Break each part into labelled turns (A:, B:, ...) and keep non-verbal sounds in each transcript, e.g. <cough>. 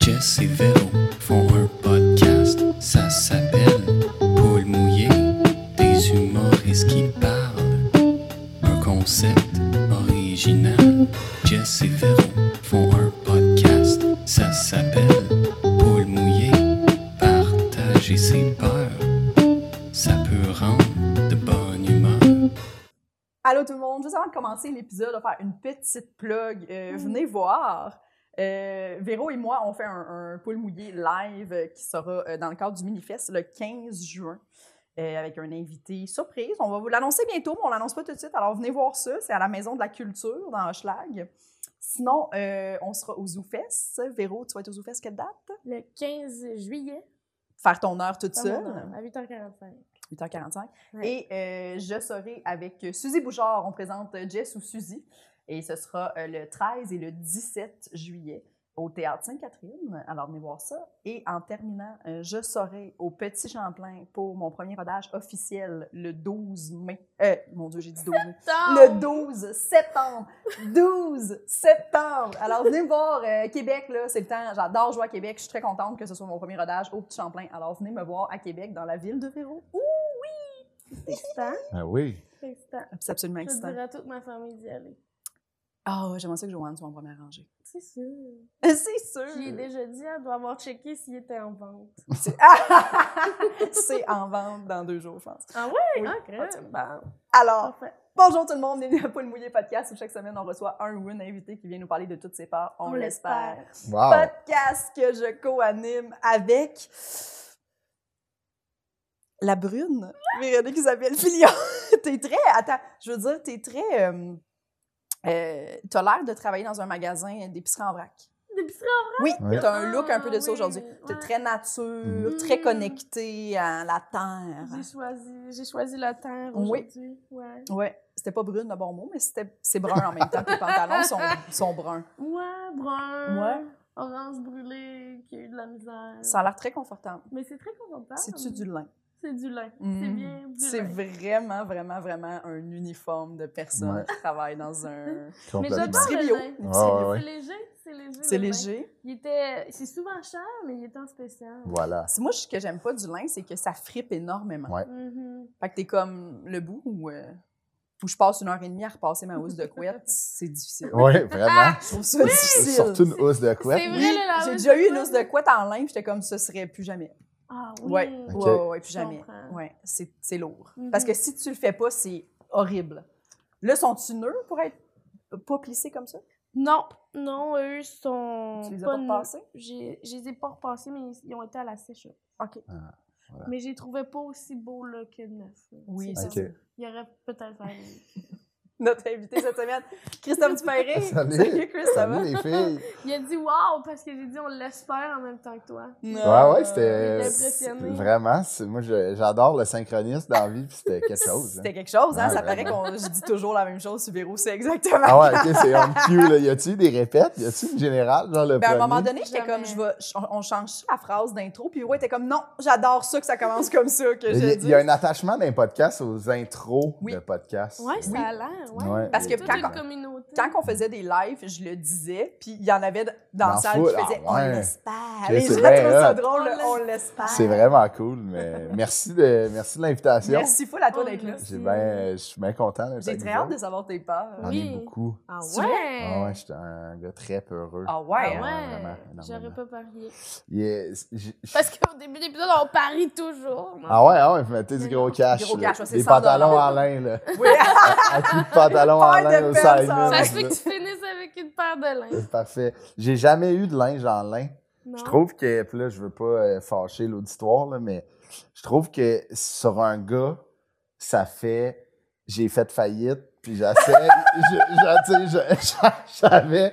A: Jess et Véro font un podcast, ça s'appelle Paul mouillé, des humoristes qui parlent. Un concept original. Jess et Véro font un podcast, ça s'appelle Paul mouillé, partager ses peurs, ça peut rendre de bonne humeur.
B: Allô tout le monde, juste avant de commencer l'épisode, on va faire une petite plug. Euh,
C: Mm.
B: Venez voir. Euh, Véro et moi, on fait un, un poule mouillé live euh, qui sera euh, dans le cadre du Minifest le 15 juin euh, avec un invité surprise. On va vous l'annoncer bientôt, mais on ne l'annonce pas tout de suite. Alors venez voir ça, c'est à la Maison de la Culture dans Schlag. Sinon, euh, on sera au ZooFest. Véro, tu vas être au ZooFest quelle date?
C: Le 15 juillet,
B: Faire ton heure toute
C: à
B: seule,
C: mon heure, à 8h45.
B: 8h45.
C: Ouais.
B: Et euh, je serai avec Suzy Bouchard. On présente Jess ou Suzy. Et ce sera euh, le 13 et le 17 juillet au Théâtre Sainte-Catherine. Alors, venez voir ça. Et en terminant, euh, je serai au Petit Champlain pour mon premier rodage officiel le 12 mai. Euh, mon Dieu, j'ai dit 12 mai le 12 septembre. 12 septembre. Alors, venez me voir. euh, Québec, là, c'est le temps. J'adore jouer à Québec. Je suis très contente que ce soit mon premier rodage au Petit Champlain. Alors, venez me voir à Québec, dans la ville de Véro. Ouh,
C: C'est excitant,
D: Ah oui.
C: c'est excitant.
B: C'est absolument
C: Je
B: excitant.
C: dirais à toute ma famille d'y aller.
B: Ah, ouais, j'aimerais ça que Joanne soit en première
C: <laughs>
B: rangée.
C: C'est sûr.
B: C'est sûr.
C: J'y ai déjà dit, elle doit avoir checké s'il était en vente.
B: C'est- <laughs> Ah! C'est en vente dans deux jours, je pense.
C: Ah ouais?
B: Oui.
C: Ah, crème. Ah,
B: Alors,
C: Parfait.
B: bonjour tout le monde. Bienvenue à Paul Mouillé Podcast où chaque semaine, on reçoit un ou une invitée qui vient nous parler de toutes ses parts. On,
C: On
B: l'espère.
C: l'espère.
D: Wow.
B: podcast que je co-anime avec la brune, Véronique Isabelle Fillon. <laughs> t'es très, attends, je veux dire, t'es très, euh, euh, t'as l'air de travailler dans un magasin d'épicerie en vrac.
C: Des bistrots.
B: Oui,
D: Ouais. Mm-hmm.
B: t'as un look un peu de
C: Ah,
B: ça
C: oui,
B: aujourd'hui. T'es
C: ouais.
B: très nature,
C: Mhm.
B: très connectée à la terre.
C: J'ai choisi, j'ai choisi la terre
B: Oui.
C: aujourd'hui. Ouais.
B: Ouais, c'était pas brune le bon mot, mais c'était, c'est brun en même temps. Tes pantalons sont, sont bruns.
C: Ouais, brun.
B: Ouais.
C: Orange brûlé, qui a eu de la misère.
B: Ça a l'air très confortable.
C: Mais c'est très confortable.
B: C'est-tu du lin?
C: C'est du lin. C'est
D: Mm.
B: Mhm.
C: bien du
B: C'est
C: lin.
B: vraiment, vraiment, vraiment un uniforme de personne
D: Ouais.
B: qui travaille dans un.
C: Mais
D: complètement.
C: j'adore
B: Épicerie
C: le
B: bio.
C: lin.
D: Ah, Ouais, ouais, ouais.
C: C'est léger, <laughs> c'est léger.
B: C'est
C: le lin.
B: léger.
C: Il était, c'est souvent cher, mais il était en spécial.
D: Voilà.
B: C'est- Moi, ce que j'aime pas du lin, c'est que ça frippe énormément.
D: Ouais.
C: Mhm.
B: Fait que t'es comme le bout où, euh, où je passe une heure et demie à repasser ma housse de couette,
C: <laughs>
B: c'est difficile.
D: Oui, <laughs> vraiment.
B: Je trouve ça difficile.
D: Surtout une housse de couette.
C: C'est vrai,
B: Oui,
C: là, la
B: j'ai
C: housse
B: déjà
C: de
B: eu une
C: couette,
B: housse de
C: là.
B: couette en lin, puis j'étais comme ce serait plus jamais.
C: Ah oui.
B: Ouais,
D: Ok.
B: ouais, ouais, ouais, plus
C: Je
B: jamais.
C: comprends.
B: Ouais, c'est c'est lourd.
C: Mhm.
B: Parce que si tu le fais pas, c'est horrible. Là, sont-tu nœuds pour être pas plissés comme ça?
C: Non, non, eux sont
B: Tu les as
C: Mm, pas
B: pas
C: nus.
B: repassés?
C: J'ai, je les ai pas repassés, mais ils- ils ont été à la sèche.
B: OK.
D: Ah, voilà.
C: Mais je les trouvais pas aussi beaux là, que neuf. là.
B: Oui,
C: C'est
B: c'est
D: OK.
C: ça. Il y aurait peut-être fallu.
B: Notre invité cette semaine, Christophe Duperré.
D: Salut.
B: Chris, ça va?
D: Salut les filles.
B: <laughs>
C: Il a dit waouh parce que j'ai dit on l'espère en même temps que toi.
B: Non.
D: Ouais, ouais,
C: Il
D: c'était.
C: était impressionné.
D: Vraiment, c'est- moi je- j'adore le synchronisme dans la vie, puis c'était quelque chose. hein.
B: C'était quelque chose, hein?
D: Ouais,
B: ça paraît
D: vraiment.
B: qu'on je dis toujours la même chose sur Véro, c'est exactement.
D: Ah ouais,
B: <laughs>
D: ok, c'est on cue, là. Y a-tu eu des répètes? Y a-tu une générale, genre le
B: Ben, à un
D: premier?
B: moment donné, j'étais
C: Jamais.
B: comme, je vais, on, on change la phrase d'intro, puis Véro était comme, non, j'adore ça que ça commence comme ça, que
D: Il y,
B: je
D: a-
B: dis.
D: il y a un attachement d'un podcast aux intros
B: Oui.
D: de podcasts.
C: Ouais, ça
B: Oui.
C: a l'air. Ouais.
D: Ouais.
B: Parce que
C: Toute
B: quand
C: une
B: on-
C: communauté.
B: Quand on faisait des lives, je le disais, puis il y en avait dans la
D: Dans
B: salle qui
D: foule,
B: faisaient
D: ah
B: On
D: ouais.
B: l'espère ».
D: Ok,
B: Les gens
D: c'est
B: trouvent
D: bien
B: ça
D: hot.
B: drôle, le
C: On
B: On l'espère ».
D: C'est vraiment cool, mais merci de, merci de l'invitation.
B: Merci full à toi d'être là.
C: Merci.
D: J'ai bien- Je suis bien content d'être
B: J'ai
D: avec
B: très
D: vous
B: hâte de
D: autres.
B: savoir tes peurs.
D: On
C: Oui.
D: est beaucoup.
C: Ah
B: C'est
C: ouais.
D: Ah ouais, j'étais un gars très peureux.
B: Ah
C: Ah
B: ouais,
C: ouais,
B: hein?
D: Vraiment,
C: j'aurais
D: énormément.
C: pas parié.
D: Yes, j- j-
C: Parce qu'au début de l'épisode, on parie toujours. non?
D: Ah ouais, ah ouais, vous mettez du gros cash.
B: Gros
D: là.
B: cash, ouais, c'est
D: Des
B: 100
D: pantalons en lin, là.
B: Oui.
D: Un coup
B: <laughs>
D: de pantalon en
B: Paire de
D: lin au
B: perles,
D: side.
B: ça
C: Ça
B: ouais.
C: se fait que tu finisses avec une paire de lin.
D: Parfait. J'ai jamais eu de linge en lin.
C: Non.
D: Je trouve que, puis là, je veux pas euh, fâcher l'auditoire, là, mais je trouve que sur un gars, ça fait j'ai fait faillite, puis j'essaie. <laughs> je- je- tu sais, je- j'avais,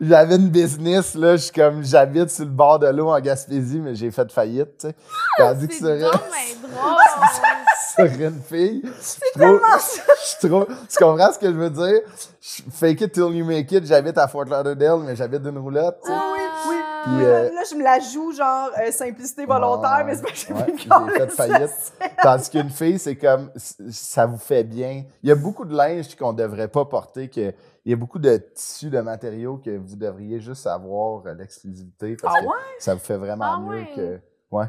D: j'avais une business, là, je suis comme j'habite sur le bord de l'eau en Gaspésie, mais j'ai fait faillite, tu sais.
B: Ah,
D: Tandis que
C: C'est
D: sur,
C: drôle, mais
D: <laughs>
C: drôle.
D: sur une fille, je trouve. <laughs> je trouve- Tu comprends ce que je veux dire? Je- Fake it till you make it, j'habite à Fort Lauderdale, mais j'habite d'une roulotte, tu sais.
C: Ah,
D: Puis,
C: ouais.
D: euh,
B: Là, je me la joue, genre, euh, simplicité volontaire,
D: ouais,
B: mais c'est parce que
D: ouais,
B: j'ai
D: j'ai
B: plus
D: fait
B: de
D: faillite.
B: <laughs>
D: Tandis qu'une fille, c'est comme c- ça vous fait bien. Il y a beaucoup de linge qu'on ne devrait pas porter, que, il y a beaucoup de tissus, de matériaux que vous devriez juste avoir euh, l'exclusivité parce
B: Ah
D: que
B: ouais?
D: ça vous fait vraiment
C: Ah
D: mieux
C: ouais?
D: que. Ouais.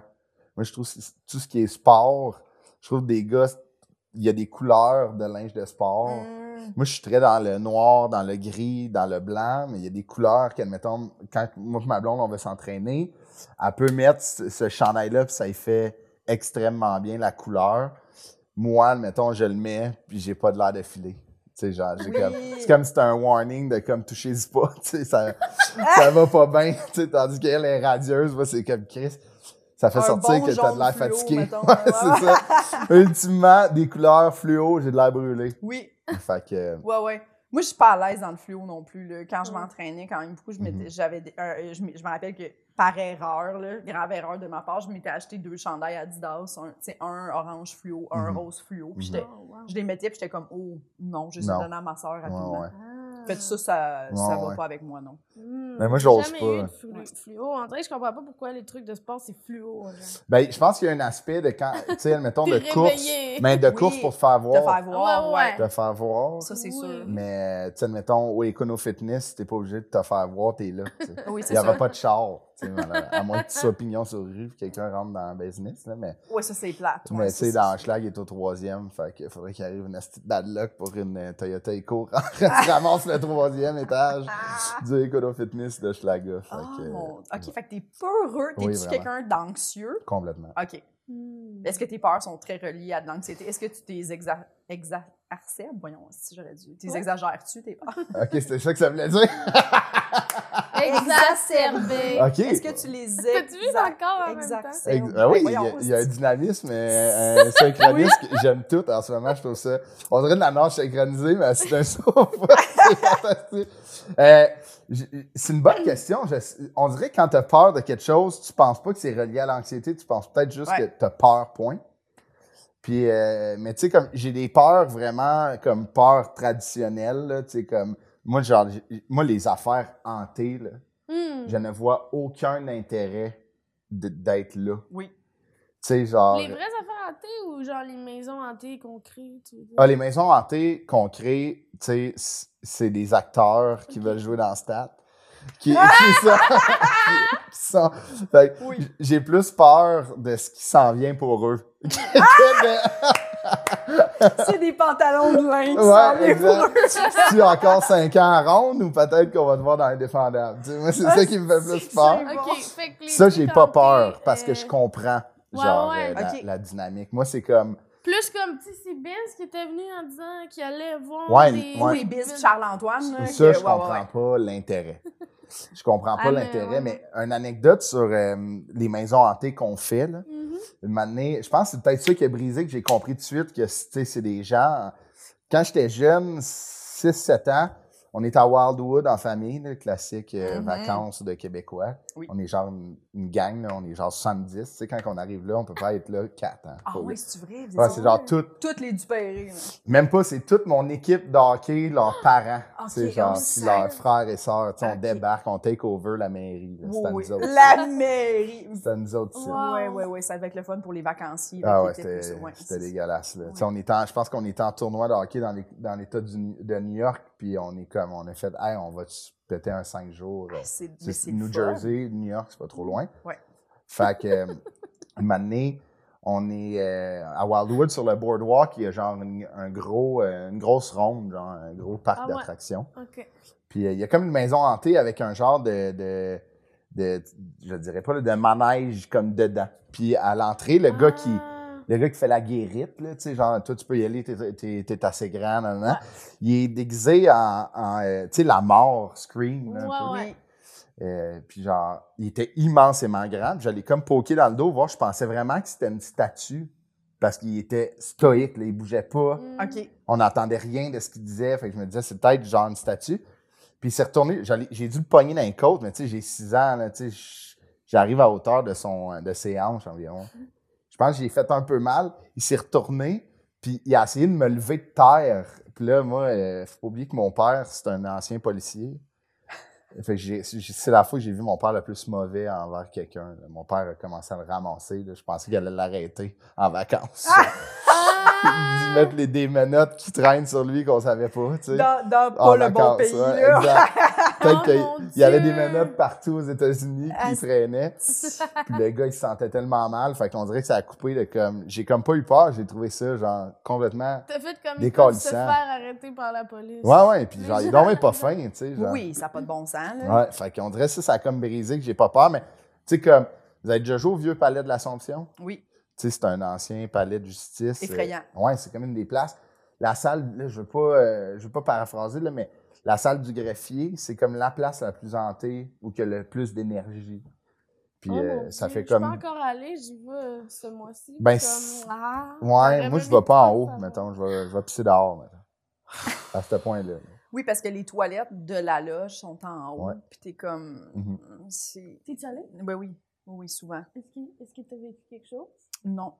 D: Moi, je trouve c- tout ce qui est sport, je trouve des gars, il y a des couleurs de linge de sport.
B: Mm.
D: Moi, je suis très dans le noir, dans le gris, dans le blanc, mais il y a des couleurs qu'admettons, quand moi et ma blonde, on va s'entraîner, elle peut mettre ce, ce chandail-là, puis ça y fait extrêmement bien la couleur. Moi, admettons, je le mets, puis j'ai pas de l'air de filer. Tu sais, genre, j'ai
B: Oui.
D: comme- c'est comme si c'était un warning de comme touchez-y pas, <laughs> tu sais, ça, ça va pas bien, tu sais, tandis qu'elle est radieuse, moi, c'est comme Chris. Ça fait
B: Un
D: sortir
B: bon
D: que t'as
B: jaune
D: de l'air
B: fluo,
D: fatigué. <laughs>
B: mettons,
D: Ouais,
B: ouais, ouais.
D: c'est ça. Ultimement, des couleurs fluo, j'ai de l'air brûlé.
B: Oui,
D: Fait que.
B: ouais, ouais. Moi, je suis pas à l'aise dans le fluo non plus. là. Quand
D: Mm.
B: je
C: Ouais.
B: m'entraînais, quand même beaucoup, je m'étais-
D: Mhm.
B: j'avais des- euh, je me je me rappelle que par erreur, là, grave erreur de ma part, je m'étais acheté deux chandails Adidas, un, tu sais, un orange fluo, un
D: Mhm.
B: rose fluo. Puis
D: Mhm.
B: j'étais-
C: Oh, wow.
B: je les mettais, puis j'étais comme, oh non, je les ai
D: Non.
B: donnés à ma soeur rapidement.
D: Ouais, ouais.
C: Ah.
B: Fait que ça, ça, ça
D: Ouais,
B: va
D: ouais.
B: pas avec moi, non.
C: Hmm,
D: Mais moi,
C: j'ai
D: j'ose
C: jamais
D: pas.
C: eu de flu-
B: Ouais.
C: fluo. En vrai, je comprends pas pourquoi les trucs de sport, c'est fluo. hein, genre.
D: Ben, je pense qu'il y a un aspect de quand, tu sais, admettons, de
C: T'es
B: <laughs>
D: course.
C: réveillé.
D: Mais de
B: Oui.
D: course pour te faire
B: Te
D: voir.
B: faire voir,
C: Ouais, ouais.
B: ouais.
D: Te faire voir.
B: Ça, c'est
C: Oui.
B: sûr.
D: Mais, tu sais, admettons, au Econo Fitness, t'es pas obligé de te faire voir, t'es là. tu sais.
B: Ah Oui, <laughs> c'est
D: Il n'y aura
B: ça.
D: pas de char, tu sais, malheureux- à moins que tu sois pignon sur rue puis quelqu'un rentre dans le business. Là, mais,
B: Ouais, ça, c'est plate. ouais,
D: mais tu
B: ça,
D: sais,
B: c'est
D: dans
B: sûr.
D: Schlag, il est au troisième, fait qu'il faudrait qu'il arrive une petite dadlock pour une euh, Toyota Eco. <laughs>
B: <laughs>
D: tu ramasses le troisième étage du Econo Fitness de Schlag. Fait
B: Ah,
D: que,
B: mon-
D: ouais,
B: OK, fait que t'es peureux. T'es-tu
D: Oui, vraiment.
B: quelqu'un d'anxieux?
D: Complètement.
B: OK.
C: Hmm.
B: Est-ce que tes peurs sont très reliées à de l'anxiété? Est-ce que tu t'es exa- exacerbes? Voyons, si j'aurais dû. T'es
C: Ouais.
B: exagères-tu tes
C: <laughs>
B: peurs?
D: OK, c'était ça que ça voulait dire.
C: Exacerbé.
D: OK.
B: Est-ce que tu les
C: T'as-tu vu
B: exa-
C: encore en même temps?
B: exacerbes?
D: Ex- ah oui, il y,
B: ben
D: a-
B: Voyons,
D: il y a un dynamisme, euh, un synchronisme que j'aime tout en ce moment. Je trouve ça. On dirait de la nage synchronisée, mais c'est un <laughs> saut. c'est fantastique. Euh, j- c'est une bonne question. Je- on dirait que quand tu as peur de quelque chose, tu penses pas que c'est relié à l'anxiété, tu penses peut-être juste
B: Ouais.
D: que tu as peur, point. Puis, euh, mais tu sais, comme j'ai des peurs vraiment comme peur traditionnelle, là, tu sais, comme moi, genre, j'ai- moi, les affaires hantées, là,
C: Hmm.
D: je ne vois aucun intérêt de- d'être là.
B: Oui.
D: Tu sais, genre.
C: Les vraies affaires hantées ou genre les maisons hantées qu'on crée? Tu veux dire?
D: Ah, les maisons hantées qu'on crée, tu sais, c- c'est des acteurs qui veulent jouer dans Stat. Qui,
C: Ah!
D: qui sont. <laughs> qui sont- fait que
B: Oui.
D: J'ai plus peur de ce qui s'en vient pour eux. <laughs> que
C: Ah!
D: de-
B: C'est des pantalons de lin qui s'en
D: ouais,
B: viennent pour eux.
D: exact. Si tu as encore 5 ans à ronde ou peut-être qu'on va te voir dans Indéfendable. Tu sais, moi, c'est ça qui me fait plus
B: c'est
D: peur.
B: sûr.
C: Ah, Ok, fait que les
D: Ça, j'ai
C: trucs
D: pas
C: hantés,
D: peur parce
C: euh,
D: que je comprends.
C: ouais,
D: genre
C: ouais,
D: euh, la-
B: ok.
D: la dynamique. Moi, c'est comme
C: Plus comme petit Sibins qui était venu en disant qu'il allait voir
D: Ouais,
C: des...
D: ouais.
B: Oui, bis, Charles-Antoine. là, que-
D: Ça, je
B: ouais, ouais,
D: comprends
B: ouais.
D: pas l'intérêt. Je comprends pas
C: Ah, mais
D: l'intérêt,
C: ouais.
D: mais une anecdote sur euh, les maisons hantées qu'on fait, là.
C: Mhm.
D: Une matinée, je pense que c'est peut-être ça qui a brisé, que j'ai compris tout de suite que tu sais, c'est des gens. Quand j'étais jeune, 6-7 ans, on était à Wildwood en famille, le classique euh,
B: Mhm.
D: vacances de Québécois.
B: Oui.
D: On est genre une, une gang, là, on est genre 70. Tu sais, quand on arrive là, on peut pas être là 4 ans.
B: Ah oui, c'est vrai. vous
D: Ouais,
B: êtes
D: c'est genre tout,
B: Toutes les Dupéré. là.
D: même pas, c'est toute mon équipe de hockey, leurs parents.
B: Ah! ok,
D: c'est genre,
B: on
D: puis
B: sait.
D: leurs frères et sœurs. tu sais, On
B: Ok.
D: débarque, on take over la mairie. là. C'est à
B: Oui, oui.
D: nous autres. ça.
B: La mairie.
D: C'est à nous autres, <laughs> ça.
C: Wow.
B: Oui, oui, oui, ça devait être le fun pour les vacanciers. là,
D: Ah
B: qui
D: ouais,
B: étaient
D: c'était
B: plus- ouais,
D: c'était
B: c'est-
D: dégueulasse. là. Tu sais,
B: Ouais.
D: On était en- je pense qu'on était en tournoi de hockey dans les- dans l'État du- de New York, puis on est comme, on a fait, hey, on va se péter un 5 jours.
B: Ah, c'est
D: C'est
B: mais c'est
D: New
B: fun.
D: Jersey, New York, c'est pas trop loin.
B: Ouais.
D: Fait que,
C: <laughs>
D: euh, une matinée, on est euh, à Wildwood sur le boardwalk, il y a genre une, un gros, euh, une grosse ronde, genre un gros parc
C: Ah ouais.
D: d'attractions.
C: OK.
D: Puis euh, il y a comme une maison hantée avec un genre de, de, de- je dirais pas, là, de manège comme dedans. Puis à l'entrée, le gars qui
C: Ah.
D: le gars qui fait la guérite, là, tu sais, genre, toi, tu peux y aller, t'es, t'es- t'es assez grand, nan, nan, nan. Il est déguisé en, en, euh, tu sais, la mort, Scream, là, un
C: Ouais,
D: peu.
C: ouais.
B: Oui.
D: Euh, puis genre, il était immensément grand. Puis J'allais comme poquer dans le dos, voir. Je pensais vraiment que c'était une statue parce qu'il était stoïque, là, il bougeait pas.
C: Hmm.
B: OK.
D: On n'entendait rien de ce qu'il disait. Fait que je me disais, c'est peut-être genre une statue. Puis il s'est retourné. j'allais- J'ai dû le pogner dans les côtes, mais tu sais, j'ai 6 ans, là, tu sais, je- j'arrive à hauteur de, son, de ses hanches environ. Je pense que j'ai fait un peu mal. Il s'est retourné, puis il a essayé de me lever de terre. Puis là, moi, euh, faut pas oublier que mon père, c'est un ancien policier. Fait que j'ai- j'ai- c'est la fois que j'ai vu mon père le plus mauvais envers quelqu'un. là. Mon père a commencé à le ramasser. là. Je pensais qu'il allait l'arrêter en vacances.
C: Ah, <laughs>
D: Il dit mettre les, des menottes qui traînent sur lui qu'on savait pas. Tu sais.
B: Dans, dans
D: En
B: pas le bon
D: vacances,
B: pays,
D: ouais,
B: là. <laughs>
D: exact. Peut-être
C: Oh
D: qu'il
C: mon
D: il y avait des
C: Dieu!
D: menottes partout aux États-Unis
B: Ah,
D: qui traînaient.
B: <laughs>
D: Puis le gars, il se sentait tellement mal. Fait qu'on dirait que ça a coupé de comme. J'ai comme pas eu peur. J'ai trouvé ça, genre, complètement.
C: T'as fait comme
D: Des
C: ils peuvent se
D: calissants.
C: faire arrêter par la police.
D: Ouais, ouais. Puis genre, il est donc bien pas fin, tu sais. genre.
B: Oui, ça n'a pas de bon sens, là.
D: Ouais, fait qu'on dirait ça, ça a comme brisé que j'ai pas peur, mais tu sais, comme, vous avez déjà joué au vieux palais de l'Assomption?
B: Oui,
D: Tu sais, c'est un ancien palais de justice.
B: Effrayant.
D: Euh, ouais, c'est comme une des places. La salle, là, je veux pas, euh, je veux pas paraphraser, là, mais la salle du greffier, c'est comme la place la plus hantée ou que le plus d'énergie. Puis
C: Oh
D: euh,
C: mon
D: ça
C: Dieu,
D: fait
C: Je
D: comme.
C: suis pas encore allée, j'y vais euh, ce mois-ci.
D: Ben, c'est-
C: comme, ah,
D: Ouais,
C: j'aurais
D: moi, je
C: aimé
D: vais pas en haut,
C: faire ça.
D: mettons. Je vais, je vais pisser dehors, mettons. À ce point-là.
B: oui, parce que les toilettes de la loge sont en haut.
D: Ouais.
B: Puis t'es comme.
D: Mhm.
B: c'est-
C: T'es-tu allée?
B: Ben oui, oui, souvent.
C: Est-ce qu'il est-ce qu'il t'a vécu quelque chose?
B: Non.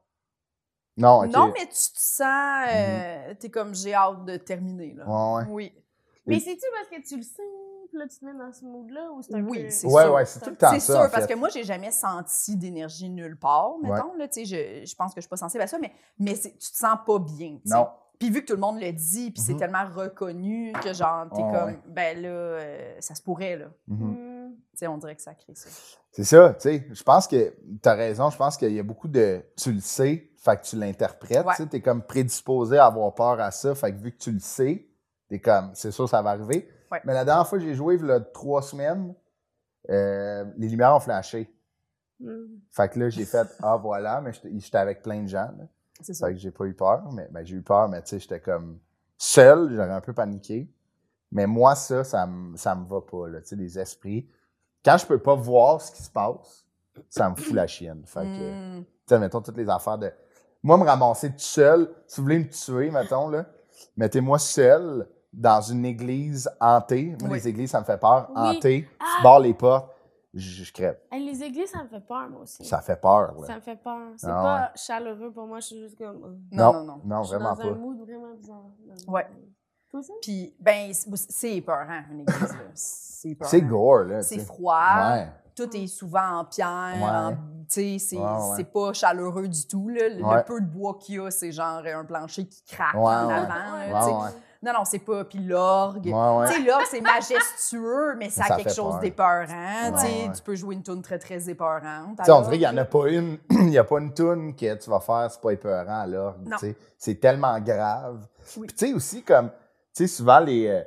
D: Non, Ah, OK. Mm-hmm.
B: Non, mais tu te sens. euh, T'es comme, j'ai hâte de terminer, là.
D: Ouais, ouais.
B: Oui.
D: Et-
C: Mais c'est-tu parce que tu le sais, puis là, tu te mets dans ce mood-là, ou c'est un
B: Oui,
C: peu...
B: c'est
D: Ouais,
B: sûr.
D: ouais, c'est tout le temps ça.
B: C'est sûr,
D: en
B: parce
D: fait.
B: que moi, j'ai jamais senti d'énergie nulle part,
D: Ouais.
B: mettons. Là, tu sais, je, je pense que je suis pas sensible à ça, mais, mais c'est- tu te sens pas bien. tu sais.
D: Non.
B: Puis vu que tout le monde le dit, puis c'est
D: Mhm.
B: tellement reconnu que genre, t'es
D: Ouais,
B: comme,
D: ouais.
B: ben là, euh, ça se pourrait, là.
D: Mhm.
C: Hmm.
B: Tu sais, on dirait que ça crée ça.
D: C'est ça, tu sais. Je pense que tu as raison. Je pense qu'il y a beaucoup de. Tu le sais, fait que tu l'interprètes.
B: Ouais.
D: Tu es comme prédisposé à avoir peur à ça. Fait que vu que tu le sais, t'es comme. C'est sûr, ça va arriver.
B: Ouais.
D: Mais la dernière fois que j'ai joué, il y a trois semaines, euh, les lumières ont flashé.
C: Hmm.
D: Fait que
B: <laughs>
D: là, j'ai fait Ah, voilà, mais j'étais j'étais avec plein de gens. là.
B: C'est ça.
D: Fait que j'ai pas eu peur. Mais ben, j'ai eu peur, mais tu sais, j'étais comme seul. J'aurais un peu paniqué. Mais moi, ça, ça me ça me va pas, là. Tu sais, les esprits. Quand je peux pas voir ce qui se passe, ça me fout la chienne. Fait que, tu
B: Mm.
D: sais, mettons toutes les affaires de. Moi, me ramasser tout seul, si vous voulez me tuer, mettons, là, mettez-moi seul dans une église hantée. Moi,
B: Oui.
D: les églises, ça me fait peur.
C: Oui.
D: Hantée,
C: Ah!
D: tu barres les portes, je, je crève.
C: Hey, les églises, ça me fait peur, moi aussi.
D: Ça fait peur, là.
C: Ça me fait peur. C'est pas
D: Ah,
C: chaleureux pour moi, je suis juste comme... euh,
B: Non, non, non.
D: Non,
C: je suis
D: vraiment
C: dans un
D: pas.
C: mood vraiment bizarre. dans-
B: Ouais.
C: Toi aussi?
B: Puis, ben, c'est- c'est épeurant, une église, là. C'est épeurant.
D: C'est gore, là. tu
B: C'est
D: sais.
B: froid.
D: Ouais.
B: Tout est souvent en pierre. en-
D: Ouais.
B: tu sais, c'est
D: Ouais, ouais.
B: c'est pas chaleureux du tout. là. Le, le
D: Ouais.
B: peu de bois qu'il y a, c'est genre un plancher qui craque
D: Ouais,
B: en
D: ouais.
B: avant.
D: Ouais,
B: là, tu sais.
D: ouais.
B: Non, non, c'est pas. Puis l'orgue.
D: Ouais, ouais.
B: Tu sais, l'orgue, c'est majestueux, mais ça
D: Ça
B: a quelque
D: fait
B: chose
D: peur.
B: d'épeurant.
D: Ouais,
B: tu sais,
D: ouais.
B: Tu peux jouer une tune très, très épeurante.
D: Tu sais, on dirait qu'il n'y en a pas une, <clears throat> il n'y a pas une toune que tu vas faire, c'est pas épeurant à l'orgue.
B: Non.
D: tu sais. C'est tellement grave.
B: Oui.
D: Puis tu sais aussi comme, tu sais, souvent les, euh,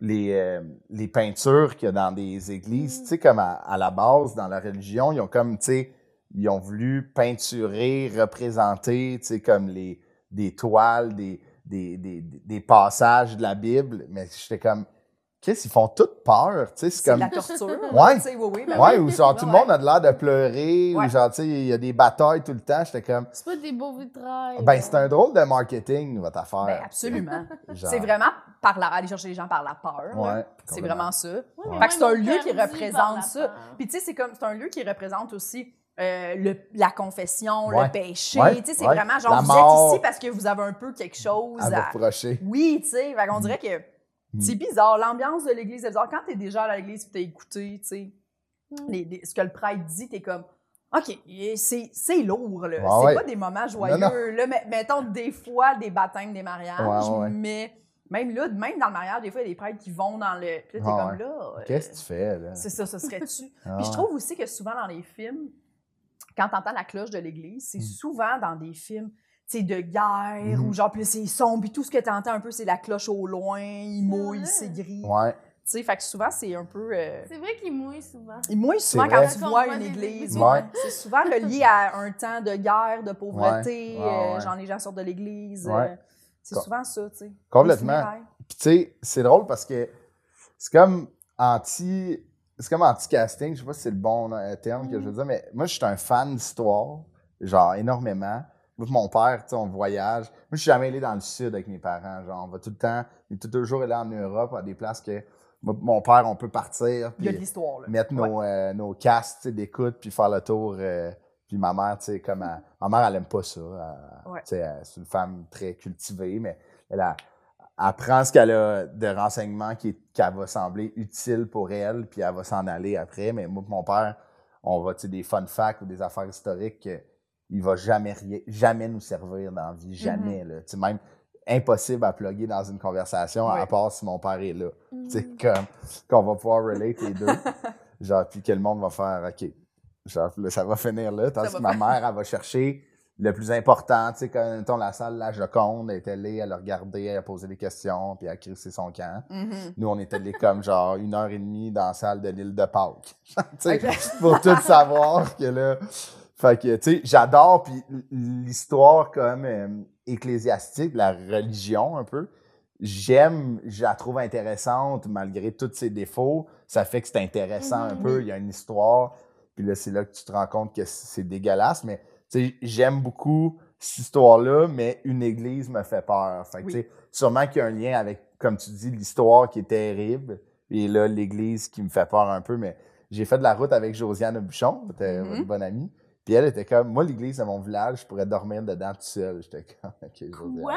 D: les, euh, les peintures qu'il y a dans des églises,
C: Mm.
D: tu sais, comme à, à la base, dans la religion, ils ont comme, tu sais, ils ont voulu peinturer, représenter, tu sais, comme les, des toiles, des, des, des, des passages de la Bible. Mais j'étais comme, qu'est-ce qu'ils font toutes peur, tu sais, c'est
B: C'est de
D: comme...
B: la
D: <laughs>
B: torture.
D: Ouais.
B: tu sais, oui, oui, ben
D: Ouais,
B: oui.
D: ou genre tout le
B: Ouais,
D: monde a de l'air de pleurer,
B: Ouais.
D: ou genre, tu sais, il y a des batailles tout le temps. J'étais comme,
C: C'est pas des beaux euh, vitrailles.
D: ben, c'est un drôle de marketing, votre affaire.
B: Ben, absolument.
D: <laughs> Genre,
B: C'est vraiment par la, aller chercher les gens par la peur. là.
D: Ouais,
B: C'est
D: complètement.
B: vraiment ça.
C: Ouais, mais
B: Fait que c'est
C: moi,
B: un
C: ils m'ont
B: lieu qui
C: perdu par la
B: représente ça.
C: peur.
B: Puis tu sais, c'est comme c'est un lieu qui représente aussi euh, le- la confession,
D: Ouais.
B: le péché.
D: Ouais.
B: Tu sais, c'est
D: Ouais.
B: vraiment genre
D: La
B: vous
D: mort.
B: êtes ici parce que vous avez un peu quelque chose
D: à vous
B: à.
D: reprocher.
B: Oui, tu sais. Fait qu'on
D: Mm.
B: dirait que
D: Mm.
B: c'est bizarre. L'ambiance de l'église est bizarre. Quand t'es déjà à l'église et t'as écouté, tu sais,
C: Mm.
B: les- les- ce que le prêtre dit, t'es comme. OK, et c'est c'est lourd, là.
D: Ouais,
B: c'est
D: ouais.
B: pas des moments joyeux.
D: non.
B: Là, mais- mettons, des fois, des baptêmes, des mariages,
D: Ouais, ouais.
B: mais même là, même dans le mariage, des fois, il y a des prêtres qui vont dans le... Puis là, t'es
D: Ouais,
B: comme
D: ouais.
B: là... euh,
D: Qu'est-ce que tu fais, là?
B: C'est ça, ce serait-tu...
D: Ah,
B: Puis je trouve aussi que souvent dans les films, quand t'entends la cloche de l'église, c'est
D: Mm.
B: souvent dans des films tu sais, de guerre
D: Mhm.
B: ou genre, puis là, c'est sombre, puis tout ce que t'entends un peu, c'est la cloche au loin, il mouille,
C: vrai.
B: c'est gris.
D: Ouais.
B: Tu sais, fait que souvent, c'est un peu. euh,
C: C'est vrai qu'ils mouillent souvent.
B: Il mouille
D: C'est
B: souvent quand
D: vrai.
B: tu vois
C: Quand on
B: une
C: voit des
B: église.
C: églises.
D: Ouais.
B: C'est souvent relié à un temps de guerre, de pauvreté,
D: Ouais. Ouais,
B: euh,
D: ouais.
B: genre les gens sortent de l'église.
D: Ouais.
B: euh, c'est
D: Com-
B: souvent ça, tu sais. Les
D: Complètement.
B: funérailles.
D: Puis, tu sais, c'est drôle parce que c'est comme anti. C'est comme anti-casting, je sais pas si c'est le bon euh, terme que je veux
B: Mm.
D: dire, mais moi, je suis un fan d'histoire, genre énormément. Moi, pis mon père, tu sais, on voyage. Moi, je suis jamais allé dans le sud avec mes parents. Genre, on va tout le temps, on est toujours allé en Europe à des places que moi, mon père, on peut partir.
B: Il y a de
D: puis-
B: l'histoire, là.
D: mettre nos, euh, nos casques tu sais, d'écoute, puis faire le tour. euh, puis ma mère, tu sais, comme elle- ma mère, elle aime pas ça. elle-
B: Ouais.
D: tu sais, elle- C'est une femme très cultivée, mais elle, a- elle prend ce qu'elle a de renseignements qui est- qu'elle va sembler utile pour elle, puis elle va s'en aller après. Mais moi, et mon père, on va, tu sais, des fun facts ou des affaires historiques, que il va jamais rien, jamais nous servir dans la
B: Mm-hmm.
D: vie, jamais, là. Tu sais, même impossible à plugger dans une conversation, à
B: Ouais.
D: part si mon père est là. Tu sais,
C: Mm.
D: comme, qu'on va pouvoir relate les deux. Genre, puis que le monde va faire, OK, genre, là, ça va finir là. Tandis
B: va
D: que ma mère, elle va chercher le plus important. Tu sais, quand, mettons, la salle, la Joconde, elle est allée, elle a regardé, elle a posé des questions, puis elle a crissé son camp.
B: Mhm.
D: Nous, on est allés comme, genre, une heure et demie dans la salle de l'île de Pâques. <laughs> tu sais,
B: Ok.
D: pour tout savoir que là... Fait que, tu sais, j'adore, puis l'histoire comme euh, ecclésiastique, la religion un peu, j'aime, je la trouve intéressante malgré tous ses défauts. Ça fait que c'est intéressant un
C: Mhm.
D: peu, il y a une histoire. Puis là, c'est là que tu te rends compte que c'est dégueulasse. Mais tu sais, j'aime beaucoup cette histoire-là, mais une église me fait peur. Fait que,
B: Oui.
D: tu sais, sûrement qu'il y a un lien avec, comme tu dis, l'histoire qui est terrible. Et là, l'église qui me fait peur un peu. Mais j'ai fait de la route avec Josiane Bouchon, qui était
B: Mhm.
D: une bonne amie. Puis elle était comme, moi, l'église de mon village, je pourrais dormir dedans tout seul. J'étais comme, <laughs> OK, Josiane.
C: Quoi?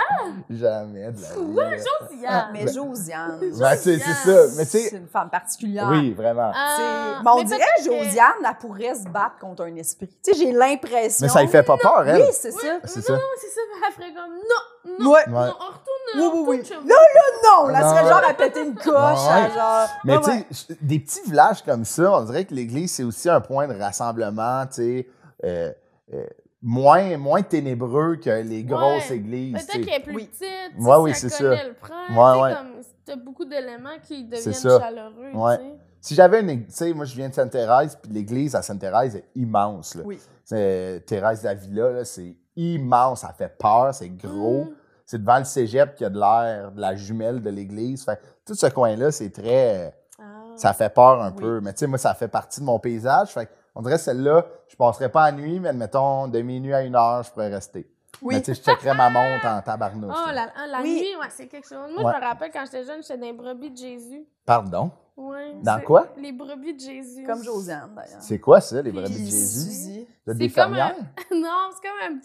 D: Jamais de la vie.
C: Quoi,
D: là.
C: Josiane?
B: Mais Josiane,
D: Ben, c'est c'est ça.
C: Josiane?
D: Mais tu
B: c'est
D: sais,
B: une femme particulière.
D: oui, vraiment.
C: Ah,
B: C'est- Euh, mais on
C: mais
B: dirait
C: peut-être que-
B: Josiane, elle pourrait se battre contre un esprit. Tu sais, j'ai l'impression.
D: Mais ça lui fait pas peur, hein, elle.
B: Oui, c'est
C: Oui,
B: ça.
C: mais
D: C'est
C: non,
D: ça.
C: non, c'est ça. mais Elle ferait comme non, non,
B: Ouais.
D: Ouais.
C: non, on retourne.
B: Oui,
C: on
B: oui, oui.
C: retourne chez
B: Là,
C: vous.
B: Non, là, elle serait
D: Non.
B: genre à péter une coche, à
D: Ouais.
B: genre.
D: Mais
B: Ouais,
D: tu
B: ouais.
D: sais, j- des petits villages comme ça, on dirait que l'église, c'est aussi un point de rassemblement, tu sais, euh, euh, moins, moins ténébreux que les grosses
C: Ouais.
D: églises. tu sais.
C: Peut-être qu'elle est plus
B: Oui.
C: petite.
D: Ouais, oui,
C: si
D: c'est
C: elle
D: ça.
C: connaît le prend, tu
D: Ouais,
C: sais,
D: ouais.
C: comme T'as beaucoup d'éléments qui
D: C'est
C: deviennent
D: ça.
C: chaleureux.
D: Ouais.
C: tu sais.
D: Si j'avais une église, tu sais, moi, je viens de Sainte-Thérèse, puis l'église à Sainte-Thérèse est immense. Là.
B: Oui.
D: C'est- euh, Thérèse d'Avila, là, c'est immense, ça fait peur, c'est gros.
C: Mm.
D: C'est devant le cégep qu'il y a de l'air, de la jumelle de l'église. Fait que tout ce coin-là, c'est très. euh,
C: Ah.
D: ça fait peur un
B: Oui.
D: peu. Mais tu sais, moi, ça fait partie de mon paysage. Fait que on dirait celle-là, je passerais pas la nuit, mais admettons, de minuit à une heure, je pourrais rester. Mais
B: Oui.
D: tu sais, je checkerais ma montre en tabarnouche.
C: Oh,
D: là.
C: la, ah, la
B: Oui.
C: nuit, ouais, c'est quelque chose. Moi,
D: Ouais.
C: je me rappelle quand j'étais jeune, j'étais dans les brebis de Jésus.
D: Pardon?
C: Ouais,
D: Dans
C: c'est-
D: quoi?
C: Les brebis de Jésus.
B: Comme Josiane, d'ailleurs.
D: C'est quoi ça, les
C: Puis
D: brebis de Jésus?
B: Suzy.
D: Vous êtes
C: C'est
D: des
C: comme Ah,
D: fermières?
C: <laughs> non, c'est comme un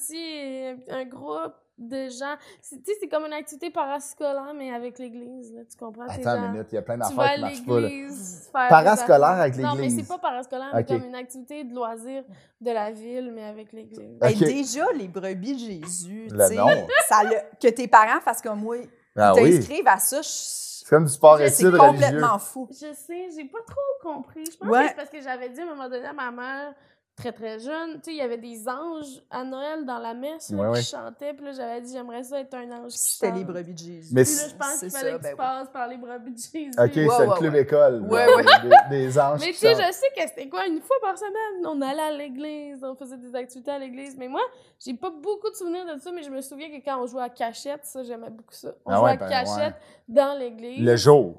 C: petit un groupe de gens. C'est- Tu sais, c'est comme une activité parascolaire, mais avec l'Église. là, tu comprends? C'est
D: Attends
C: genre,
D: une minute, il y a plein
C: Tu vas
D: d'affaires
C: à
D: qui marchent pas. là.
C: l'Église. faire des
D: Parascolaire
C: affaires.
D: avec
C: Non, mais
D: l'Église.
C: c'est pas parascolaire, mais
D: Ok.
C: comme une activité de loisirs de la ville, mais avec l'Église.
D: Ok.
B: Ben, déjà, les brebis de Jésus, tu
D: Le
B: sais,
D: nom.
B: ça le- que tes parents fassent comme moi,
D: Ah oui.
B: t'inscrivent à ça, je-
D: C'est comme du sport
C: C'est
D: études
B: c'est
D: religieux.
B: complètement fou.
C: Je sais, j'ai pas trop compris. Je pense
B: Ouais.
C: que c'est parce que j'avais dit à un moment donné à ma mère, très très jeune, tu sais, il y avait des anges à Noël dans la messe là,
D: Ouais, ouais.
C: qui chantaient, puis là j'avais dit j'aimerais ça être un ange. qui
B: C'était
C: chante.
B: les brebis de Jésus.
D: Mais
C: Puis là, je pense
B: C'est
C: qu'il fallait
B: ça,
C: que
B: ben
C: tu
B: oui.
C: passes par les brebis de Jésus.
D: OK, c'est
B: Ouais,
D: le
B: ouais,
D: club
B: ouais.
D: école.
B: Ouais,
D: là, Des, des anges
C: Mais tu
D: qui
C: sais,
D: chantent.
C: je sais que c'était quoi, une fois par semaine, on allait à l'église, on faisait des activités à l'église. Mais moi, j'ai pas beaucoup de souvenirs de ça, mais je me souviens que quand on jouait à cachette, ça, j'aimais beaucoup ça. On
D: Ah
C: jouait
D: ouais,
C: à
D: ben
C: cachette dans l'église.
D: Le jour.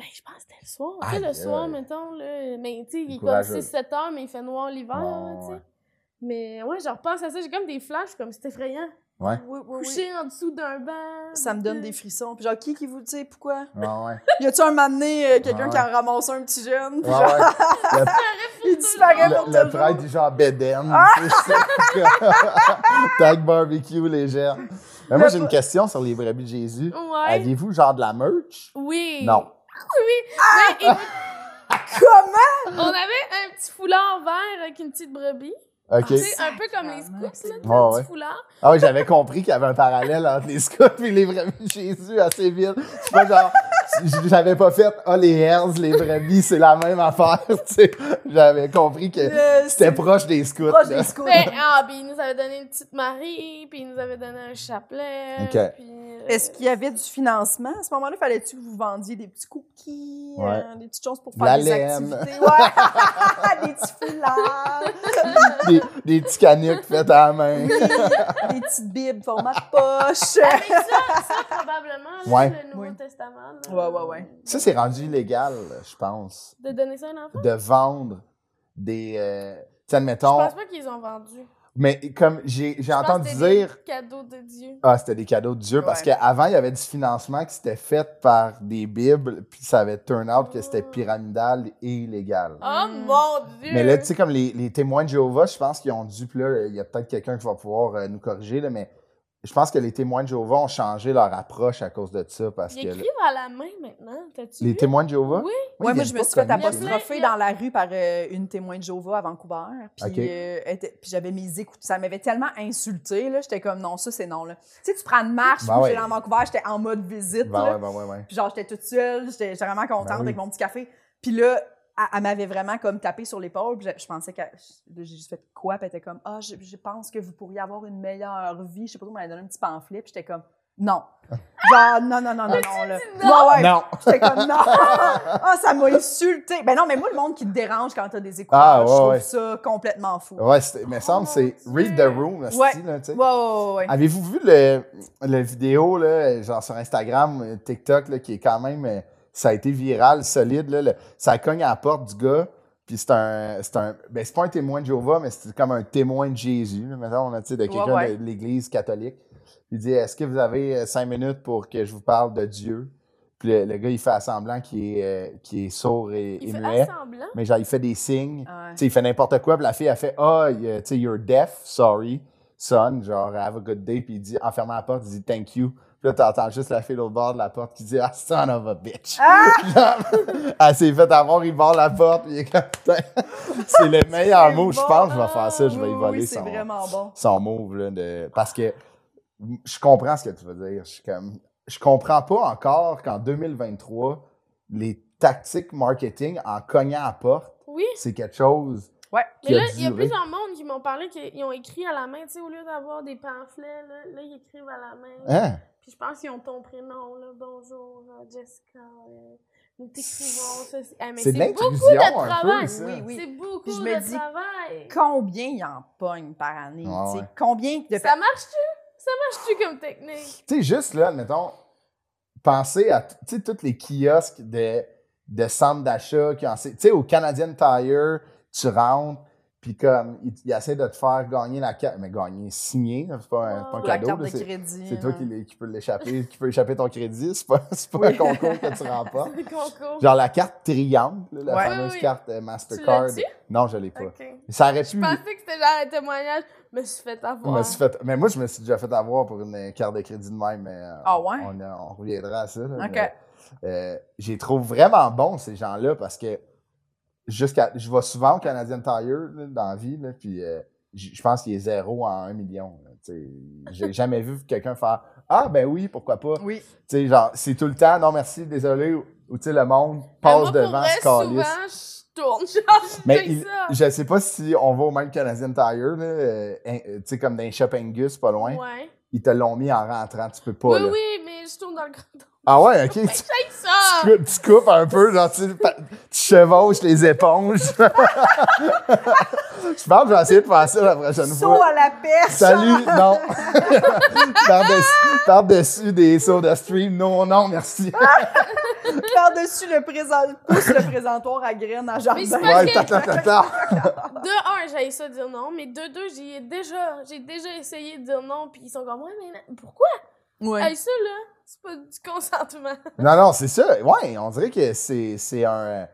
C: Ben, je pense que c'était le soir. Tu sais,
D: Aïe,
C: le soir,
D: aïe.
C: mettons, là. Mais, tu sais, il est comme
D: Courageux.
C: 6-7 heures, mais il fait noir l'hiver, là,
D: Ouais,
C: tu
D: ouais.
C: sais. Mais, ouais, je repense à ça. J'ai comme des flashs, comme c'est effrayant.
B: Oui, oui, oui.
C: Couché en dessous d'un banc.
B: Ça me donne des frissons. Puis genre, qui qui vous, tu sais, pourquoi?
D: Ah
C: <laughs>
D: ouais.
B: Y a-tu un moment donné, euh, quelqu'un
D: Ah Ouais.
B: qui a ramassé un petit jeune? Puis
D: Ah
B: genre,
D: ouais. Le-
B: il disparaît pour
D: Le, le
B: toujours. Ah!
D: prêtre du genre Beden. <laughs> Tag barbecue légère. Mais moi,
B: Le
D: j'ai une question sur les brebis de Jésus.
C: Ouais.
D: Aviez-vous genre de la merch?
C: Oui.
D: Non.
C: Ben, écoute,
B: Comment?
C: on avait un petit foulard vert avec une petite brebis.
D: OK.
B: Ah,
C: Tu sais, un peu comme
B: Sacrement,
C: les scouts, là,
B: c'est
C: t'as
D: bon.
C: un
D: Ouais, ouais.
C: petit foulard.
D: Ah oui, j'avais compris qu'il y avait un parallèle entre les scouts et les brebis de Jésus assez vite. C'est pas genre. j- J'avais pas fait, ah, les herds, les brebis, c'est la même affaire, <laughs> tu sais. J'avais compris que
B: Le-
D: Euh, c'était proche des scouts.
B: proche
D: là.
B: Euh, des scouts.
C: Ben, ah, puis il nous avait donné une petite Marie, puis il nous avait donné un chapelet.
D: Ok.
C: puis, euh,
B: Est-ce qu'il y avait du financement? À ce moment-là, fallait-tu que vous vendiez des petits cookies,
D: Ouais.
B: euh, des petites choses pour
D: De la
B: faire des
D: laine.
B: activités? Ouais. <laughs> des petits foulards,
D: des, des petits canucks faits à la main.
B: des petites bibles format de poche.
C: Ah, Mais ça, ça, probablement, là,
D: Ouais.
C: le Nouveau
B: Oui.
C: Testament. là,
B: Ouais, ouais, ouais.
D: Ça, c'est rendu illégal, je pense.
C: De donner ça à un enfant?
D: de vendre des. Euh, tu sais,
C: Je
D: admettons.
C: pense pas qu'ils ont vendu.
D: Mais comme j'ai j'ai entendu dire.
C: Cadeau de Dieu.
D: Ah, c'était des cadeaux de Dieu parce
B: Ouais.
D: qu'avant, il y avait du financement qui s'était fait par des Bibles, puis ça avait turn out que
B: Ah.
D: c'était pyramidal et illégal.
C: Oh
B: Mm.
C: mon Dieu!
D: Mais là, tu sais, comme les, les témoins de Jéhovah, je pense qu'ils ont dû, puis là, il y a peut-être quelqu'un qui va pouvoir euh, nous corriger, là, mais je pense que les témoins de Jéhovah ont changé leur approche à cause de ça. Parce
C: Ils
D: que
C: écrivent à la main maintenant. T'as-tu
D: les
C: vu?
D: témoins de Jéhovah?
C: Oui.
B: Ouais,
D: ils
B: moi,
D: viennent
B: je me
D: pas
B: suis fait
D: connu,
C: apostropher.
D: là.
B: apostropher dans la rue par euh, une témoin de Jéhovah à Vancouver. Puis
D: Ok.
B: euh, elle était- puis j'avais mes écoutes. Ça m'avait tellement insulté. J'étais comme, non, ça, c'est non. Là. Tu sais, tu prends une marche.
D: Ben
B: moi,
D: ouais.
B: j'étais dans Vancouver, j'étais en mode visite.
D: Ben
B: là.
D: ouais, ben ouais, ouais.
B: Puis genre, j'étais toute seule, j'étais j'étais vraiment contente
D: Ben oui.
B: avec mon petit café. Puis là, elle, elle m'avait vraiment comme tapé sur l'épaule. Puis je, je pensais que j'ai juste fait quoi? Puis elle était comme, ah, je, je pense que vous pourriez avoir une meilleure vie. Je sais pas trop, elle m'avait donné un petit pamphlet. Puis j'étais comme,
D: <laughs>
B: non. Genre, non, non, non, non, non. Là.
C: non?
B: Ouais, ouais.
D: Non!
B: <laughs> J'étais comme, non. Ah, ça m'a insulté. Ben non, mais moi, le monde qui te dérange quand t'as des écouteurs,
D: Ah, ouais,
B: je trouve
D: ouais.
B: ça complètement fou. Ouais,
D: Ouais, c'était- mais
C: Oh,
D: semble c'est
C: mon
D: Read the
C: Dieu.
D: Room, là,
B: Ouais.
D: style, là, tu sais.
B: ouais, ouais, ouais.
D: Avez-vous vu le, le vidéo, là, genre sur Instagram, euh, TikTok, là, qui est quand même. euh, Ça a été viral, solide. Là, le- ça cogne à la porte du gars. Puis c'est un. C'est un ben, c'est pas un témoin de Jéhovah, mais c'est comme un témoin de Jésus. là, mettons, là, tu sais, de quelqu'un
B: ouais.
D: de l'Église catholique. Il dit Est-ce que vous avez euh, cinq minutes pour que je vous parle de Dieu Puis le, le gars, il fait à semblant qu'il est, euh, qu'il est sourd et,
C: Il
D: et
C: fait
D: muet.
C: assemblant.
D: Mais genre, il fait des signes.
B: Ouais.
D: Tu sais, il fait n'importe quoi, puis la fille, a fait Ah, il, euh, tu sais, you're deaf, sorry, son, genre, have a good day, puis il dit, en fermant la porte, il dit thank you. Puis là, t'entends juste la fille de l'autre bord de la porte qui dit Ah, son of a bitch.
B: Ah!
D: <laughs> Genre, elle s'est fait avoir, il barre la porte, puis il est comme <laughs> Putain, C'est le meilleur mot, je
B: bon.
D: pense, que je vais faire ça, je vais y
B: Oui, oui,
D: voler
B: oui, c'est
D: son,
B: vraiment bon.
D: son move, là, de- parce que je comprends ce que tu veux dire. Je suis comme, je comprends pas encore qu'en 2023, les tactiques marketing en cognant à la porte,
C: Oui.
D: c'est quelque chose
B: Ouais.
D: qui
C: Mais là,
D: a
C: il y a
D: duré.
C: plusieurs monde qui m'ont parlé qu'ils ont écrit à la main, tu sais, au lieu d'avoir des pamphlets, là, là, ils écrivent à la main.
D: Hein?
C: Puis je pense qu'ils ont ton prénom, là. Bonjour, euh, Jessica. euh, Nous t'écrivons ceci. Ah, mais
D: C'est de
C: beaucoup
D: l'intrusion
C: de
D: un
C: travail.
D: peu, ça.
B: Oui, oui.
C: C'est beaucoup
B: Je me
C: de
B: dis-
C: travail.
B: Combien il en pogne par année?
D: Ouais,
B: tu sais?
D: ouais.
B: Combien de
C: Ça marche-tu? Ça marche-tu comme technique?
D: Tu sais, juste là, mettons, pensez à t- tu sais, tous les kiosques de, de centres d'achat qui en Tu sais, au Canadian Tire, tu rentres, puis comme, ils, ils essaient de te faire gagner la carte. Mais gagner, signer, là, c'est pas un, c'est pas un
C: Wow.
B: la
D: cadeau.
B: carte
D: là,
B: de
D: c'est-
B: crédit?
D: c'est toi
B: hein?
D: qui, l'é- qui peux l'échapper, qui peux échapper ton crédit. C'est pas, c'est pas un concours que tu
C: <laughs>
D: remportes.
C: Le concours.
D: Genre la carte Triangle, là, la
B: Ouais.
D: fameuse
C: Oui, oui.
D: carte euh,
C: Tu
D: Mastercard.
C: l'as-tu?
D: Non, je l'ai pas.
C: Ok.
D: Ça aurait pu.
C: Je pensais que c'était genre un témoignage. Je me suis fait
D: Je
C: avoir.
D: me suis fait- mais moi, je me suis déjà fait avoir pour une euh, carte de crédit de même. Mais, euh,
B: Ah ouais?
D: On, on reviendra à ça. là,
B: OK.
D: mais, euh, je les trouve vraiment bons, ces gens-là, parce que jusqu'à je vais souvent au Canadian Tire là, dans la vie, là, puis euh, j- je pense qu'il est zéro en un million. là, tu sais.
C: <laughs>
D: J'ai jamais vu quelqu'un faire Ah, ben oui, pourquoi pas.
B: Oui.
D: Tu sais, genre, c'est tout le temps, non merci, désolé, ou ou tu sais, le monde
C: Mais
D: passe
C: moi, pour
D: devant,
C: vrai,
D: se calisse.
C: souvent, je tourne. <laughs> Genre, je
D: Mais
C: fais
D: il-
C: ça.
D: je sais pas si on va au même Canadian Tire, là, euh, hein, euh, tu sais, comme dans les Shop Angus, pas loin.
C: Ouais.
D: Ils te l'ont mis en rentrant, tu peux pas.
C: Oui, Ben,
D: là.
C: oui, mais je tourne dans le grand
D: Ah ouais, ok. tu,
C: Hey, ça!
D: tu cou- tu coupes un peu, genre, tu, pa- tu chevauches les éponges. <laughs> je pense que je vais essayer de faire ça la prochaine
B: Saut
D: fois.
B: à la perche!
D: Salut, non. <laughs> Par-dessus- Par-dessus des sauts de stream, non, non, merci.
C: Ah,
B: <laughs> Par-dessus le présent... pousse le présentoir à graines en jardin.
C: Mais c'est
D: Ouais,
C: Ok.
D: ta, ta, ta, ta.
C: De un, j'ai ça dire non, mais de deux, j'y ai déjà, j'ai déjà essayé de dire non, puis ils sont comme, ouais, mais là, pourquoi?
B: Ouais.
C: Hey, ça, là, c'est pas du consentement.
D: Non, non, c'est ça. Ouais, on dirait que c'est c'est un. euh,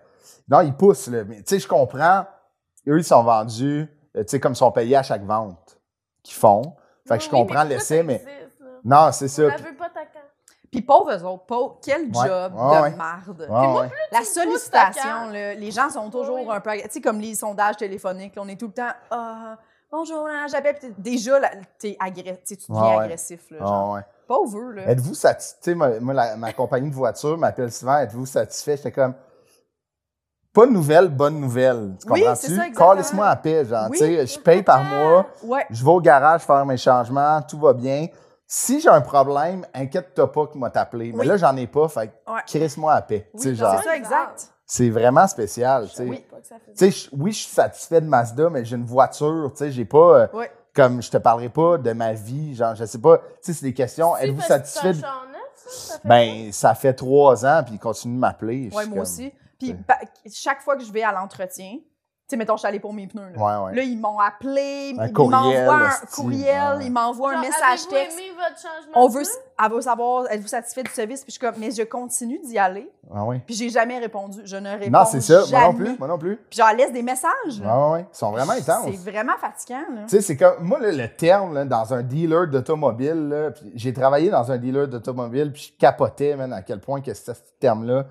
D: Non, ils poussent, là. Mais tu sais, je comprends. Eux, ils sont vendus, euh, tu sais, comme ils sont payés à chaque vente qu'ils font. Fait que je
C: Oui, oui,
D: comprends
C: mais pourquoi
D: l'essai,
C: ça
D: mais.
C: existe, là?
D: Non, c'est ça.
C: On la
D: Puis-
C: veut pas ta carte.
B: Puis pauvres eux autres, pauvres, quel
D: Ouais.
B: job
D: Ouais, ouais.
B: de marde.
D: Ouais,
C: moi,
D: ouais.
B: La
C: pousses ta
B: sollicitation,
C: carte.
B: là, les gens sont toujours
C: Oui.
B: un peu... Tu sais, comme les sondages téléphoniques, là, on est tout le temps... Ah, Bonjour, là, j'appelle. Puis t'es- Déjà, là, t'es agré- tu sais, tu deviens
D: Ouais, ouais.
B: agressif. Là,
D: Ah,
B: genre.
D: ouais.
B: Pauvre, eux, là.
D: Êtes-vous satisfait? Moi, moi, la- ma compagnie de voiture m'appelle souvent. Êtes-vous satisfait? J'étais comme. Pas de nouvelles, bonne nouvelle. Tu
B: Oui,
D: comprends-tu?
B: c'est ça, exactement.
D: Calisse-moi à paix, genre.
B: Oui.
D: Tu sais, je paye par mois.
B: Ouais.
D: Je vais au garage faire mes changements, tout va bien. Si j'ai un problème, inquiète-toi pas que m'a t'appeler. Mais
B: Oui.
D: là, j'en ai pas, fait que
B: Ouais.
D: crisse-moi à paix.
B: Oui,
D: Tu sais,
B: non,
D: genre,
B: c'est ça, exact.
D: c'est vraiment spécial. tu sais.
C: Oui. Pas que ça fait
D: Tu sais, je- oui, je suis satisfait de Mazda, mais j'ai une voiture. Tu sais, j'ai pas. euh,
B: Ouais.
D: Comme je te parlerai pas de ma vie, genre, je sais pas. Tu sais, c'est des questions.
C: Si,
D: Êtes-vous
C: parce que
D: satisfait?
C: c'est
D: de-
C: un char neuf, ça, ça fait quoi?
D: Ben, ça fait trois ans, puis il continue de m'appeler. Je
B: Oui, moi
D: suis comme-
B: aussi. Puis
D: t'sais.
B: pa- chaque fois que je vais à l'entretien, sais, mettons, je suis allée pour mes pneus. Là,
D: Ouais, ouais.
B: Là, ils m'ont appelé, ils
D: Un
B: m'envoient
D: courriel,
B: un
D: hostie.
B: courriel,
D: Ouais.
B: ils m'envoient un
C: Genre,
B: message
C: avez-vous
B: texte.
C: aimé votre changement
B: On
C: de
B: veut,
C: pneus?
B: elle veut savoir, êtes-vous satisfait du service? Puis je suis comme, mais je continue d'y aller.
D: Ah ouais.
B: Puis j'ai jamais répondu. Je ne réponds
D: Non, c'est ça.
B: Jamais.
D: Moi non plus. Moi non plus.
B: Puis j'en laisse des messages. là.
D: Ah ouais, ouais. Ils sont vraiment intenses.
B: C'est vraiment fatigant. Là.
D: Tu sais, c'est comme. Moi, là, le terme, là, dans un dealer d'automobile, là, puis j'ai travaillé dans un dealer d'automobile, puis je capotais, man, à quel point que ce ce terme-là.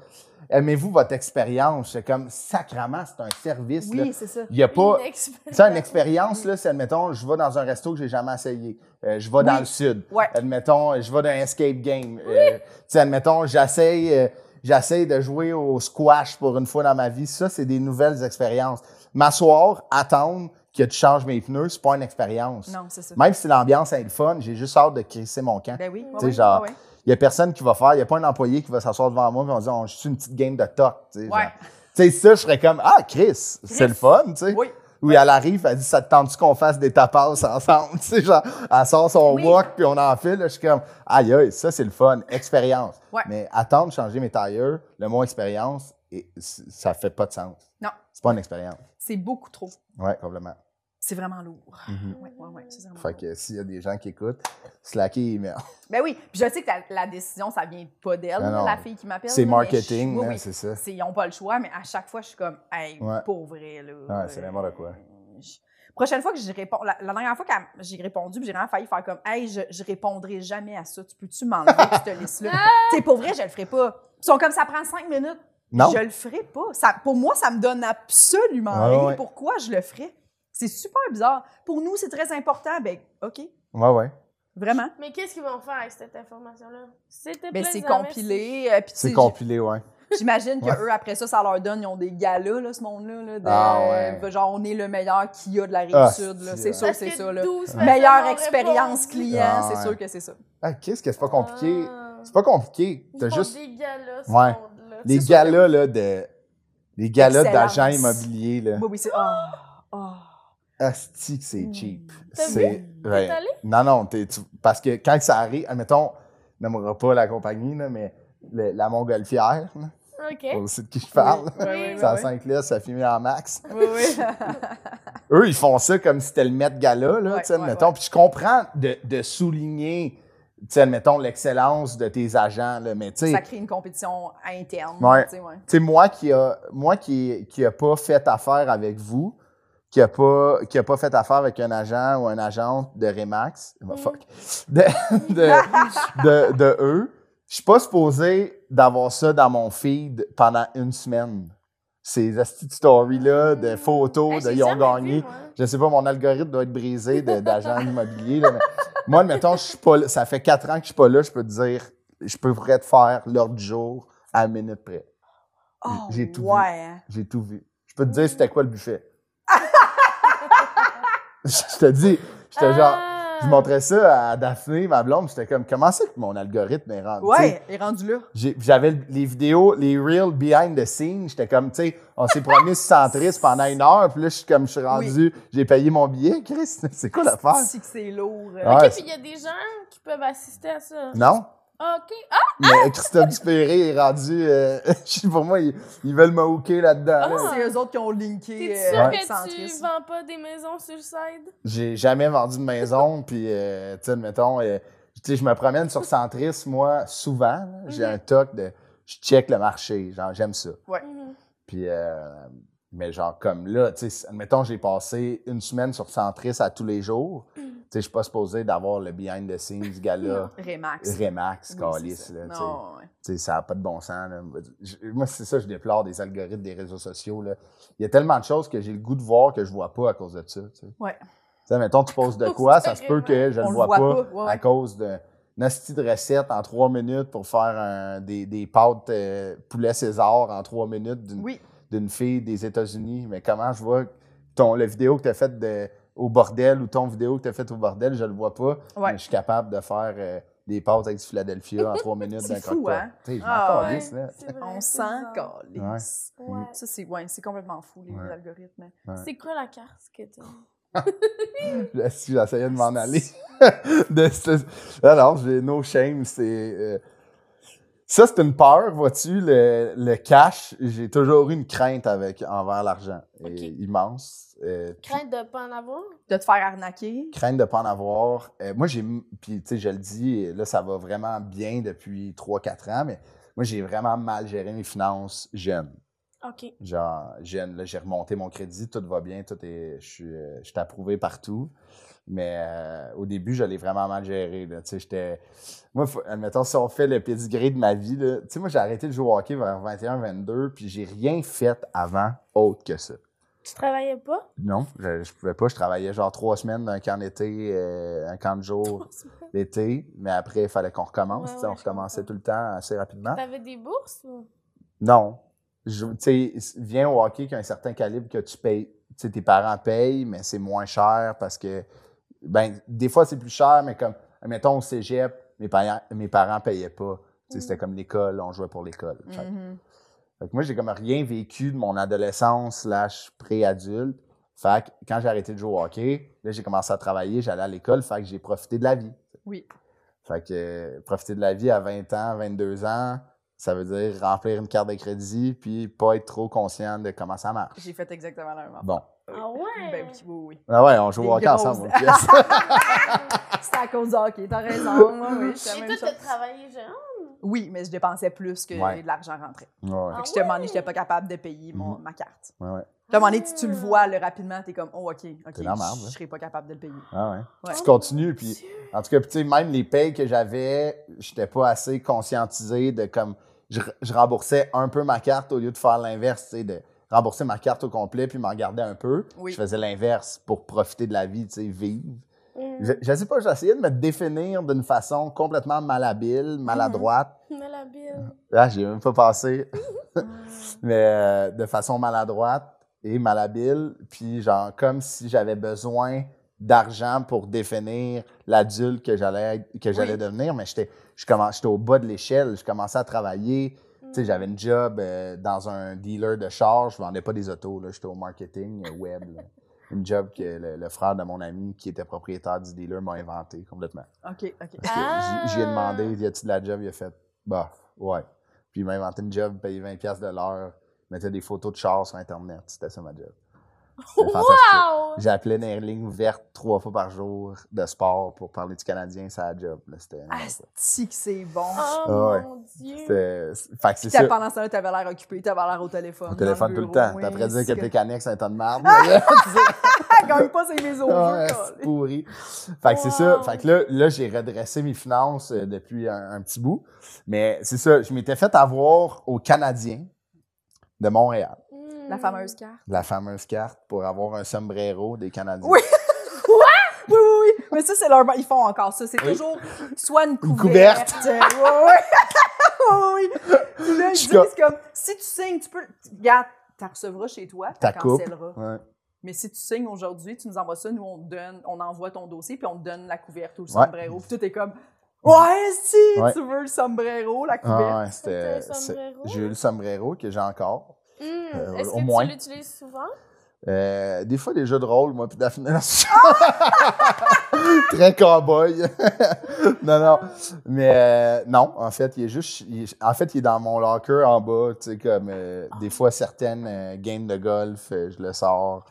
D: Aimez-vous votre expérience? C'est comme sacrament, c'est un service. là.
B: Oui, c'est ça.
D: Il n'y a pas.
C: Une
D: Tu
C: expérience.
D: sais, une expérience, là, c'est, admettons, je vais dans un resto que j'ai jamais essayé. Euh, je vais dans
B: Oui.
D: le sud.
B: Ouais.
D: Admettons, je vais dans un escape game. Euh, tu sais, admettons, j'essaye, euh, j'essaye de jouer au squash pour une fois dans ma vie. Ça, c'est des nouvelles expériences. M'asseoir, attendre que tu changes mes pneus, c'est pas une expérience.
B: Non, c'est ça.
D: Même si l'ambiance est le fun, j'ai juste hâte de crisser mon camp.
B: Ben oui. ouais,
D: sais,
B: ouais,
D: genre,
B: ouais, ouais.
D: Il n'y a personne qui va faire, il n'y a pas un employé qui va s'asseoir devant moi et on va dire, on joue une petite game de toc. Tu sais, genre.
B: Ouais.
D: Tu sais, ça, je serais comme, ah, Chris, c'est le fun, tu sais.
B: Oui.
D: Oui, elle arrive, elle dit Ça te tente-tu qu'on fasse des tapas ensemble <laughs> Tu sais, genre, elle sort son
C: Oui.
D: wok, puis on enfile. là, Je suis comme Aïe, aïe, ça, c'est le fun, expérience.
B: Ouais.
D: Mais attendre de changer mes tailleurs, le mot expérience, et- c- ça fait pas de sens.
B: Non.
D: C'est pas une expérience.
B: C'est beaucoup trop.
D: Ouais, complètement.
B: C'est vraiment lourd.
D: Mhm.
B: Ouais, ouais, ouais, c'est vraiment
D: Fait
B: lourd.
D: que s'il y a des gens qui écoutent, slacky email.
B: Ben oui. Puis je sais que la, la décision, ça vient pas d'elle,
D: Non, non.
B: la fille qui m'appelle.
D: C'est
B: là, mais
D: marketing,
B: je- oui,
D: là,
B: oui.
D: c'est ça.
B: C'est- Ils n'ont pas le choix, mais à chaque fois, je suis comme, hey,
D: Ouais.
B: pour vrai, là. euh,
D: Ouais, c'est n'importe quoi.
B: Je- Prochaine fois que j'y réponds, la, la dernière fois que j'ai répondu, puis j'ai vraiment failli faire comme, hey, je, je répondrai jamais à ça. Tu peux-tu m'enlever cette liste-là? tu sais, pour vrai, je le ferai pas. Ils sont comme, ça prend cinq minutes.
D: Non.
B: Je le ferai pas. Ça, pour moi, ça me donne absolument
D: Ouais,
B: rien.
D: ouais.
B: Pourquoi je le ferais? C'est super bizarre. Pour nous, c'est très important. Ben, OK.
D: Ouais, ouais.
B: Vraiment.
C: Mais qu'est-ce qu'ils vont faire avec cette information-là? C'était
B: Ben, c'est
C: plaisant,
B: compilé. euh, puis tu sais,
D: C'est
B: j'ai-
D: compilé, ouais.
B: J'imagine que
D: Ouais.
B: eux après ça, ça leur donne, ils ont des galas, là, ce monde-là. Là, de-
D: Ah ouais.
B: de Genre, on est le meilleur qu'il y a de la
D: Ah,
B: Rive-Sud. là.
D: si,
B: c'est
D: ouais.
B: sûr,
C: merci.
B: c'est
C: Parce que
B: ça. Là.
C: 12 personnes
B: Meilleure
C: ont
B: expérience
C: répondu.
B: client,
D: Ah
B: c'est
D: ouais.
B: sûr que c'est ça.
D: Ah, Chris, que c'est pas compliqué.
B: Euh,
C: Ah.
D: C'est pas compliqué.
C: Ils
D: T'as
C: font
D: juste
C: des galas, ce
D: Ouais.
C: monde-là.
D: les
B: c'est sûr que-
D: galas, là, de. Les galas
B: Excellence.
D: d'agents immobiliers, là.
B: Oui, oui, c'est. Ah! ah. hmm.
D: Asti que
B: Mm.
D: c'est cheap.
C: T'as vu?
D: C'est. ouais.
C: allé?
D: Non, non, t'es- tu- parce que quand ça arrive, admettons, on n'aimera pas la compagnie, là, mais le- la Montgolfière, là,
C: OK. Ben,
D: pour le site qui je parle,
B: Oui, oui, oui,
D: ça a
B: oui.
D: 5 lettres, ça finit en max.
B: Oui,
D: <laughs>
B: oui.
D: Eux, ils font ça comme si c'était le maître gala, là,
B: Ouais,
D: tu sais,
B: ouais,
D: admettons.
B: ouais.
D: Puis je comprends de, de souligner, tu sais, admettons, l'excellence de tes agents, là, mais tu sais,
B: ça crée une compétition interne.
D: Ouais.
B: tu sais, ouais.
D: tu sais, moi qui a, moi qui, qui a pas fait affaire avec vous, qui a pas, qui a pas fait affaire avec un agent ou un agent de Remax, bah,
C: Mm.
D: fuck, de, <laughs> de, de, de eux, je suis pas supposé d'avoir ça dans mon feed pendant une semaine. Ces astuces stories-là, de
C: Mm. Hey,
D: photos, de
C: j'ai
D: ils ont
C: jamais
D: gagné.
C: vu, moi.
D: Je sais pas, mon algorithme doit être brisé de- d'agents immobiliers. là, mais moi, admettons, je suis pas là- ça fait quatre ans que je suis pas là, je peux te dire, je pourrais te faire l'ordre du jour à la minute près.
B: Oh,
D: J'ai tout vu.
B: ouais. hein.
D: J'ai tout vu. Je peux te dire c'était quoi le buffet. <laughs> je te dis, j'étais genre,
C: Ah!
D: je montrais ça à Daphné, ma blonde, j'étais comme, comment ça que mon algorithme est rendu? tu sais?
B: Ouais, il est rendu là.
D: J'ai- J'avais les vidéos, les reels behind the scenes, j'étais comme, tu sais, on s'est promis 600 tristes pendant une heure, puis là, je suis comme, je suis rendu, j'ai payé mon billet, Chris, <laughs> c'est quoi l'affaire?
B: Si que c'est lourd.
D: Ah.
C: OK,
D: Ouais,
C: puis il y a des gens qui peuvent assister à ça.
D: Non?
C: OK. Ah,
D: Mais Christophe Dupéré est rendu, euh, <laughs> pour moi, ils, ils veulent me hooker là-dedans. là.
B: Ah, C'est eux autres qui ont linké.
C: t'es
B: euh,
C: sûr
D: Ouais.
C: que tu
B: centriste.
C: vends pas des maisons sur le side?
D: J'ai jamais vendu
B: <laughs>
D: de maison, puis, euh, tu sais, admettons, euh, tu sais, je me promène sur Centris, moi, souvent. là. J'ai
C: Mhm.
D: un toc de. Je check le marché, genre, j'aime ça.
C: Mhm.
D: Puis, euh, mais genre, comme là, tu sais, admettons, j'ai passé une semaine sur Centris à tous les jours.
B: Mhm.
D: Tu sais, je suis pas supposé d'avoir le behind the scenes du gars-là.
B: Remax.
D: Remax,
B: Oui,
D: Calis,
B: c'est ça.
D: là, tu sais.
B: Non, ouais.
D: Tu sais, ça n'a pas de bon sens. là. Je- moi, c'est ça, je déplore des algorithmes des réseaux sociaux. Là. Il y a tellement de choses que j'ai le goût de voir que je ne vois pas à cause de ça. Tu sais.
B: Ouais.
D: Tu sais, mettons, tu poses de
C: cause
D: quoi,
C: du
D: ça se peut que je
B: On
D: ne
B: le
D: vois
B: voit
D: pas,
B: pas, ouais, ouais.
D: à cause d'un asti de recette en trois minutes pour faire un- des, des pâtes euh, poulet César en trois minutes d'une
B: Oui.
D: d'une fille des États-Unis. Mais comment je vois ton, la vidéo que tu as faite de- au bordel ou ton vidéo que tu as faite au bordel, je le vois pas.
B: Ouais.
D: Mais je suis capable de faire euh, des pâtes avec du Philadelphia en trois
B: <laughs>
D: minutes
B: C'est
D: d'un
B: fou,
D: cocktail.
B: hein?
D: Tu sais, je m'en
B: Ah,
C: Ouais,
D: calisse, là.
C: c'est vrai,
B: On
C: c'est
B: sent
C: bizarre.
B: câlisse.
D: Ouais.
C: Ouais.
B: Ça, c'est ouais, c'est complètement fou, les
D: Ouais.
B: algorithmes.
C: C'est quoi la carte que t'as?
D: <laughs> Là, si j'essayais
B: <laughs>
D: de <laughs> m'en aller. De ce- Alors, j'ai no shame, c'est. euh, Ça, c'est une peur, vois-tu, le, le cash. J'ai toujours eu une crainte avec envers l'argent. Et
C: Ok.
D: Immense. Euh, puis
C: Crainte de pas en avoir.
B: de te faire arnaquer.
D: crainte de ne pas en avoir. Euh, moi, j'ai. m- Puis, tu sais, je le dis, là, ça va vraiment bien depuis 3-4 ans, mais moi, j'ai vraiment mal géré mes finances jeunes.
C: OK.
D: Genre, jeune, là, j'ai remonté mon crédit, tout va bien, tout est. Je suis, euh, je suis approuvé partout. Mais euh, au début, je l'ai vraiment mal géré. Là. Tu sais, j'étais. Moi, faut- admettons, si on fait le pedigree de ma vie, là, tu sais, moi, j'ai arrêté de jouer au hockey vers 21-22, puis j'ai rien fait avant autre que ça.
C: Tu travaillais pas?
D: Non, je, je pouvais pas. Je travaillais genre trois semaines d'un camp d'été, euh, un camp de jour l'été, mais après, il fallait qu'on recommence.
C: Ouais,
D: tu sais,
C: ouais,
D: on
C: je
D: recommençait
C: comprends.
D: tout le temps assez rapidement.
C: T'avais des bourses ou?
D: Non. Je- Tu sais, viens au hockey qui a un certain calibre que tu payes. Tu sais, tes parents payent, mais c'est moins cher parce que, ben, des fois, c'est plus cher, mais comme, mettons, au cégep, mes parents, mes parents payaient pas. Tu sais, C'était
C: Mm.
D: comme l'école, on jouait pour l'école. Fait que-
B: Mhm.
D: fait que moi, j'ai comme rien vécu de mon adolescence slash pré-adulte. Fait que quand j'ai arrêté de jouer au hockey, là, j'ai commencé à travailler, j'allais à l'école, fait que j'ai profité de la vie.
B: Oui.
D: Fait que euh, profiter de la vie à 20 ans, 22 ans, ça veut dire remplir une carte de crédit puis pas être trop conscient de comment ça marche.
B: J'ai fait exactement la même affaire.
D: Bon.
C: Ah ouais?
B: Ben oui, oui, oui.
D: Ah ouais, on joue
B: Des
D: au hockey
B: grosses-
D: ensemble. on le fait.
B: C'est à cause du hockey, t'as
C: Ah
B: raison. moi,
D: <laughs>
B: oui, c'est la
C: Et
B: même
C: toi, t'as
B: chose.
C: travaillé genre?
B: Oui, mais je dépensais plus que
D: Ouais.
B: de l'argent rentré.
D: <laughs> Ouais. Ah.
C: Ah
B: Je te demandais, j'étais pas capable de payer mon,
D: Mhm.
B: ma carte.
D: Ouais, ouais.
B: Là, à un moment donné, tu, tu le vois là, rapidement, t'es comme, oh, OK, OK,
D: dans la merde, hein.
B: je
D: là.
B: serais pas capable de le payer.
D: Ah ouais.
B: Ouais.
D: Tu continues, puis en tout cas, puis tu sais, même les payes que j'avais, j'étais pas assez conscientisé de comme je, je remboursais un peu ma carte au lieu de faire l'inverse, tu sais, de rembourser ma carte au complet puis m'en garder un peu.
B: Oui.
D: Je faisais l'inverse pour profiter de la vie, tu sais, vivre.
C: Mm.
D: Je, je sais pas, j'essayais de me définir d'une façon complètement malhabile, maladroite.
C: Hum, Malhabile.
D: Là, Ah, j'ai même pas passé, <laughs> mais euh, de façon maladroite et malhabile, puis genre comme si j'avais besoin d'argent pour définir l'adulte que j'allais être- que j'allais
B: Oui.
D: devenir, mais j'étais je commen- j'étais au bas de l'échelle, je commençais à travailler, tu sais, j'avais une job euh, dans un dealer de char, je vendais pas des autos là, j'étais au marketing euh, web. là. Une job que le, le frère de mon ami qui était propriétaire du dealer m'a inventé complètement.
B: OK, OK.
D: <laughs> Parce que
C: Ah!
D: j- j'y ai demandé, y a-tu de la job? Il a fait, bah, ouais. Puis il m'a inventé une job, payé 20$ de l'heure, mettait des photos de chars sur Internet. C'était ça ma job. C'était fantastique.
C: Wow!
D: J'appelais dans les lignes vertes trois fois par jour de sport pour parler du Canadien, c'est la job. là. C'était.
B: Asti que Ah, c'est bon.
C: Oh
D: Ah ouais.
C: mon dieu!
D: c'était- c'est- Fait que c'est
B: Puis t'as-
D: ça.
B: pendant ce temps-là, t'avais l'air occupé, t'avais l'air au téléphone.
D: Au téléphone
B: dans
D: tout
B: le
D: le temps.
B: bureau.
D: T'as
B: Oui,
D: près de dire
B: c'est
D: que t'es canex, c'est un temps
B: <laughs>
D: de merde.
B: Ah, gagne pas ses maisons.
D: Ah, c'est pourri. Fait que c'est ça.
C: Oh Wow.
D: Fait que là, là j'ai redressé mes finances euh, depuis un, un petit bout. Mais c'est ça, je m'étais fait avoir au Canadien de Montréal,
C: Mm.
B: La fameuse carte.
D: la fameuse carte pour avoir un sombrero des Canadiens.
B: Oui. Oui, oui, oui. Mais ça, c'est leur. Ils font encore ça. C'est
D: Oui.
B: toujours soit une
D: Une
B: couverte.
D: couverte.
B: <laughs> Ouais, ouais. <laughs> Oui, oui. Puis là, ils
D: Je suis
B: disent comme si tu signes, tu peux. Regarde, t'en recevras chez toi,
D: Ta
B: t'en
D: coupe.
B: cancelleras.
C: <laughs>
D: Ouais.
B: Mais si tu signes aujourd'hui, tu nous envoies ça, nous on te donne, on envoie ton dossier, puis on te donne la couverte ou le
D: Ouais.
B: sombrero. Puis tout est comme Ouais, si
D: Ouais.
B: tu veux le sombrero, la couverte.
D: Ah, ouais, c'était.
C: C'était un
D: c'est-
C: sombrero?
D: J'ai eu le sombrero que j'ai encore.
C: Mm.
D: Euh,
C: Est-ce
D: au
C: que
D: moins.
C: tu l'utilises souvent?
D: Euh, des fois, des jeux de rôle, moi, puis Daphné. Non, <laughs> Très cowboy. non, non. Mais euh, non, en fait, il est juste. il est- en fait, il est dans mon locker en bas. Tu sais, comme euh, des fois, certaines euh, games de golf, euh, je le sors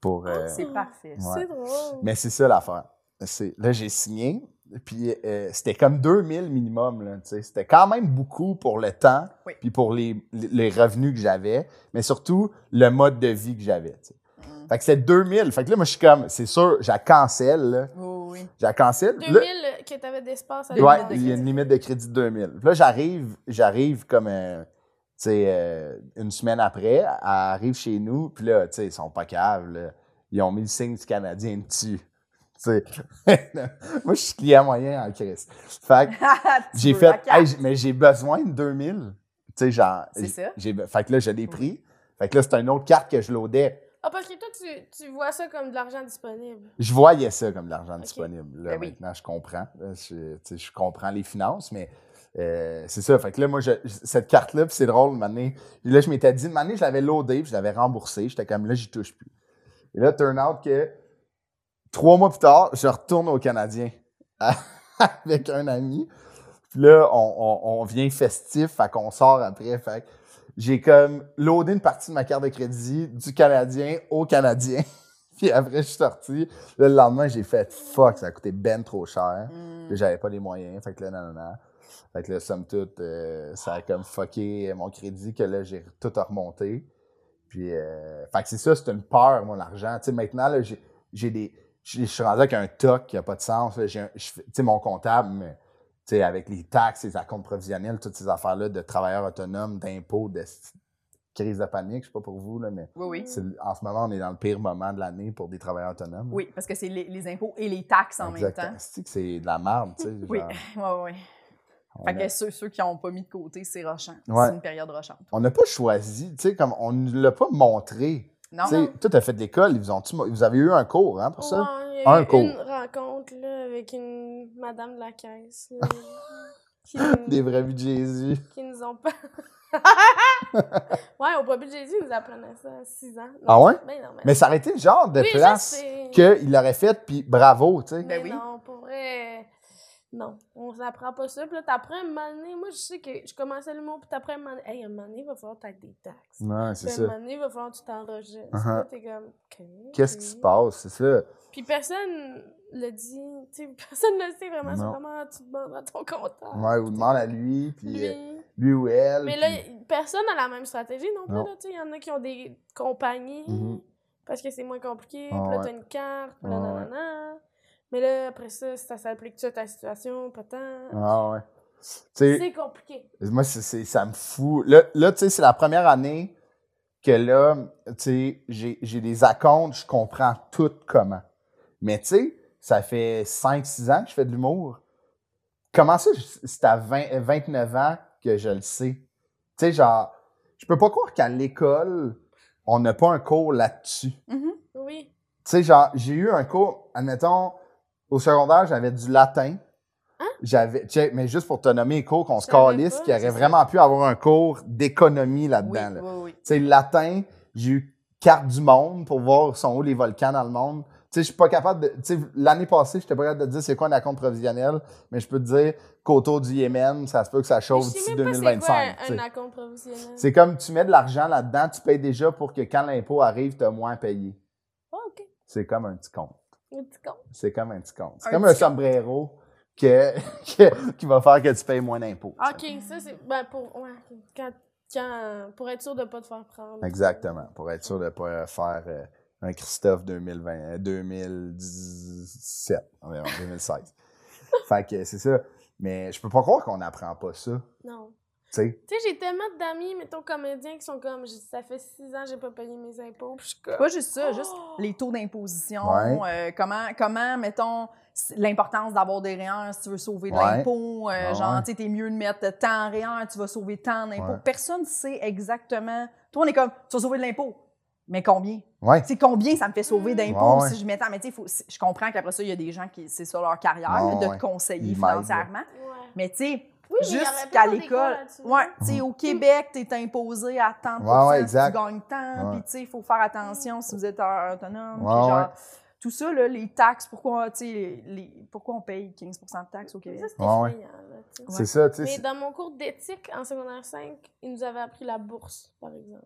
D: pour. euh,
B: C'est parfait.
D: Ouais.
C: C'est drôle.
D: mais c'est ça l'affaire. C'est- Là, j'ai signé. Puis euh, c'était comme 2000 minimum. là, tu sais. C'était quand même beaucoup pour le temps,
B: Oui.
D: puis pour les, les revenus que j'avais, mais surtout le mode de vie que j'avais. tu sais. Fait que c'était 2000. Fait que là, moi, je suis comme, c'est sûr, je la cancelle. là.
B: Oui, oui.
D: Je la cancelle. Là,
C: 2000 que t'avais d'espace à
B: de
D: ouais,
B: limite de
D: il y a une limite de crédit de 2000. Puis là, j'arrive, j'arrive comme, euh, tu sais, euh, une semaine après, elle arrive chez nous, puis là, tu sais, ils sont pas caves, là. Ils ont mis le signe du Canadien dessus. Tu sais. <laughs> moi, je suis client moyen en crise. Fait que
B: <laughs> Tu
D: <laughs> j'ai
B: veux la
D: fait,
B: carte.
D: Hey, j- mais j'ai besoin de 2000. Tu sais, genre.
B: C'est ça.
D: j'ai- Fait que là, je l'ai pris. Fait que là, c'est une autre carte que je l'audais.
C: Ah, parce que toi, tu, tu vois ça comme de l'argent disponible.
D: Je voyais ça comme de l'argent disponible. Là,
B: Ben oui.
D: Maintenant, je comprends. Là, je, tu sais, je comprends les finances, mais euh, c'est ça. Fait que là, moi, je- je- cette carte-là, puis c'est drôle, une année, là, je m'étais dit, une année, je l'avais loadée, puis je l'avais remboursée. J'étais comme, là, j'y touche plus. Et là, turn out que <laughs> trois mois plus tard, je retourne au Canadien avec un ami. Puis là, on, on- on vient festif, fait qu'on sort après. Fait que j'ai comme loadé une partie de ma carte de crédit du Canadien au Canadien. <laughs> Puis après, je suis sorti. Là, le lendemain, j'ai fait fuck, ça a coûté ben trop
B: Mm.
D: cher. Puis J'avais pas les moyens. Fait que là, nanana. Fait que là, somme toute, euh, ça a comme fucké mon crédit que là, j'ai tout remonté. Puis, euh, fait que c'est ça, c'est une peur, moi, l'argent. Tu sais, maintenant, là, j'ai j'ai des. Je je suis rendu avec un toc qui n'a pas de sens. là. J'ai un- je fais- Tu sais, mon comptable, mais, tu sais, avec les taxes, les acomptes provisionnels, toutes ces affaires-là de travailleurs autonomes, d'impôts, de s- crise de panique, je sais pas pour vous, là, mais
B: Oui, oui.
D: c'est- en ce moment, on est dans le pire moment de l'année pour des travailleurs autonomes.
B: Oui, parce que c'est les, les impôts et les taxes en
D: Exact.
B: même temps.
D: C'est que c'est de la merde, tu sais.
B: Oui, <laughs>
D: genre,
B: oui, oui.
D: on
B: Fait que
D: a-
B: ceux, ceux qui n'ont pas mis de côté, c'est rochant.
D: Ouais.
B: C'est une période rochante.
D: on n'a pas choisi, tu sais, comme on ne l'a pas montré.
B: Non?
D: Tu sais, Toi, tu as fait de l'école, ils vous, ont vous avez eu un cours, hein, pour ça?
C: Ouais, il y a
D: un
C: eu
D: cours.
C: une rencontre là, avec une madame de la caisse
D: <laughs>
C: là, qui, nous-
D: Des vrais vues de Jésus. <laughs>
C: qui nous ont pas. <laughs> ouais, au pas de Jésus, ils nous apprenaient ça à 6 ans. Non,
D: Ah ouais?
C: Ben non,
D: Mais ça aurait été le genre de
C: Oui, je
D: place
C: sais.
D: qu'il aurait fait, puis bravo, tu sais.
C: Mais
B: Ben oui.
C: non, pour vrai. euh, Non, on s'apprend pas ça. Puis là, t'apprends à un moment donné, Moi, je sais que je commençais l'humour, puis t'apprends à un moment donné, Hey, à un moment donné, il va falloir que t'aies des taxes.
D: Non,
C: Puis
D: c'est
C: à un
D: ça.
C: moment donné, il va falloir que tu t'enregistres.
D: Uh-huh.
C: Puis là, t'es comme, OK,
D: Qu'est-ce qui se
C: OK.
D: passe, c'est ça?
C: Puis personne le dit. tu sais, <laughs> personne ne le sait vraiment. C'est
D: Non.
C: vraiment, tu demanderas à ton comptable.
D: Ouais, ou demande à lui, puis euh,
C: Lui.
D: lui ou elle.
C: Mais là,
D: puis-
C: personne n'a la même stratégie non plus.
D: Non.
C: là, tu sais, Il y en a qui ont des compagnies
D: Mhm.
C: parce que c'est moins compliqué.
D: Ah
C: puis là,
D: ouais.
C: t'as une carte. Puis là,
D: Ah
C: nanana. Mais là, après ça, si ça s'applique-tu à ta situation, pas tant.
D: Ah ouais. Tu sais,
C: C'est compliqué.
D: moi, c'est- c'est- ça me fout. Là, là, tu sais, c'est la première année que là, tu sais, j'ai j'ai des acomptes, je comprends tout comment. Mais tu sais, ça fait 5-6 ans que je fais de l'humour. Comment ça, je- c'est à 20 euh, 29 ans que je le sais? Tu sais, genre, je peux pas croire qu'à l'école, on n'a pas un cours là-dessus.
B: Mhm.
C: Oui.
D: Tu sais, genre, j'ai eu un cours, admettons, au secondaire, j'avais du latin. J'avais, tu sais, mais juste pour te nommer les cours qu'on se
C: Hein? Je savais
D: calisse,
C: pas,
D: qu'il
C: c'est
D: aurait
C: ça.
D: vraiment pu avoir un cours d'économie
B: Oui,
D: là-dedans. là.
B: oui, oui.
D: Tu sais, le latin, j'ai eu carte du monde pour voir où sont où les volcans dans le monde. Tu sais, je suis pas capable de. Tu sais, l'année passée, j'étais pas capable de dire c'est quoi un acompte provisionnel, mais je peux te dire qu'autour du Yémen, ça se peut que ça
C: Mais
D: chauffe
C: je sais
D: d'ici
C: même pas c'est quoi
D: 2025. tu sais.
C: un, un acompte provisionnel.
D: C'est comme tu mets de l'argent là-dedans, tu payes déjà pour que quand l'impôt arrive, tu as moins à payer.
C: Ah, OK.
D: C'est comme un petit compte.
C: Un petit compte.
D: C'est comme un petit compte. C'est
B: Un
D: comme
B: petit
D: un sombrero que, <laughs> que- qui va faire que tu payes moins d'impôts. tu sais.
C: OK, ça, c'est. Ben, pour. Ouais. Quand, quand, pour être sûr de pas te faire prendre.
D: Exactement. Pour être sûr de ne pas faire euh, un Christophe 2020, euh, 2017, environ, 2016. fait que c'est ça. Mais je peux pas croire qu'on n'apprend pas ça.
C: Non.
D: Tu sais,
C: Tu sais, j'ai tellement d'amis, mettons, comédiens qui sont comme, j'ai- ça fait six ans que j'ai pas payé mes impôts, puis je suis comme...
B: Pas juste ça, juste
C: Oh!
B: les taux d'imposition,
D: Ouais.
B: euh, comment, comment, mettons, c- l'importance d'avoir des REER si tu veux sauver de
D: Ouais.
B: l'impôt, euh,
D: Ah ouais.
B: genre, tu sais, t'es mieux de mettre tant REER, tu vas sauver tant d'impôts.
D: Ouais.
B: Personne ne sait exactement. Toi, on est comme, tu vas sauver de l'impôt, mais combien?
D: ouais.
B: Tu sais, combien ça me fait sauver
C: Mm.
B: d'impôts
D: Ouais, ouais.
B: si je mets tant? Mais tu sais, faut- je comprends qu'après ça, il y a des gens qui, c'est sur leur carrière,
D: Ouais,
B: là, de
D: ouais.
B: te conseiller
D: Ils m'aident, là.
B: financièrement.
C: Oh, Ouais.
B: Mais tu sais,
C: Oui, mais il y aurait
B: juste
C: peut-être
B: qu'à
C: pas des cours
B: l'école.
C: là-dessus.
B: Ouais, tu sais, au Québec, tu es imposé à tant de
D: Hum. Ouais, ouais,
B: pourcents si
D: exact.
B: tu gagnes tant,
D: Ouais.
B: puis tu sais, il faut faire attention si vous êtes euh, autonome. puis
D: Ouais,
B: genre,
D: ouais.
B: Tout ça, là, les taxes, pourquoi, tu sais, les, pourquoi on paye 15 de taxes au
C: Mais
B: Québec?
C: ça, c'était
D: Ouais, ouais.
C: effrayant, là, tu sais.
D: C'est ça, tu sais.
C: Mais
D: c'est-
C: dans mon cours d'éthique en secondaire 5, ils nous avaient appris la bourse, par exemple.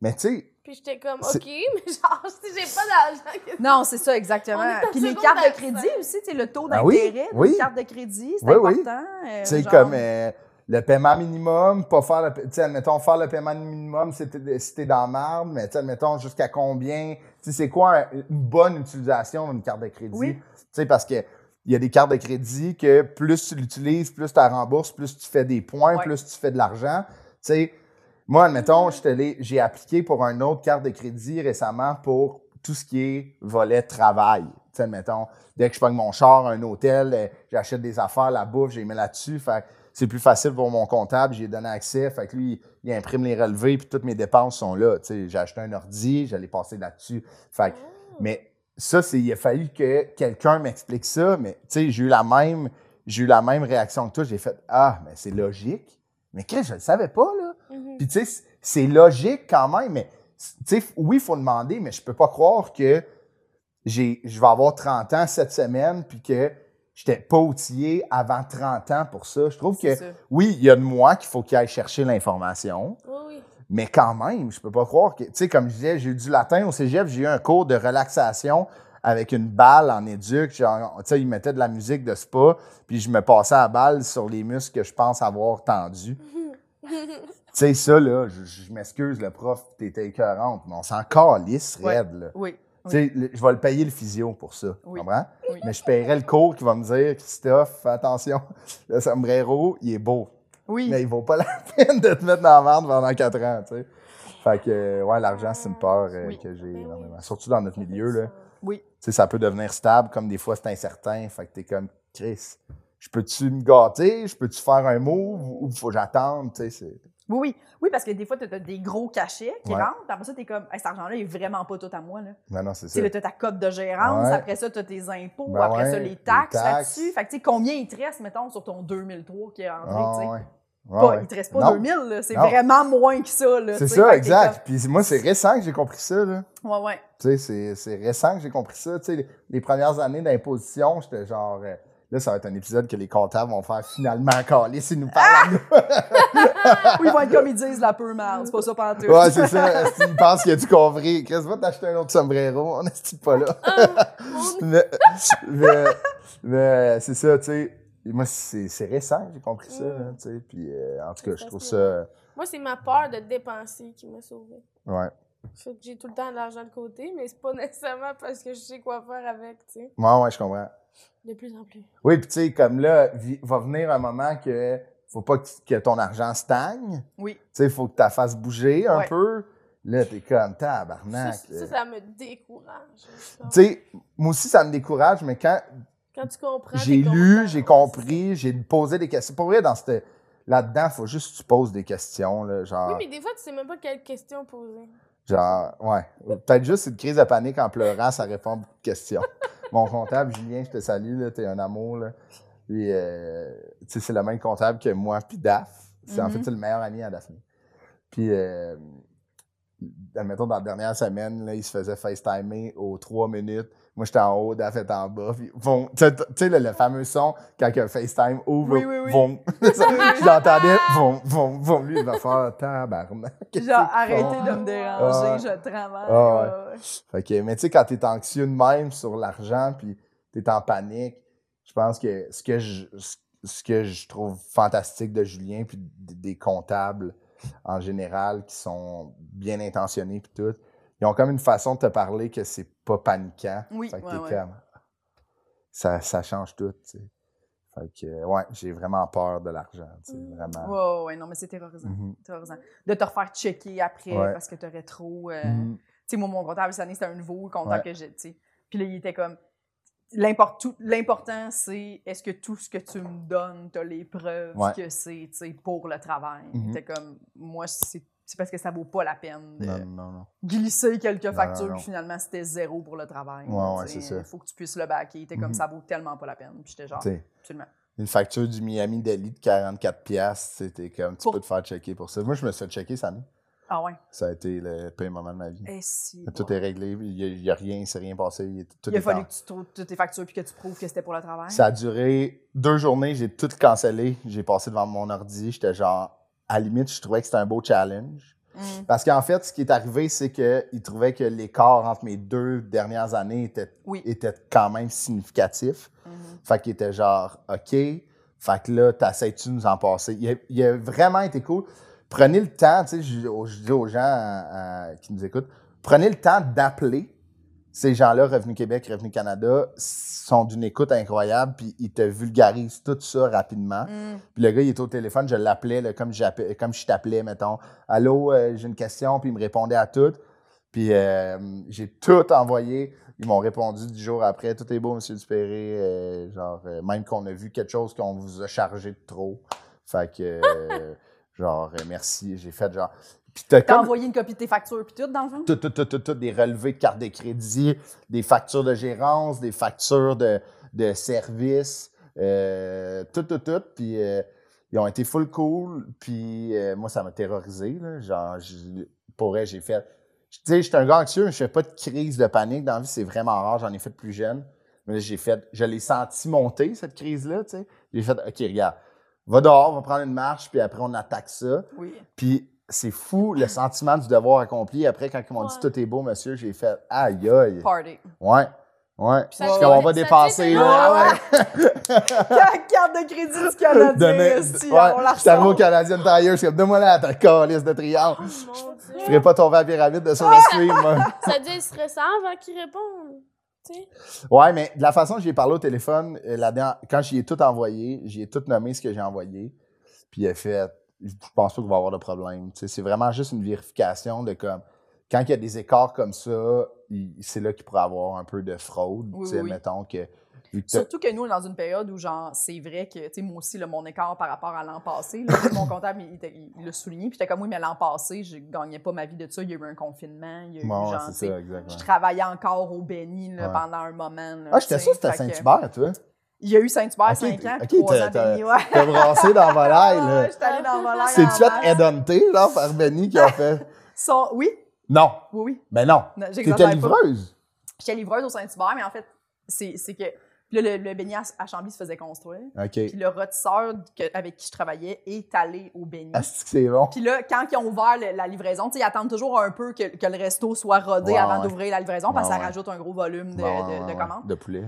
D: Mais tu sais,
C: Puis j'étais comme,
D: C'est-
C: OK, <laughs> mais genre, si j'ai pas d'argent, qu'est-ce
B: Non, c'est ça,
C: On est
B: exactement.
C: en
B: Puis les
C: seconde
B: cartes de
C: à
B: crédit
C: cinq.
B: aussi, tu sais, le taux
D: Ah oui,
B: d'intérêt
D: oui.
B: des cartes de crédit, c'est
D: Oui, oui.
B: important. euh,
D: tu sais,
B: genre-
D: comme euh, le paiement minimum, pas faire le. Tu sais, admettons, faire le paiement minimum si t'es si t'es dans la marde, mais tu sais, admettons, jusqu'à combien. Tu sais, c'est quoi un- une bonne utilisation d'une carte de crédit?
B: Oui.
D: Tu sais, parce que. Il y a des cartes de crédit que plus tu l'utilises, plus tu la rembourses, plus tu fais des points,
B: Ouais. Mm-hmm.
D: plus tu fais de l'argent. Tu sais, moi, admettons, j'étais allé- j'ai appliqué pour une autre carte de crédit récemment pour tout ce qui est volet travail. Tu sais, admettons, dès que je prends mon char, un hôtel, euh, j'achète des affaires, la bouffe, j'ai mis là-dessus. Fait que c'est plus facile pour mon comptable, j'ai donné accès. Fait que lui, il imprime les relevés, puis toutes mes dépenses sont là. Tu sais, j'ai acheté un ordi, j'allais passer là-dessus. Fait que
B: Ah.
D: mais ça, c'est, il a fallu que quelqu'un m'explique ça. Mais tu sais, j'ai eu la même, j'ai eu la même réaction que toi. J'ai fait ah, mais c'est logique. Mais Chris, je le savais pas là.
C: Mhm.
D: Puis tu sais, c- c'est logique quand même. Mais tu sais, f- oui, il faut demander, mais je peux pas croire que j'ai, je vais avoir 30 ans cette semaine, puis que j'étais pas outillé avant 30 ans pour ça. Je trouve que,
B: C'est ça.
D: oui, il y a de moi qu'il faut qu'il aille chercher l'information.
C: Oui, oui.
D: Mais quand même, je peux pas croire que. Tu sais, comme je disais, j'ai eu du latin au cégep, j'ai eu un cours de relaxation avec une balle en éduc. Genre, Tu sais, ils mettaient de la musique de spa, puis je me passais à la balle sur les muscles que je pense avoir tendus. tu sais, ça, là, je, je m'excuse, le prof, t'étais écœurante, mais on s'en calisse,
B: Ouais.
D: raide, là.
B: Oui.
D: Tu sais, le- je vais le payer le physio pour ça.
B: Oui.
D: comprends?
B: Oui.
D: Mais je paierai le cours qui va me dire Christophe, fais attention, <laughs> le sombrero, il est beau.
B: Oui.
D: Mais il vaut pas la <laughs> peine de te mettre dans la merde pendant 4 ans, tu sais. Fait que, euh, ouais, l'argent, c'est une peur euh,
B: Oui.
D: que j'ai
C: Ben oui.
D: énormément. Surtout dans notre milieu, là. Tu
B: Oui.
D: sais, ça peut devenir stable, comme des fois, c'est incertain. Fait que t'es comme, Chris, je peux-tu me gâter? Je peux-tu faire un move? Ou faut que j'attende? Tu sais, c'est-
B: Oui, oui. Oui, parce que des fois, tu as des gros cachets qui
D: Ouais.
B: rentrent. puis Après ça, tu es comme, Hey, cet argent-là est vraiment pas tout à moi. Là.
D: Non, non, c'est
B: Tu
D: ça.
B: sais, là, t'as ta cote de gérance.
D: Ouais.
B: Après ça, tu as tes impôts.
D: Ben
B: après ça,
D: ouais,
B: les
D: les
B: taxes,
D: taxes.
B: là-dessus. Fait que, tu sais, combien il te reste, mettons, sur ton 2003 qui est rentré?
D: Ah,
B: tu sais?
D: ouais. Ouais,
B: Pas-
D: ouais.
B: Il te reste pas
D: Non.
B: 2000, là. C'est
D: Non.
B: vraiment moins que ça, là.
D: C'est
B: tu sais. Fait
D: ça,
B: que t'es
D: exact. Puis moi, c'est récent que j'ai compris ça, là.
B: comme- Ouais, ouais.
D: Tu sais, c'est- c'est récent que j'ai compris ça. Tu sais, les, les premières années d'imposition, j'étais genre. euh, là, ça va être un épisode que les comptables vont faire finalement caler s'ils nous parlent.
B: Ou ils vont être comme ils disent, la peu mal. C'est pas ça, pantoute.
D: à nous. <laughs> ouais, c'est ça. Est-ce qu'ils pensent qu'il y a du convri? Qu'est-ce que va t'acheter un autre sombrero? On n'est
C: <laughs>
D: pas là.
C: Ah,
D: <laughs>
C: On-
D: mais mais, mais c'est ça, tu sais. Et Moi, c'est c'est récent que j'ai compris ça.
C: Mm.
D: hein, tu sais. Puis, euh, en tout cas, je trouve
C: facile.
D: ça.
C: Moi, c'est ma peur de dépenser qui m'a sauvée.
D: Ouais.
C: Fait que j'ai tout le temps de l'argent de côté, mais c'est pas <laughs> nécessairement parce que je sais quoi faire avec, tu sais.
D: Ouais, ouais, je comprends.
C: De plus en plus.
D: Oui, puis tu sais, comme là, vi- va venir un moment que faut pas que, que ton argent stagne.
B: <laughs> Oui.
D: Tu sais, faut que tu la fasses bouger un
B: Ouais.
D: peu. Là, t'es comme
C: Ça,
D: tabarnak.
C: ça, ça me décourage.
D: Tu sais, moi aussi, ça me décourage, mais quand
C: Quand tu comprends.
D: j'ai
C: t'es
D: lu,
C: content.
D: j'ai compris, j'ai posé des questions. Pour vrai, dans cette. Là-dedans, faut juste que tu poses des questions, là,
C: Oui,
D: genre.
C: mais des fois, tu sais même pas quelle question poser.
D: Genre, ouais. Peut-être juste une crise de panique en pleurant, ça répond à beaucoup
B: <laughs>
D: de questions. Mon comptable, Julien, je te salue, là, t'es un amour, là. Puis, euh, tu sais, c'est le même comptable que moi, puis Daph. C'est en
B: Mhm.
D: fait, c'est le meilleur ami à Daphné. Puis, euh, admettons, dans la dernière semaine, là, il se faisait FaceTimer aux trois minutes. Moi, j'étais en haut, Daph était en bas. Puis, bon, tu sais, tu sais, le, le fameux son, quand un FaceTime ouvre,
B: Oui, oui, oui. <laughs>
D: <laughs> Vom. je l'entendais, vom, vom, vom. Lui, il va faire tabarnak. Qu'est-ce
B: Genre,
D: qu'ils font?
B: arrêtez de me déranger,
D: Ah.
B: je travaille.
D: Ah
B: ouais, ouais.
D: Fait que, mais tu sais, quand t'es anxieux de même sur l'argent, puis t'es en panique, je pense que ce que je, ce- ce que je trouve fantastique de Julien, puis d- des comptables en général qui sont bien intentionnés, puis tout, ils ont comme une façon de te parler que c'est pas paniquant.
B: Oui,
D: fait que
B: ouais,
D: t'es
B: ouais.
D: comme. Ça, ça change tout, tu sais. Fait que, euh, ouais, j'ai vraiment peur de l'argent, tu sais,
C: Mm.
D: vraiment.
B: Ouais, Mmh, ouais, non, mais c'est terrorisant.
D: Mhm.
B: terrorisant. De te refaire checker après
D: Ouais.
B: parce que t'aurais trop. euh,
D: Mhm.
B: Tu sais, moi, mon comptable, cette année, c'était un nouveau comptable
D: Ouais.
B: que j'ai, tu sais. Puis là, il était comme, L'import- tout- l'important, c'est est-ce que tout ce que tu me donnes, tu as les preuves
D: Ouais.
B: que c'est, tu sais, pour le travail.
D: Mhm.
B: Il était comme, moi, c'est c'est parce que ça vaut pas la peine de
D: Non, non, non.
B: glisser quelques
D: Non,
B: factures,
D: non, non.
B: puis finalement, c'était zéro pour le travail.
D: Ouais,
B: tu sais.
D: ouais, c'est ça.
B: faut que tu puisses le backer. Il était comme,
D: Mhm.
B: ça vaut tellement pas la peine. Puis j'étais genre,
D: Tu sais.
B: absolument.
D: Une facture du Miami Deli de 44 pièces, c'était comme tu
B: Pour-
D: peux te faire checker pour ça. Moi, je me suis fait checker cette année.
B: Ah ouais.
D: Ça a été le pire moment de ma vie.
B: Et si.
D: Tout est réglé, il y a, il y a rien, il s'est rien passé, il est- tout
B: il a
D: est
B: fallu
D: en-
B: que tu trouves toutes tes factures puis que tu prouves que c'était pour le travail.
D: Ça a duré deux journées, j'ai tout cancellé, j'ai passé devant mon ordi, j'étais genre à la limite, je trouvais que c'était un beau challenge.
B: Mhm.
D: Parce qu'en fait, ce qui est arrivé, c'est qu'ils trouvaient que l'écart entre mes deux dernières années était,
B: Oui.
D: était quand même significatif.
B: Mhm.
D: Fait qu'il était genre, OK. Fait que là, t'essayes-tu de nous en passer? Il a, il a vraiment été cool. Prenez le temps, tu sais, je, je dis aux gens euh, euh, qui nous écoutent, prenez le temps d'appeler ces gens-là, Revenu Québec, Revenu Canada, sont d'une écoute incroyable, puis ils te vulgarisent tout ça rapidement.
B: Mhm.
D: Puis le gars, il était au téléphone, je l'appelais là, comme, j'appelais- comme je t'appelais, mettons. Allô, euh, j'ai une question, puis il me répondait à tout. Puis euh, j'ai tout envoyé. Ils m'ont répondu du jour après, tout est beau, Monsieur Dupéré. Euh, genre, euh, même qu'on a vu quelque chose qu'on vous a chargé de trop. Fait que, euh, genre, euh, merci. J'ai fait genre. Puis t'as
B: T'as
D: comme
B: envoyé une copie de tes factures puis tout, dans le fond?
D: tout, tout, tout, tout, tout, des relevés de carte de crédit, des factures de gérance, des factures de, de services, euh, tout, tout, tout. Puis euh, ils ont été full cool. Puis euh, moi, ça m'a terrorisé. Là. Genre, je- pour vrai, j'ai fait. Tu sais, j'étais un gars anxieux, je fais pas de crise de panique dans la vie, c'est vraiment rare, j'en ai fait plus jeune. Mais là, j'ai fait, je l'ai senti monter, cette crise-là, tu sais. J'ai fait, OK, regarde, va dehors, va prendre une marche, puis après, on attaque ça.
B: Oui.
D: Puis c'est fou le sentiment du devoir accompli. Après, quand ils m'ont dit
C: Ouais.
D: tout est beau, monsieur, j'ai fait aïe aïe.
B: Party.
D: Ouais. Ouais.
C: Puis ça
D: Parce
C: fait-
D: qu'on va
C: ça fait,
D: dépasser,
C: c'est
D: là. <laughs>
B: Carte de crédit du Canadien,
D: Demain,
B: esti,
D: ouais,
B: on la
D: je suis arrivé au
B: ressort.
D: Canadian Tire, c'est comme donne-moi là ta calice de triangle.
C: Oh Mon
D: Je
C: Dieu.
D: ferais pas tomber à la pyramide
C: <laughs>
D: de sur le stream, moi.
C: Ça a dû être stressant avant qu'il réponde. Tu sais.
D: Ouais, mais de la façon dont j'ai parlé au téléphone, euh, la dernière- quand j'y ai tout envoyé, j'ai tout nommé ce que j'ai envoyé. Puis il a fait Je pense pas qu'il va y avoir de problème. Tu sais, c'est vraiment juste une vérification de comme quand il y a des écarts comme ça, il- c'est là qu'il pourrait avoir un peu de fraude.
B: Oui,
D: tu sais,
B: oui.
D: Mettons que. il te-
B: Surtout que nous, on est dans une période où, genre, c'est vrai que, tu sais, moi aussi, là, mon écart par rapport à l'an passé, là, mon comptable, il, était- il l'a souligné, puis j'étais comme, oui, mais l'an passé, je gagnais pas ma vie de ça, il y a eu un confinement, il y a eu,
D: Ouais, ouais,
B: genre, tu
D: c'est
B: sais,
D: ça, exactement.
B: je travaillais encore au Béni là,
D: Ouais.
B: pendant un moment. là,
D: Ah, j'étais
B: tu sais,
D: sûr que c'était à
B: fait que-
D: Saint-Hubert, toi.
B: Il y a eu Saint-Hubert
D: Ok,
B: 5 ans,
D: ok,
B: puis 3
D: t'as-
B: ans
D: t'as-
B: Béni, ouais.
D: T'as brassé
B: <laughs>
D: dans Valaille,
B: Ah,
D: là.
B: J'étais allée dans Volaille.
D: C'est-tu
B: en mars.
D: fait headhunté, là, par Benny, qui a fait.
B: Son- Oui,
D: Non,
B: oui, oui.
D: mais non.
B: Non,
D: T'étais
B: J'exagère pas.
D: livreuse.
B: J'étais livreuse au Saint-Hubert, mais en fait, c'est c'est que là, le, le Béni à, à Chambly se faisait construire.
D: OK.
B: Puis le rôtisseur que- avec qui je travaillais est allé au Béni.
D: Est-ce que c'est bon?
B: Puis là, quand ils ont ouvert le- la livraison, tu sais, ils attendent toujours un peu que, que le resto soit rodé
D: Ouais,
B: avant
D: ouais.
B: d'ouvrir la livraison parce que
D: Ouais,
B: ça
D: ouais.
B: rajoute un gros volume de,
D: Bon,
B: de-
D: Ben, ouais,
B: de
D: ouais,
B: commandes.
D: De poulet.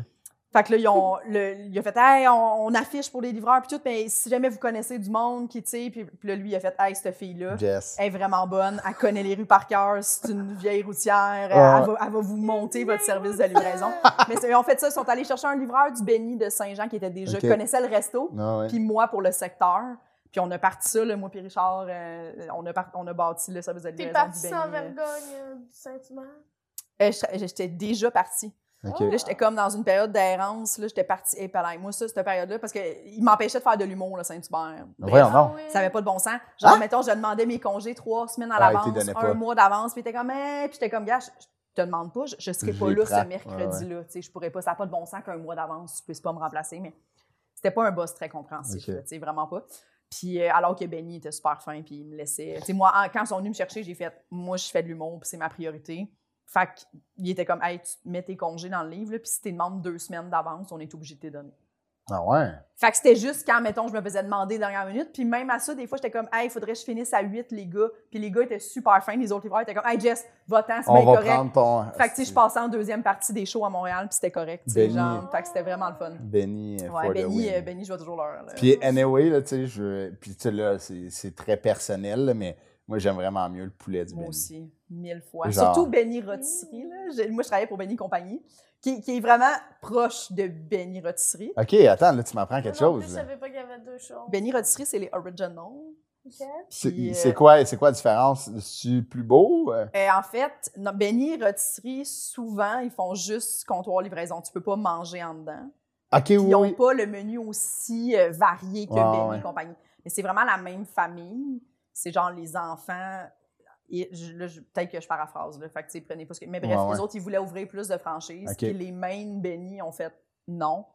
B: Fait que là, ils ont, le, il a fait Hey, on, on affiche pour les livreurs, puis tout, mais si jamais vous connaissez du monde qui, tu sais, puis, puis là, lui, il a fait Euh, Hey, cette fille-là,
D: Jess.
B: elle est vraiment bonne, elle connaît les rues par cœur, c'est une vieille routière, elle,
D: Ouais.
B: elle va, elle va vous monter votre service de
D: <laughs>
B: livraison. mais c'est- ils ont fait ça, ils sont allés chercher un livreur du Béni de Saint-Jean qui était déjà,
D: Ok.
B: connaissait le resto,
D: Non, Ah ouais.
B: puis moi pour le secteur. Puis on a parti ça, là, moi puis Richard, euh, on, a par- on a bâti le service de
C: T'es
B: livraison
C: parti
B: du
C: sans
B: Béni.
C: vergogne euh, du sentiment.
B: Euh, je- J'étais déjà partie.
D: OK.
B: Là, j'étais comme dans une période d'errance. Là, j'étais partie. Et moi, ça, cette période-là, parce qu'il m'empêchait de faire de l'humour, là,
D: Ah
B: Saint-Hubert. Bref,
D: Ben,
C: Ah
D: Voyons donc.
B: Ça n'avait pas de bon sens. Genre,
D: Hein?
B: mettons, je demandais mes congés trois semaines à
D: Ah, il
B: l'avance,
D: te donnait
B: un
D: pas.
B: mois d'avance, puis t'es comme, Hey! puis j'étais comme, gars, je, je te demande pas, je, je serai
D: Je
B: pas
D: les
B: là
D: prends.
B: ce mercredi-là. Tu sais, Je pourrais pas, ça n'a pas de bon sens qu'un mois d'avance, tu puisses pas me remplacer, mais c'était pas un boss très compréhensif,
D: Ok.
B: là, tu sais, vraiment pas. Puis euh, alors que Benny était super fin, puis il me laissait. Tu sais, moi, en- quand ils sont venus me chercher, j'ai fait, moi, je fais de l'humour, puis c'est ma priorité. Fait qu'il était comme, hey, tu mets tes congés dans le livre, là, puis si t'es demande deux semaines d'avance, on est obligé de te donner.
D: Ah ouais.
B: Fait que c'était juste quand, mettons, je me faisais demander dernière minute. Puis même à ça, des fois, j'étais comme, hey, faudrait que je finisse à 8, les gars. Puis les gars étaient super fins. Les autres livreurs étaient comme, hey, Jess, va-t'en, c'est
D: On
B: bien
D: va
B: correct.
D: prendre ton. euh,
B: Fait que, tu sais, je passais en deuxième partie des shows à Montréal, puis c'était correct. tu sais,
D: Benny.
B: genre. Fait que c'était vraiment le fun.
D: Benny. euh, for
B: Ouais,
D: the
B: Benny,
D: win.
B: euh, Benny, je vois toujours l'heure. là.
D: Puis, anyway, là, tu sais, je. Puis, tu sais, là, c'est c'est très personnel, là, mais moi, j'aime vraiment mieux le poulet du
B: Moi
D: Benny.
B: aussi, mille fois.
D: Genre.
B: Surtout Benny Rotisserie. Là. J'ai- Moi, je travaillais pour Benny Compagnie, qui, qui est vraiment proche de Benny Rotisserie.
D: OK, attends, là, tu m'apprends quelque
C: Moi non plus,
D: chose.
C: Je
D: là.
C: savais pas qu'il y avait deux choses.
B: Benny Rotisserie, c'est les originals.
C: Ok.
D: C'est
B: euh,
D: c'est quoi, c'est quoi la différence? C'est plus beau? euh?
B: Euh, en fait, non, Benny et Rotisserie, souvent, ils font juste comptoir livraison. Tu peux pas manger en dedans.
D: OK, oui.
B: Puis ils n'ont
D: oui.
B: pas le menu aussi euh, varié que
D: Ouais,
B: Benny
D: ouais.
B: et compagnie. Mais c'est vraiment la même famille. C'est genre les enfants. Et je- là, je- peut-être que je paraphrase, là. Fait que, tu sais, prenez pas ce que- Mais bref,
D: Ouais, ouais.
B: les autres, ils voulaient ouvrir plus de franchises.
D: Ok.
B: Puis les mains Benny ont fait non.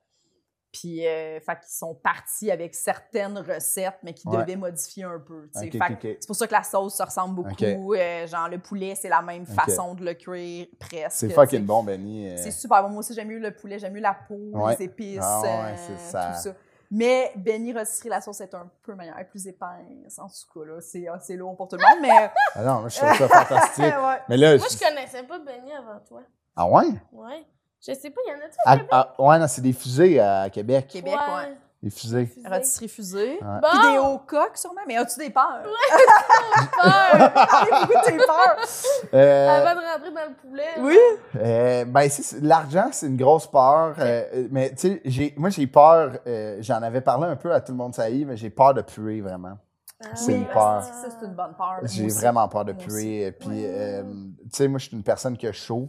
B: Puis, euh, fait qu'ils sont partis avec certaines recettes, mais qui
D: Ouais.
B: devaient modifier un peu. tu sais.
D: OK,
B: Fait que
D: OK, OK.
B: c'est pour ça que la sauce se ressemble beaucoup.
D: Ok.
B: euh, genre, le poulet, c'est la même
D: Ok.
B: façon de le cuire, presque.
D: C'est
B: tu sais.
D: fucking bon, Benny. euh.
B: C'est super bon. Moi aussi, j'aime mieux le poulet, j'aime mieux la peau,
D: Ouais.
B: les épices,
D: Ah ouais,
B: euh,
D: c'est ça.
B: tout ça. Mais Benny Rotisserie, la sauce est un peu meilleure, elle est plus épaisse, en tout cas. là. C'est assez lourd pour tout le monde,
D: <laughs>
B: mais... euh,
D: Ah non, moi, je trouve ça fantastique.
B: <laughs> Ouais.
D: Mais là,
C: Moi,
D: je-
C: je connaissais pas Benny avant toi.
D: Ah ouais?
C: Ouais. Je sais pas, il y en a-tu?
D: Ah, ah, ouais, non, c'est des fusées à Québec.
B: Québec, ouais.
D: Des fusées.
C: Fusée.
B: Rotisserie fusée.
D: Ouais.
C: Bon,
B: Puis des hauts coques, sûrement. Mais as-tu des peurs? <laughs>
C: peur.
B: Parlez beaucoup de tes peurs!
D: <laughs> Euh,
C: Avant de rentrer dans le poulet. hein.
B: Oui?
D: Euh, ben, c'est- c'est- l'argent, c'est une grosse peur. euh, euh, mais tu sais, j'ai- moi, j'ai peur, euh, j'en avais parlé un peu à tout le monde, ça y est, mais j'ai peur de puer vraiment.
C: Ah
D: C'est
B: Oui,
D: une peur.
B: asti, Ça, c'est une bonne peur. là. Ah,
D: J'ai
B: Moi aussi.
D: vraiment peur de
B: Moi
D: puer. euh, Puis,
C: Ouais.
D: euh, tu sais, moi, je suis une personne qui a chaud.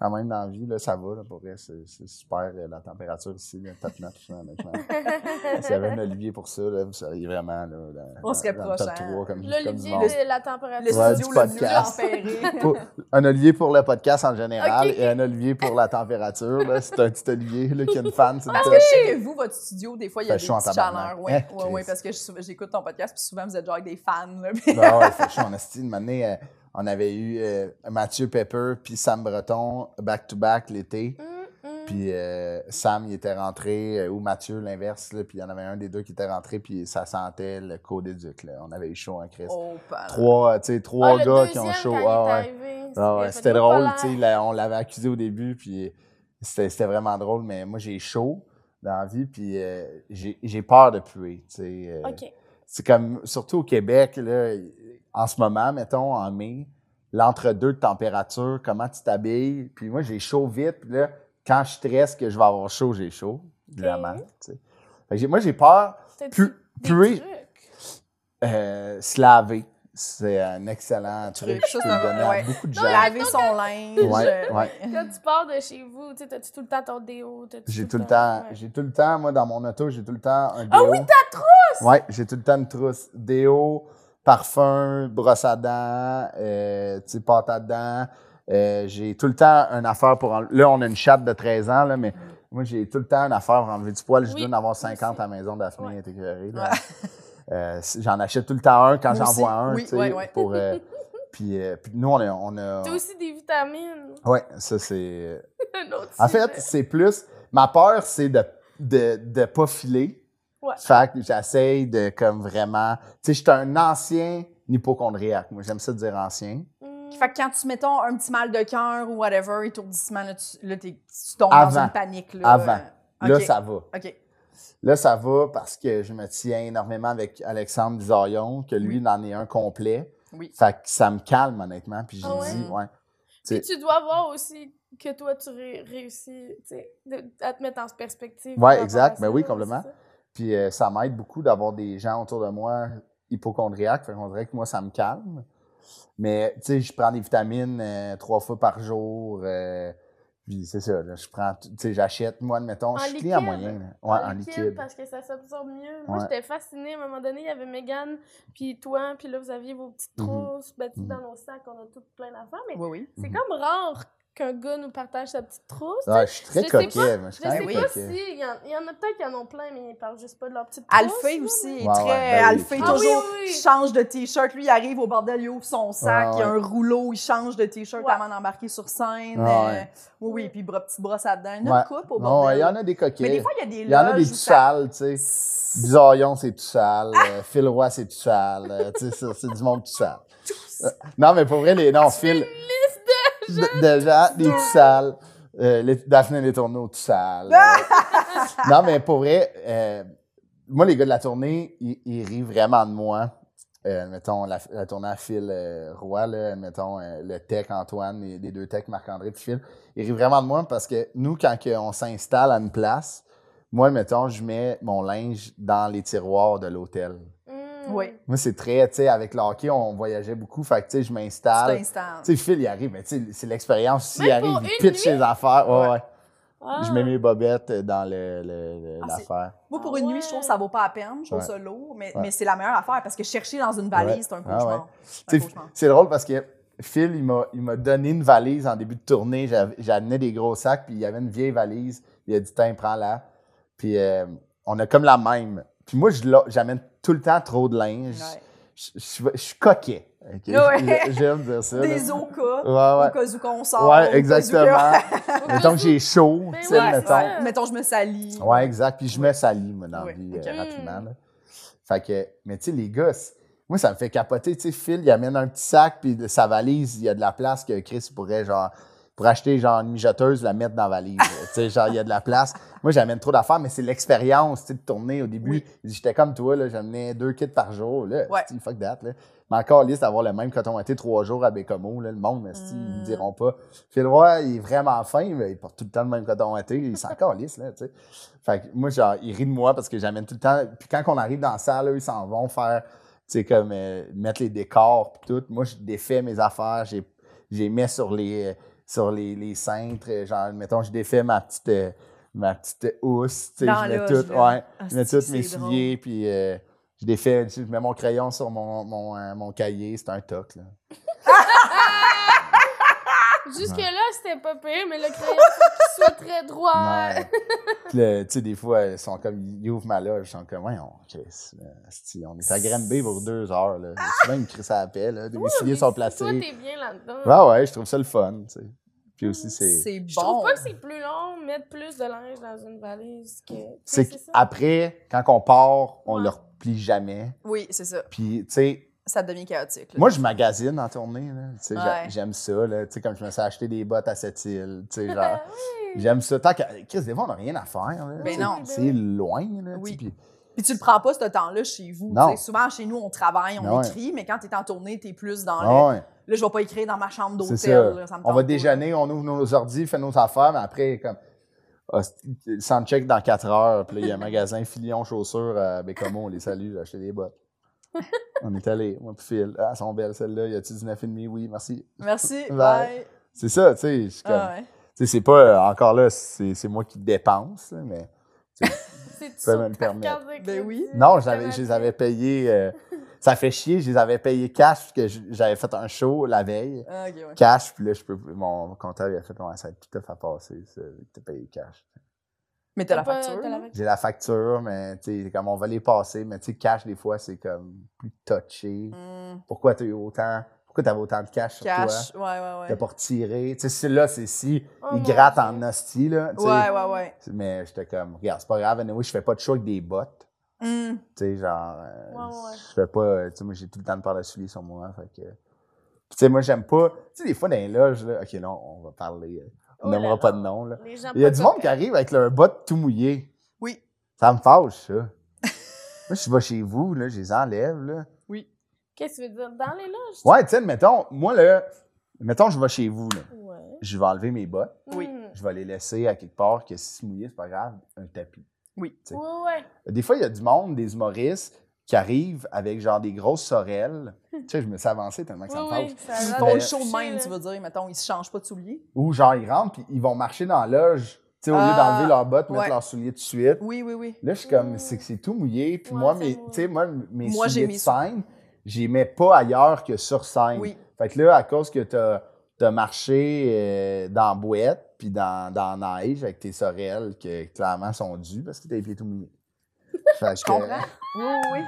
D: Quand même, dans la vie, là, ça va, là, pour vrai, c'est c'est super, euh, la température ici, le top notch, là,
B: <laughs>
D: honnêtement. S'il y avait un Olivier pour ça, là, vous seriez vraiment, là, dans-
B: On serait
D: dans le
B: proche,
D: top
B: hein.
D: 3, comme, comme du
C: L'olivier,
D: monde.
C: de la
B: Le
C: température.
B: studio,
D: Ouais, du
B: le mieux
D: podcast. <laughs>
B: tempéré.
D: Pour- un olivier pour le podcast en général
C: Ok, ok.
D: et un olivier pour la tempéture. là. C'est un petit olivier là, qui a une fan. C'est une
B: Parce que
D: tête.
B: je sais que vous, votre studio, des fois, il y a
D: Fait
B: des
D: chaud en
B: petites
D: tabarnak.
B: chaleurs. Ouais,
D: Eh,
B: ouais, ouais,
D: Christ.
B: parce que je sou- j'écoute ton podcast, puis souvent, vous êtes genre avec des fans. là, puis- <laughs>
D: Ben ouais, fait chaud en esti. Une année, euh, on avait eu euh, Mathieu Pepper puis Sam Breton back-to-back l'été.
C: Hum, hum.
D: Puis euh, Sam, il était rentré, euh, ou Mathieu, l'inverse, là, puis il y en avait un des deux qui était rentré, puis ça sentait le codéduc. Là. On avait eu chaud en crise.
B: Oh, pardon.
D: Trois, euh, tu sais,
C: Ah,
D: trois gars qui ont chaud. Ah, ouais. Ah ouais, c'était drôle, tu sais,
C: sais.
D: là, on l'avait accusé au début, puis c'était c'était vraiment drôle, mais moi, j'ai chaud dans la vie, puis euh, j'ai j'ai peur de puer, tu sais. euh,
C: OK.
D: C'est comme, surtout au Québec, là, en ce moment, mettons, en mai, l'entre-deux de température, comment tu t'habilles, puis moi, j'ai chaud vite, puis là, quand je stresse que je vais avoir chaud, j'ai chaud, évidemment, tu sais. Fait que j'ai- Moi, j'ai peur
C: T'as-tu
D: pu-
C: des
D: puer,
C: trucs?
D: euh, se laver. C'est un excellent truc,
B: Truc,
D: je
B: ça,
D: peux
B: ça
D: le
B: va-
D: donner à
B: ouais.
D: beaucoup de gens.
B: Laver son <laughs> linge.
D: Ouais,
B: euh,
D: ouais.
C: Quand tu pars de chez vous, tu sais, t'as-tu tout le temps ton déo? T'as-tu
D: J'ai tout le temps,
C: ouais.
D: j'ai tout le temps, moi, dans mon auto, j'ai tout le temps un déo.
C: Ah oui,
D: ta trousse! Ouais, j'ai tout le temps une trousse. Déo, parfum, brosse à dents, euh, tu sais, pâte à dents. Euh, j'ai tout le temps une affaire pour enlever. Là, on a une chatte de 13 ans, là, mais moi, j'ai tout le temps une affaire pour enlever du poil. Je
C: Oui,
D: dois en avoir 50 à la maison d'Aphné,
C: Ouais.
D: t'es écœuré, là. Euh, c'est- J'en achète tout le temps un quand
B: Moi
D: j'en
B: aussi.
D: vois un,
B: Oui,
D: tu sais,
B: ouais, ouais.
D: pour. euh, puis, euh, puis nous, on a. On a
C: T'as aussi des vitamines. <laughs>
D: ouais, ça, c'est. euh,
C: Un autre
D: En
C: sujet.
D: fait, c'est plus. Ma peur, c'est de de, de pas filer.
C: Ouais.
D: Fait que j'essaye de comme vraiment. Tu sais, je suis un ancien hypochondriaque. Moi, j'aime ça dire ancien.
C: Hmm.
B: Fait que quand tu mettons un petit mal de cœur ou whatever, étourdissement, là, tu, là, t'es- tu tombes
D: Avant.
B: dans une panique. Là.
D: Avant.
B: Euh,
D: Là,
B: OK.
D: ça va.
B: OK.
D: Là, ça va parce que je me tiens énormément avec Alexandre Bizarion, que lui,
C: Mm.
B: Oui.
D: il en est un complet.
B: Oui.
D: Fait que ça me calme, honnêtement. Puis j'ai
C: Ah ouais?
D: dit, ouais.
C: Puis tu dois voir aussi que toi, tu ré- réussis tu sais, de- à te mettre en perspective.
D: Ouais,
C: par rapport
D: exact.
C: à
D: Ben
C: ça,
D: oui,
C: là,
D: complètement.
C: c'est ça.
D: Puis euh, ça m'aide beaucoup d'avoir des gens autour de moi hypochondriaques. Fait qu'on dirait que moi, ça me calme. Mais, tu sais, je prends des vitamines euh, trois fois par jour. euh, puis c'est ça, là, je prends, tout- tu sais, j'achète, moi, admettons,
C: En
D: je suis client
C: liquide.
D: moyen. là. Ouais, en liquide.
C: Parce que ça s'absorbe mieux. Moi,
D: Ouais.
C: j'étais fascinée. À un moment donné, il y avait Megan, puis toi, puis là, vous aviez vos petites
D: Mhm.
C: trousses battues
D: Mhm.
C: dans nos sacs. On a tout plein d'affaires. Mais
B: Oui, oui.
C: c'est
D: Mhm.
C: comme rare qu'un gars nous partage sa petite trousse.
D: Ah, ben je suis très
C: je sais
D: coquet. moi, je
C: Je
D: suis
C: sais
D: quand même
C: pas
D: coquet.
C: si. Il y, en, il y en a peut-être qui en ont plein, mais ils parlent juste pas de leur petite trousse.
B: Alphée
C: là,
B: aussi est
D: Ouais,
B: très.
D: ouais, ben oui.
B: Alphée,
D: Ah oui,
B: toujours,
C: oui, oui.
B: change de T-shirt. Lui, il arrive au bordel, il ouvre son sac,
D: Ouais,
B: il y a
D: ouais.
B: un rouleau, il change de T-shirt
C: Ouais.
B: avant d'embarquer sur scène.
D: Ouais,
B: Euh,
D: ouais.
B: Oui, oui, puis bro- petite brosse à dents. Il y en a
D: Ouais.
B: une coupe au
D: Non, ouais,
B: bordel.
D: il y en a des coquets.
B: Mais des fois, il y a des
D: il y en a
B: loges
D: des
B: où
D: tout
B: ça-
D: sales, tu sais. Bizarion, c'est tout sale. Euh, Phil Roy, c'est tout sale. Euh, tu sais, ça, c'est du monde <laughs> tout sale. Euh, Non, mais pour vrai, les noms, Phil. Une liste de gens. des tout sales. Euh, les, Daphné Les Tourneaux, tout sale. Euh, non, mais pour vrai, euh, moi, les gars de la tournée, ils, ils rient vraiment de moi. Euh, mettons, la, la tournée à Phil euh, Roy, là, mettons, euh, le tech Antoine, les, les deux techs Marc-André puis Phil, ils rient vraiment de moi parce que nous, quand que on s'installe à une place, moi, mettons, je mets mon linge dans les tiroirs de l'hôtel.
C: Mhm.
B: Oui.
D: Moi, c'est très, tu sais, avec l'hockey, on voyageait beaucoup. Fait que, tu sais, je
B: Tu
D: m'installe.
B: t'installes.
D: Tu sais, Phil, il arrive, mais tu sais, c'est l'expérience. S'il
C: Même
D: arrive,
C: pour
D: il
C: une
D: pitch ses affaires. Ouais,
B: Ouais.
D: ouais.
C: Ah.
D: Je mets mes bobettes dans l'affaire. Le, le-
B: Ah, c'est-
D: l'affaire.
B: Moi, pour
C: Ah
B: une
C: ouais.
B: nuit, je trouve que ça vaut pas la peine. Je trouve
D: Ouais.
B: ça lourd, mais,
D: Ouais.
B: mais c'est la meilleure affaire parce que chercher dans une valise,
D: Ouais.
B: c'est un
D: Ah
B: cauchemar.
D: ouais.
B: C'est un
D: Tu sais,
B: cauchemar.
D: c'est drôle parce que Phil, il m'a- il m'a donné une valise en début de tournée. J'avais- J'amenais des gros sacs, puis il y avait une vieille valise. Il a dit, tiens, prends-la. Puis euh, on a comme la même. Puis moi, je la- j'amène tout le temps trop de linge.
B: Ouais.
D: Je, je- je suis coquet. ok?
B: Ouais.
D: J'aime dire ça. là.
B: Des au cas,
D: Ouais, ouais.
B: au cas où qu'on sort. au cas où
D: Ouais,
B: que-
D: <laughs> exactement.
C: Au cas
D: mettons que
C: où-
D: j'ai chaud,
C: Ben
D: tu
C: oui,
D: sais,
B: Ouais,
C: c'est
D: mettons.
C: ça.
B: Mettons, je me salis.
D: Ouais, exact. Puis je me salis, moi, dans la
B: euh, Ouais,
D: vie,
B: ok.
D: euh,
C: Mm.
D: rapidement. là. Fait que, mais tu sais, les gars, c- moi, ça me fait capoter. Tu sais, Phil, il amène un petit sac, puis de sa valise, il y a de la place que Chris pourrait, genre, pour acheter, genre, une mijoteuse, la mettre dans la valise. là. tu sais, genre, il y a de la place. Moi, j'amène trop d'affaires, mais c'est l'expérience, tu sais, de tourner. Au début, j'étais comme toi, là, j'amenais deux kits par jour, là.
B: Ouais.
D: Tu sais, fuck that, là. Mais encore, liste d'avoir le même coton été trois jours à Bécomo, là, le monde, mais si, ils me
B: Mm.
D: diront pas. Phil Roy, il est vraiment fin, mais il porte tout le temps le même coton été, il s'en calisse, là, tu sais. Fait que moi, genre, ils rient de moi parce que j'amène tout le temps. Puis quand on arrive dans la salle, eux, ils s'en vont faire, tu sais, comme euh, mettre les décors puis tout. Moi, je défais mes affaires, j'ai, j'ai mets sur les, euh, sur les, les cintres. euh, Genre, mettons, je défais ma petite, euh, ma petite housse, tu sais,
B: Dans
D: je mets
B: l'âge,
D: tout,
B: là.
D: ouais,
B: Ah,
D: je mets
B: c'est-
D: tous mes
B: c'est drôle.
D: souliers, puis euh, je défais, je mets mon crayon sur mon, mon, euh, mon cahier, c'est un toc, là.
C: Jusque-là, c'était pas pire, mais le crayon, faut qu'il soit très droit.
D: Ouais. Puis là, tu sais, des fois, ils sont comme, ils ouvrent ma loge, ils sont comme, ouais, on, Chris, là, asti, on est à Granby pour deux heures, là. C'est souvent, ils me crient ça à la paix, là. Mes
C: Oui,
D: souliers
C: mais
D: sont
C: Toi,
D: placés.
C: t'es bien là-dedans.
D: Ouais, ouais, je trouve ça le fun, tu sais. Puis Puis aussi, c'est.
B: Ah, C'est bon.
C: Je trouve pas que c'est plus long de mettre plus de linge dans une valise que.
D: C'est
C: ça.
D: qu'après, quand on part, on
C: Ouais.
D: le replie jamais.
B: Oui, c'est ça.
D: Puis, tu sais,
B: Ça devient chaotique. là.
D: Moi, je magasine en tournée. là. Tu sais, j'a-
B: Ouais.
D: J'aime ça. Là. Tu sais, Comme je me suis acheté des bottes à cette île. tu sais,
C: <laughs>
D: genre,
C: Oui.
D: J'aime ça. Tant qu'à. Chris, des fois, on n'a rien à faire. là.
B: Ben
D: C'est-
B: non.
D: C'est loin. Là,
B: Oui.
D: tu sais, puis-
B: Puis tu le prends pas ce temps-là chez vous.
D: Non.
B: tu sais. Souvent, chez nous, on travaille, on
D: Ben ouais.
B: écrit, mais quand tu es en tournée, tu es plus dans
D: Ah
B: le.
D: ouais,
B: Là, je vais pas écrire dans ma chambre
D: c'est
B: d'hôtel.
D: ça.
B: là, ça me
D: on
B: tente pas.
D: va déjeuner, on ouvre nos ordi, fait nos affaires, mais après, comme. hostie, Soundcheck dans 4 heures. Puis là, il y a
B: <laughs>
D: un magasin Filion Chaussures à Bécomo. On les salue, j'ai acheté des bottes. on est allé, moi, puis Phil. Ah, elles sont belles, celles-là. Y a-tu 19,5? Oui, merci.
B: Merci.
D: <laughs> Bye.
B: Bye.
D: C'est ça, tu sais. je suis comme-
B: Ah ouais.
D: Tu sais, c'est pas euh, encore là, c'est c'est moi qui dépense, là, mais
C: C'est
D: peux
C: sur
D: me le
C: ta
D: permettre.
C: carte de
B: Ben oui.
C: crédit,
D: non,
C: ta
D: j'avais, je les
C: valise.
D: avais payés. euh, ça fait chier, je les avais payés cash parce que j- j'avais fait un show la veille.
B: Ah, ok, ouais.
D: Cash, puis là, je peux, mon comptable il a fait ouais, ça va être tout à fait passer, ça, t'as payé cash.
B: Mais t'as
C: T'as
B: la
C: pas-
B: facture.
C: t'as la
B: là.
C: facture.
D: J'ai la facture, mais tu sais, comme on va les passer, mais tu sais, cash, des fois, c'est comme plus touché.
B: Hmm,
D: Pourquoi t'as eu autant, pourquoi t'avais autant de cash sur
B: Cash.
D: toi?
B: Ouais, ouais,
D: T'as
B: ouais.
D: pas retiré. Tu sais, c'est- là, c'est si,
C: Oh
D: il
C: mon
D: gratte
C: Dieu.
D: en hostie, là. tu sais.
B: Ouais, ouais, ouais.
D: Mais j'étais comme, regarde, c'est pas grave, anyway, je fais pas de show avec des bottes.
B: Hmm,
D: Tu sais, genre, euh,
C: Ouais, ouais.
D: je fais pas, euh, tu sais, moi, j'ai tout le temps de par de souliers sur moi, fait que... Puis, tu sais, moi, j'aime pas... Tu sais, des fois, dans les loges, là, OK, là, on on va parler, euh, on
C: Oh là
D: nommera
C: là.
D: pas de nom, là.
C: Les gens
D: Il y a
C: pas
D: du
C: de
D: monde
C: copie.
D: qui arrive avec leur bas tout mouillé.
B: Oui.
D: Ça me fâche,
C: <laughs>
D: ça. moi, je vais chez vous, là, je les enlève, là.
C: Qu'est-ce que tu veux dire? Dans les loges?
D: Ouais, tu sais, mettons, moi, là, mettons, je vais chez vous, là.
C: Ouais.
D: Je vais enlever mes bottes,
B: Oui.
C: Mm.
D: je vais les laisser à quelque part, que si c'est mouillé, c'est pas grave, un tapis.
B: Oui.
D: Tu sais.
C: Ouais, ouais.
D: Des fois, il y a du monde, des humoristes, qui arrivent avec genre des grosses sorelles.
B: Hum.
D: tu sais, je me suis avancé tellement que ça me
C: Ouais,
D: fâche.
C: ouais, ça a
B: Ils
C: l'air
B: font
D: Mais-
B: le
C: de
B: show de
C: toucher,
B: même,
C: là.
B: tu veux dire. Mettons, ils se changent pas de souliers.
D: Ou genre, ils rentrent, puis ils vont marcher dans la loge, tu sais, au lieu
B: Ah,
D: d'enlever leurs bottes,
B: ouais. Mmh.
D: mettre leurs souliers tout de suite.
B: Oui, oui, oui.
D: Là, je suis comme,
C: Mm.
D: c'est que c'est tout mouillé. Puis
C: Ouais,
D: moi,
C: ça
D: mes,
C: mouille.
D: tu sais, moi, mes
B: Moi, j'ai
D: souliers de
B: mis ça.
D: scène, je les mets pas ailleurs que sur scène.
B: Oui.
D: Fait que là, à cause que t'as as marché euh, dans la bouette, puis dans, dans la neige, avec tes sorelles, que clairement sont dues, parce que t'as les pieds tout mouillés.
B: <laughs>
D: Fait
B: Je
D: que,
B: comprends.
D: <laughs>
B: Oui, oui, oui.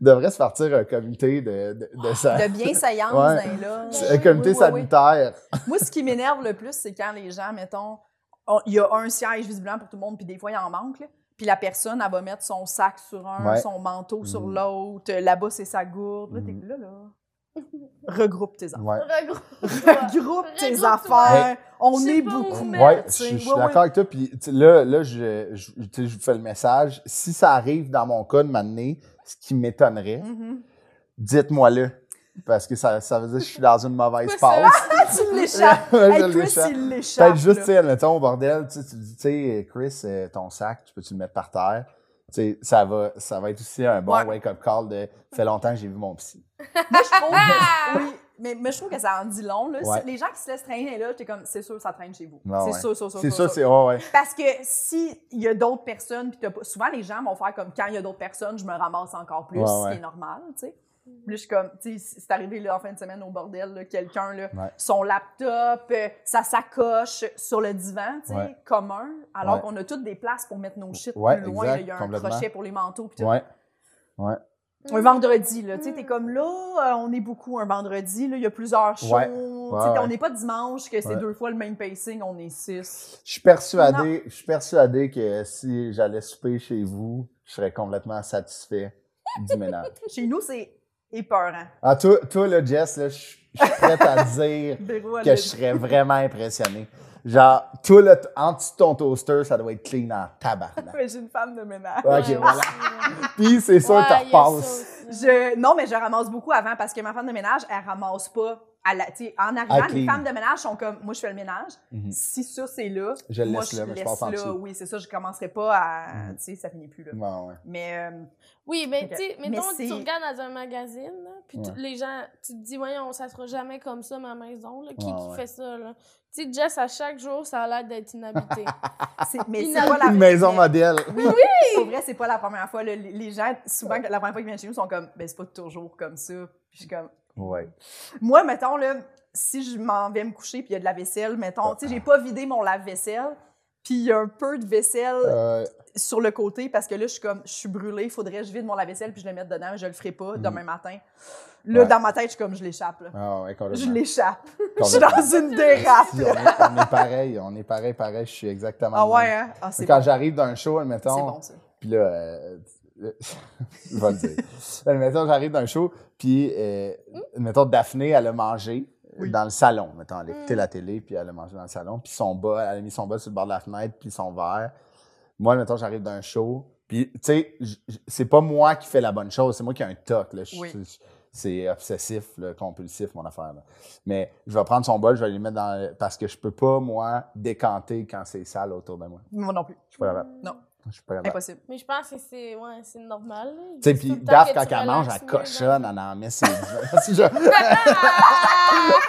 D: devrait se partir un comité de, de, de ça.
B: De bien saillance
D: Ouais.
B: dans là.
D: <laughs> Un comité sanitaire.
B: Moi, ce qui m'énerve le plus, c'est quand les gens, mettons, on- il y a un siège visiblement pour tout le monde, puis des fois, il en manque. là. Puis la personne, elle va mettre son sac sur un,
D: Ouais.
B: son manteau sur
D: Mhm.
B: l'autre. Là-bas, c'est sa gourde. Là, t'es
D: Mhm.
B: là, là. Regroupe tes affaires.
D: Ouais.
C: Regroupe-toi.
B: Regroupe tes
C: Regroupe-toi.
B: affaires.
C: Je
B: On
C: sais
B: est
C: pas où
B: beaucoup.
C: mettre.
D: Ouais,
B: tu
D: je
B: sais.
D: je suis
B: Ouais, ouais.
D: d'accord avec toi. Puis tu sais, là, là je, je, tu sais, je vous fais le message. Si ça arrive dans mon cas de m'amener, ce qui m'étonnerait,
B: Mhm.
D: dites-moi-le. Parce que ça, ça veut dire que je suis dans une mauvaise
C: C'est quoi ça?
D: passe.
B: Ah,
D: <laughs>
B: tu l'échappes.
D: Je
B: Hey,
D: le
B: Chris,
D: sais.
B: il l'échappe.
D: Peut-être juste,
B: là.
D: tu sais, admettons, au bordel, tu sais, tu dis, tu sais, Chris, euh, ton sac, tu peux-tu le mettre par terre? Tu sais, ça va, ça va être aussi un bon
B: Ouais.
D: wake-up call de « fait longtemps que j'ai vu mon psy
B: Moi, je trouve, oui, mais, mais je trouve que ça en dit long. Là.
D: Ouais.
B: Si- Les gens qui se laissent traîner, là, t'es comme, c'est sûr, ça traîne chez vous.
D: Ouais,
B: c'est
D: ouais.
B: sûr, sûr, ». sûr.
D: C'est
B: sûr, sûr.
D: ça, c'est... ouais, ouais.
B: <laughs> Parce que s'il y a d'autres personnes, puis t'as pas- souvent les gens vont faire comme quand il y a d'autres personnes, je me ramasse encore plus,
D: Ouais,
B: ce
D: ouais.
B: qui est normal, tu sais. Puis là, je suis comme, tu sais, c'est arrivé là, en fin de semaine au bordel, là, quelqu'un, là,
D: Ouais.
B: son laptop, euh, sa sacoche sur le divan, tu sais,
D: Ouais.
B: commun, alors
D: Ouais.
B: qu'on a toutes des places pour mettre nos shit
D: Ouais,
B: plus loin,
D: exact,
B: là, il y a un
D: complètement.
B: crochet pour les manteaux, puis tout.
D: Ouais.
B: Un vendredi, là, tu sais,
C: Mm.
B: t'es comme là, euh, on est beaucoup un vendredi, là, il y a plusieurs shows,
D: Ouais.
B: tu sais,
D: Ouais, ouais.
B: on n'est pas dimanche, que c'est
D: Ouais.
B: deux fois le même pacing, on est six.
D: Je suis persuadé, je suis persuadé que si j'allais souper chez vous, je serais complètement satisfait du ménage.
B: Chez nous, c'est épeurant.
D: Ah, toi, toi là, Jess, là, je suis je suis prête
B: <laughs>
D: à dire
B: Véro, elle
D: que
B: l'a
D: je serais vraiment impressionné. Genre, toi, là, t- en dessous de ton toaster, ça doit être clean en tabarnak.
B: Mais j'ai une femme de ménage.
D: Ok,
C: Ouais,
D: voilà.
C: ouais.
D: Puis c'est sûr,
C: Ouais, il
D: que tu
C: y a ça
D: repasses.
C: aussi.
B: Je, non, mais je ramasse beaucoup avant parce que ma femme de ménage, elle ramasse pas. À la, tu sais, en arrivant,
D: Elle
B: les
D: clean.
B: femmes de ménage sont comme moi, je fais le ménage.
D: Mhm.
B: Si ça, c'est là,
D: Je le
B: moi,
D: laisse là, mais je
B: laisse
D: passe en
B: là.
D: dessous.
B: Oui, c'est ça, je commencerai pas à.
D: Mhm.
B: Tu sais, ça finit plus là.
D: Ouais, ouais.
B: Mais euh,
C: Oui, mais
B: Ok.
C: tu sais,
B: Mais
C: mettons,
B: c'est-
C: tu regardes dans un magazine, là, puis tu-
D: Ouais.
C: les gens, tu te dis, voyons, ça sera jamais comme ça, ma maison, là. Qui,
D: Ouais,
C: qui
D: ouais.
C: fait ça, là? Tu sais, Jess, à chaque jour, ça a l'air d'être
D: <laughs>
C: inhabité.
B: c'est mais
C: Une
B: c'est pas la
D: Une maison
B: mais-
D: modèle.
B: Pour vrai, c'est pas la première fois. là. Les- Les gens, souvent, la première fois qu'ils viennent chez nous, sont comme, ben c'est pas toujours comme ça. Puis je suis comme,
D: Ouais.
B: moi, mettons, là, si je m'en vais me coucher puis il y a de la vaisselle, mettons, tu sais, j'ai pas vidé mon lave-vaisselle, Puis il y a un peu de vaisselle
D: Euh,
B: sur le côté parce que là, je suis comme, je suis brûlée, faudrait que je vide mon lave-vaisselle puis je le mette dedans, mais je le ferai pas demain matin. Là,
D: Mhm. Ouais.
B: dans ma tête, je suis comme, je l'échappe. là.
D: ah ouais, complètement.
B: Je l'échappe. Je suis
D: Complètement.
B: dans une dérape.
D: <laughs> Si, on, est, on est pareil, on est pareil, pareil, je suis exactement.
B: Ah
D: le
B: ouais,
D: même.
B: hein? Ah, c'est
D: Quand
B: bon.
D: j'arrive d'un show, admettons,
B: C'est bon, ça.
D: Puis là, euh, <laughs> euh, je vais le dire. Euh, mettons, j'arrive d'un show, puis, euh, mettons, Daphné, elle a mangé
B: Oui.
D: dans le salon. Mettons, elle a écouté
C: Mm.
D: la télé, puis elle a mangé dans le salon. Puis son bas, elle a mis son bas sur le bord de la fenêtre, puis son verre. Moi, mettons, j'arrive d'un show, puis, tu sais, j- j- c'est pas moi qui fais la bonne chose, c'est moi qui ai un toc. là. Je-
B: Oui.
D: je- C'est obsessif, là, compulsif, mon affaire. là. Mais je vais prendre son bol, je vais le mettre dans. le- Parce que je peux pas, moi, décanter quand c'est sale autour de moi.
B: Moi non plus.
D: Je suis pas capable.
B: Non.
D: Je suis pas capable.
B: Impossible.
C: Mais je pense que c'est ouais, c'est normal. là.
D: Tu sais,
C: C'est tout
D: puis
C: le temps
D: Daph,
C: que
D: quand
C: tu
D: elle mange,
C: relaxes
D: elle
C: mieux dans-
D: cochonne, elle en met ses mains. <laughs> Si
C: <laughs>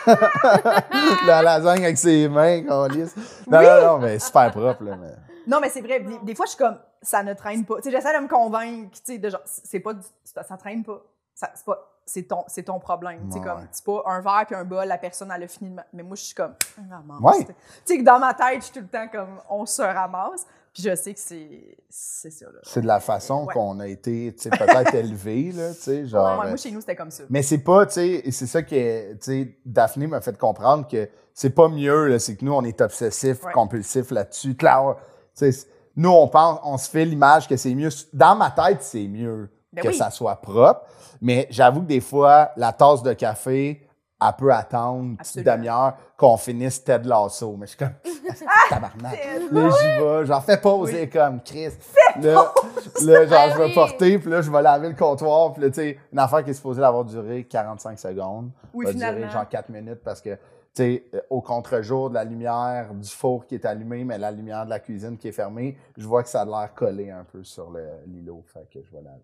D: je- La lasagne avec ses mains, qu'on lisse. Non,
B: Oui.
D: non, non, mais super propre, là. mais-
B: Non, mais c'est vrai. Des, des fois, je suis comme, ça ne traîne pas. Tu sais, j'essaie de me convaincre, tu sais, de genre, c'est pas, du- c'est pas- ça traîne pas. Ça, c'est pas, c'est ton, c'est ton problème. Tu sais,
D: Ouais,
B: comme,
D: ouais.
B: c'est pas un verre puis un bol, la personne, elle a fini de ma- Mais moi, je suis comme, Ah, ramasse.
D: Ouais.
B: Tu sais, que dans ma tête, je suis tout le temps comme, on se ramasse. Puis je sais que c'est, c'est ça, là.
D: C'est de la façon
B: Ouais.
D: qu'on a été, tu sais, peut-être élevé, là, tu sais, genre.
B: Ouais,
D: euh,
B: moi, chez nous, c'était comme ça.
D: Mais c'est pas, tu sais, et c'est ça que, tu sais, Daphné m'a fait comprendre que c'est pas mieux, là, c'est que nous, on est obsessif,
B: Ouais.
D: compulsif là-dessus. Claire, tu sais, nous, on pense, on se fait l'image que c'est mieux. Dans ma tête, c'est mieux
B: Ben
D: que
B: oui.
D: ça soit propre. Mais j'avoue que des fois, la tasse de café, elle peut attendre une petite
B: Absolument.
D: demi-heure qu'on finisse Ted Lasso. Mais je suis
B: <laughs>
D: comme, Ah, tabarnak. Là, j'y vais, j'en fais poser comme Chris. Là, là, genre, je
C: Ben
D: vais
C: oui.
D: porter, puis là, je vais laver le comptoir, puis là, tu sais, une affaire qui est supposée avoir duré 45 secondes.
B: Oui,
D: va
B: finalement.
D: durer genre 4 minutes parce que, tu sais, euh, au contre-jour de la lumière du four qui est allumée, mais la lumière de la cuisine qui est fermée, je vois que ça a l'air collé un peu sur le- l'îlot, fait que je vais laver.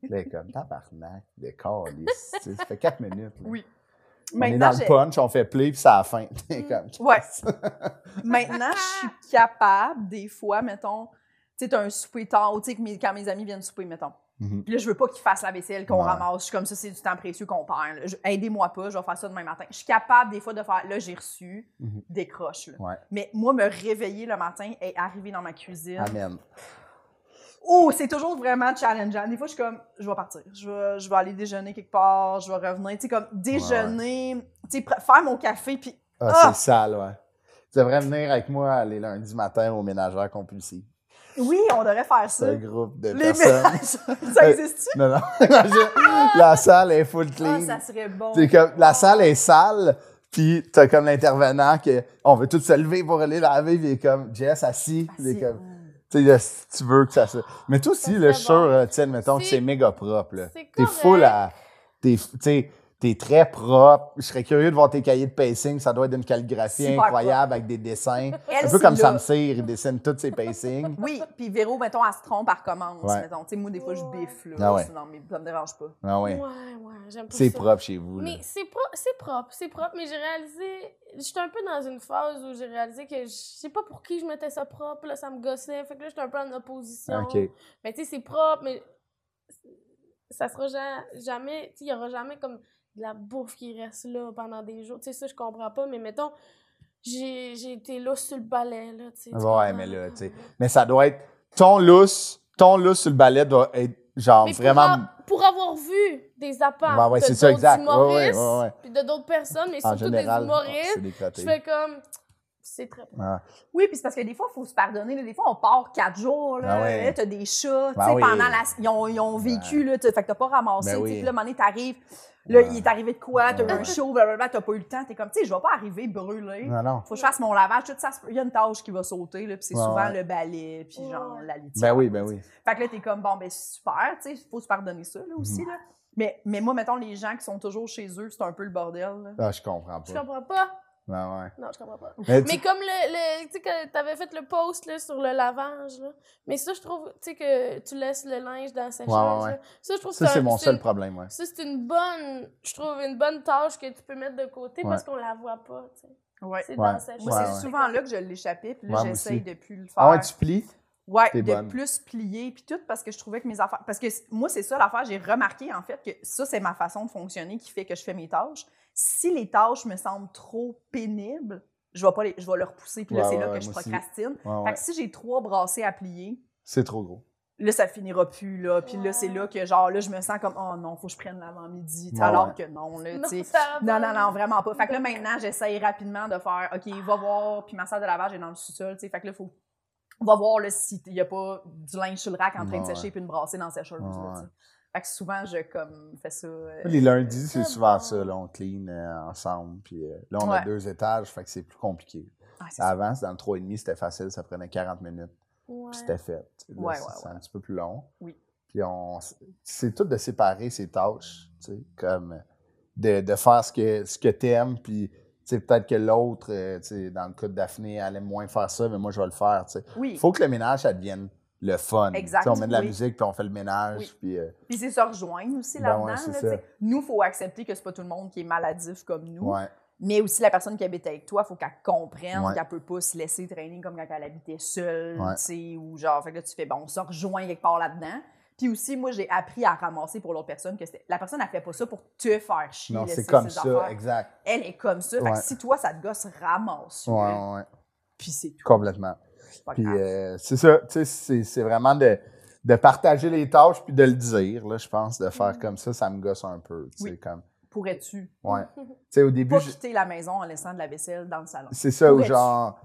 D: Puis Là, elle est comme tabarnak, décor, ça fait 4 minutes. là.
B: Oui.
D: On est dans le
B: j'ai- Mm.
D: punch, on fait play, puis ça a faim. <laughs> T'es comme,
B: Ouais. <laughs> Maintenant, je suis capable, des fois, mettons, tu sais, t'as un souper tard, ou tu sais, que mes- quand mes amis viennent souper, mettons.
D: Mhm.
B: Puis là, je veux pas qu'ils fassent la vaisselle, qu'on
D: Ouais.
B: ramasse. Je suis comme ça, c'est du temps précieux qu'on perd. là. Je- Aidez-moi pas, je vais faire ça demain matin. Je suis capable, des fois, de faire, là, j'ai reçu,
D: Mhm.
B: décroche. là.
D: Ouais.
B: Mais moi, me réveiller le matin et arriver dans ma cuisine,
D: Amen.
B: Oh, c'est toujours vraiment challengeant. Des fois, je suis comme, je vais partir. Je vais, je vais aller déjeuner quelque part. Je vais revenir. Tu sais, comme déjeuner, tu sais, pr- faire mon café. Puis,
D: Ah,
B: Ah!
D: c'est sale, ouais. Tu devrais venir avec moi les lundis matin aux ménageurs compulsifs.
B: oui, on devrait faire
D: C'est
B: ça.
D: un groupe de
B: Les Euh,
D: personnes.
B: ménages, <laughs> ça existe-tu?
D: non, <laughs> non. Je- la salle est full
B: Ah,
D: clean.
B: ça serait bon.
D: T'es comme, la salle est sale, puis t'as comme l'intervenant que on veut tous se lever pour aller laver, puis il est comme Jess assis.
B: Ah,
D: il est
B: c'est-
D: comme, tu sais, là, si tu veux que ça se. Mais toi
C: Ça
D: aussi, là, je
C: serait
D: suis sûr,
C: bon.
D: euh, tu sais, mettons que
C: C'est-
D: c'est méga propre. là.
C: C'est
D: T'es
C: correct.
D: full à. T'es, tu sais, t'es très propre. Je serais curieux de voir tes cahiers de pacing. Ça doit être d'une calligraphie
B: Super
D: incroyable avec des dessins.
B: Elle,
D: Un peu
B: c'est
D: comme
B: là.
D: Sam Cyr, il dessine tous ses pacings.
B: Oui, puis Véro, mettons, elle se trompe, elle recommence.
D: Ouais.
B: Mettons, tu sais, moi, des fois, je biffe, là.
D: Ah ouais.
B: Sinon, mais ça me dérange pas.
D: Ah
C: Ouais,
D: ouais.
C: ouais, j'aime pas
D: C'est
C: ça.
D: propre chez vous. là.
C: Mais c'est pro- c'est propre, c'est propre, mais j'ai réalisé. J'étais un peu dans une phase où j'ai réalisé que je sais pas pour qui je mettais ça propre, là, ça me gossait. Fait que là, j'étais un peu en opposition.
D: OK.
C: Mais tu sais, c'est propre, mais ça sera ja- jamais. Tu sais, il y aura jamais comme de la bouffe qui reste là pendant des jours. Tu sais, ça, je comprends pas, mais mettons, j'ai j'ai été là sur le balai, là. tu sais, tu
D: Ouais,
C: comprends?
D: mais là, tu sais. Mais ça doit être. Ton lousse, ton lousse sur le ballet doit être genre
C: Mais
D: vraiment.
C: pour, a- pour avoir vu des apparts
D: Ouais, ouais,
C: de
D: c'est ça,
C: d'autres
D: exact. Ouais, ouais,
C: humoristes,
D: ouais, ouais.
C: puis de d'autres personnes, mais
D: En
C: surtout
D: général,
C: des
D: oh,
C: humoristes,
D: c'est des
C: je
D: crottés.
C: fais comme... C'est très bon.
D: Ah,
B: Oui, puis c'est parce que des fois, il faut se pardonner. là. Des fois, on part quatre jours. Là,
D: Ah ouais.
B: Là, t'as des chats. tu
D: Ben
B: sais,
D: oui.
B: Pendant la. Ils ont, ils ont vécu. Là, t'as- fait que t'as pas ramassé.
D: Ben
B: tu sais,
D: oui.
B: Puis là, à un moment donné, t'arrives. Là,
D: Ouais.
B: il est arrivé de quoi? T'as eu un
D: Ouais.
B: show, blablabla. T'as pas eu le temps. T'es comme, tu sais, je vais pas arriver brûlé.
D: Non, non.
B: Faut que je fasse mon lavage. Tout ça, se peut. il y a une tâche qui va sauter. Là, puis c'est
D: Ouais,
B: souvent
D: ouais.
B: le balai. Puis genre,
C: Ouais.
B: la litière.
D: Ben oui, ben oui.
B: Fait que là, t'es comme, bon, ben super, tu sais, faut se pardonner ça, là, aussi,
D: Mhm.
B: là. Mais, mais moi, mettons, les gens qui sont toujours chez eux, c'est un peu le bordel, là.
D: Ah, je comprends
C: Je
D: pas.
C: comprends pas.
D: Ben ouais.
C: Non, je comprends pas.
D: Mais tu-
C: Mais comme le, le- tu sais que t'avais fait le post là, sur le lavage là. Mais ça je trouve tu sais que tu laisses le linge dans la sécheuse.
D: Ouais, ouais, ouais.
C: là. Ça je trouve que
D: ça,
C: un-
D: c'est mon seul
C: une-
D: problème, ouais.
C: Ça c'est une bonne je trouve une bonne tâche que tu peux mettre de côté parce qu'on la voit pas, tu sais.
B: Ouais.
C: C'est
D: Ouais.
C: dans la sécheuse.
B: Moi, c'est
D: ouais.
B: souvent là que je l'échappais, puis là,
D: Ouais, moi
B: j'essaye
D: aussi.
B: de plus le faire.
D: Ah ouais, tu plies?
B: Ouais,
D: t'es
B: de
D: bonne.
B: plus plier, puis tout, parce que je trouvais que mes affaires. Parce que c- moi, c'est ça l'affaire, j'ai remarqué, en fait, que ça, c'est ma façon de fonctionner qui fait que je fais mes tâches. Si les tâches me semblent trop pénibles, je vais, pas les- je vais le repousser. Puis là,
D: Ouais,
B: c'est
D: ouais,
B: là
D: ouais,
B: que je
D: moi aussi.
B: procrastine.
D: Ouais, ouais.
B: Fait que si j'ai trois brassées à plier,
D: C'est trop gros.
B: là, ça finira plus, là. Puis là, c'est
C: Ouais.
B: là que, genre, là, je me sens comme, oh non, faut que je prenne l'avant-midi. tu sais,
D: Ouais,
B: alors
D: ouais.
B: que non, là,
C: Non,
B: tu sais.
C: ça
B: Non,
C: va.
B: non, non, vraiment pas. Fait que là, maintenant, j'essaye rapidement de faire, OK, va voir, puis ma salle de lavage est dans le sous-sol, tu sais. Fait que là, faut. Va voir là, s'il n'y a pas du linge sur le rack en train de
D: Ouais,
B: sécher puis une brassée dans la sécheuse. là,
D: Ouais,
B: tu sais. Fait que souvent, je comme, fais ça. euh,
D: Les lundis, c'est
C: C'est
D: souvent
C: bon.
D: ça. Là, on clean euh, ensemble. Puis euh, là, on a
B: Ouais.
D: deux étages, fait que c'est plus compliqué.
B: ah, c'est ça.
D: Avant, c'est dans le 3,5, c'était facile, ça prenait 40 minutes.
C: Ouais.
D: puis c'était fait. Là,
B: Ouais,
D: c'est
B: ouais,
D: c'est un petit peu plus long.
B: Oui.
D: Puis on, c'est tout de séparer ses tâches, tu sais, comme de, de faire ce que, ce que t'aimes, puis tu sais, peut-être que l'autre, euh, tu sais, dans le cas de Daphné, elle aime moins faire ça, mais moi, je vais le faire, tu sais.
B: Oui.
D: faut que le ménage, ça devienne le fun.
B: Exact,
D: Tu sais, on met de la
B: oui.
D: musique, puis on fait le ménage,
B: Oui.
D: puis... euh,
B: Puis c'est se rejoindre aussi
D: Ben
B: là-dedans.
D: ouais,
B: là,
D: c'est
B: tu
D: ça.
B: sais. nous, il faut accepter que c'est pas tout le monde qui est maladif comme nous.
D: ouais,
B: Mais aussi la personne qui habite avec toi, il faut qu'elle comprenne
D: Ouais.
B: qu'elle peut pas se laisser traîner comme quand elle habitait seule,
D: Ouais.
B: tu sais, ou genre, fait que là, tu fais, bon, on se rejoint quelque part là-dedans. Puis aussi, moi, j'ai appris à ramasser pour l'autre personne que c'était- la personne, elle fait pas ça pour te faire chier.
D: non,
B: laisser
D: c'est comme
B: ses
D: ça,
B: affaires.
D: exact.
B: Elle est comme ça. Fait
D: Ouais.
B: que si toi, ça te gosse, ramasse.
D: Ouais, ouais, ouais,
B: Puis c'est tout.
D: complètement.
B: c'est pas
D: Puis
B: grave.
D: euh, c'est ça, tu sais, c'est- c'est vraiment de, de partager les tâches puis de le dire, là, je pense, de faire comme ça, ça me gosse un peu, tu sais,
B: Oui.
D: comme...
B: Pourrais-tu
D: Ouais. Tu sais, au début,
B: pas
D: je-
B: quitter la maison en laissant de la vaisselle dans le salon?
D: c'est ça où
B: pourrais-tu?
D: genre,